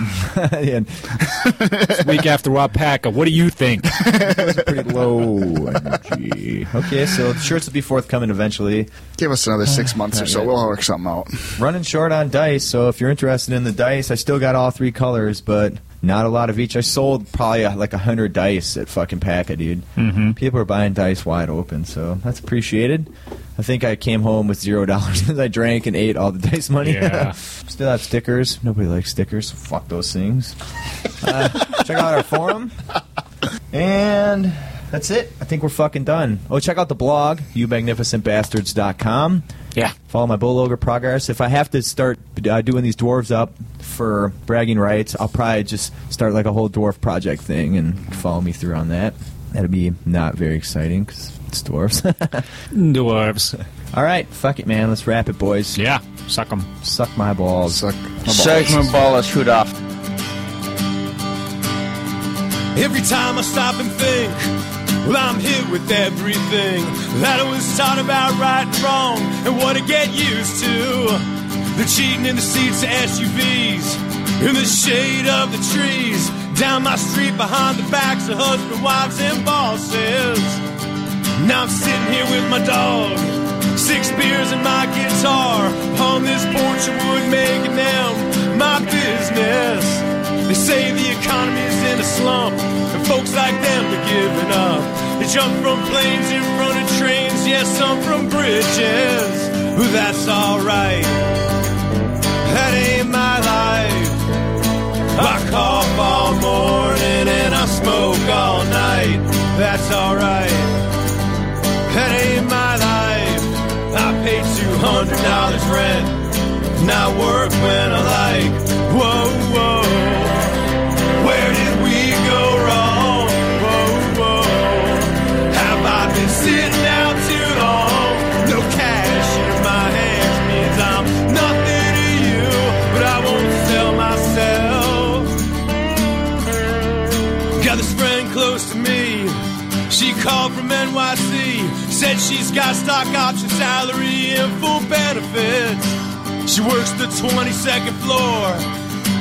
Speaker 1: It's week after Wapaka. What do you think?
Speaker 2: pretty low energy. Okay, so the shirts will be forthcoming eventually.
Speaker 3: Give us another
Speaker 2: Uh,
Speaker 3: six months or so. We'll work something out.
Speaker 2: Running short on dice, so if you're interested in the dice, I still got all three colors, but not a lot of each. I sold probably uh, like a hundred dice at fucking Packa, dude.
Speaker 1: Mhm.
Speaker 2: People are buying dice wide open, so that's appreciated. I think I came home with zero dollars [laughs] because I drank and ate all the dice money. [laughs]
Speaker 1: Yeah.
Speaker 2: Still have stickers. Nobody likes stickers. Fuck those things. Uh, check out our forum. And that's it. I think we're fucking done. Oh, check out the blog, youmagnificentbastards.com.
Speaker 1: Yeah.
Speaker 2: Follow my bull ogre progress. If I have to start uh, doing these dwarves up for bragging rights, I'll probably just start like a whole dwarf project thing and follow me through on that. That'll be not very exciting because it's dwarves. [laughs]
Speaker 1: dwarves.
Speaker 2: All right. Fuck it, man. Let's wrap it, boys.
Speaker 1: Yeah. Suck them.
Speaker 2: Suck my balls. Suck
Speaker 8: Shake my ball or shoot off.
Speaker 16: Every time I stop and think, well, I'm hit with everything that I was taught about right and wrong and what to get used to. The cheating in the seats of SUVs, in the shade of the trees, down my street behind the backs of husband, wives, and bosses. Now I'm sitting here with my dog, six beers and my guitar. On this porch of wood, making them my business. They say the economy's in a slump, and folks like them are giving up. They jump from planes in front of trains, yes, some from bridges. But that's alright. That ain't my life. I cough all morning and I smoke all night. That's alright. That ain't my life. I pay two hundred dollars rent, and I work when I like. Whoa, whoa. Where did we go wrong? Whoa, whoa. Have I been sitting out too long? No cash in my hands means I'm nothing to you, but I won't sell myself. Got this friend close to me. She called from NYC, said she's got stock option salary and full benefits. She works the 22nd floor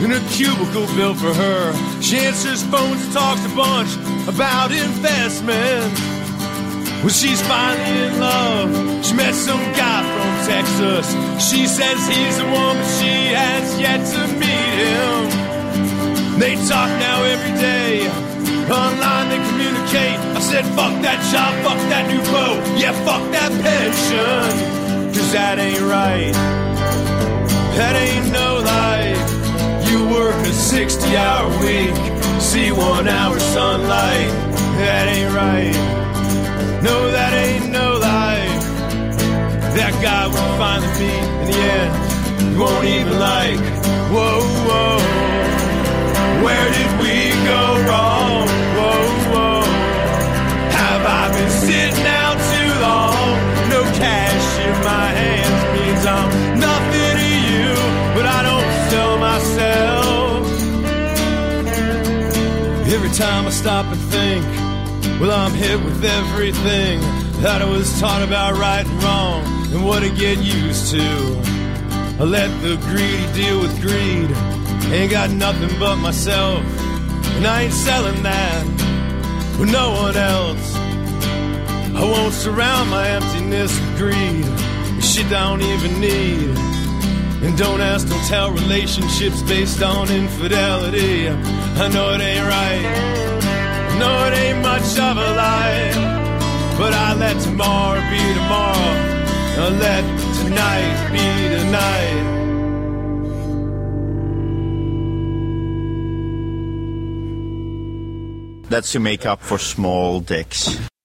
Speaker 16: in a cubicle built for her. She answers phones and talks a bunch about investments. Well, she's finally in love. She met some guy from Texas. She says he's the one, but she has yet to meet him. They talk now every day. Online they communicate. I said, fuck that job, fuck that new boat. Yeah, fuck that pension. Cause that ain't right. That ain't no life. You work a 60 hour week. See one hour sunlight. That ain't right. No, that ain't no life. That guy will finally meet in the end. You won't even like. Whoa, whoa. Where did we go wrong? Whoa, whoa. Have I been sitting out too long? No cash in my hands means I'm nothing to you, but I don't sell myself. Every time I stop and think, well, I'm hit with everything that I was taught about right and wrong and what to get used to. I let the greedy deal with greed. Ain't got nothing but myself, and I ain't selling that for no one else. I won't surround my emptiness with greed, with shit I don't even need. And don't ask, don't tell relationships based on infidelity. I know it ain't right, no, it ain't much of a lie. But I let tomorrow be tomorrow. I let tonight be tonight.
Speaker 8: That's to make up for small dicks.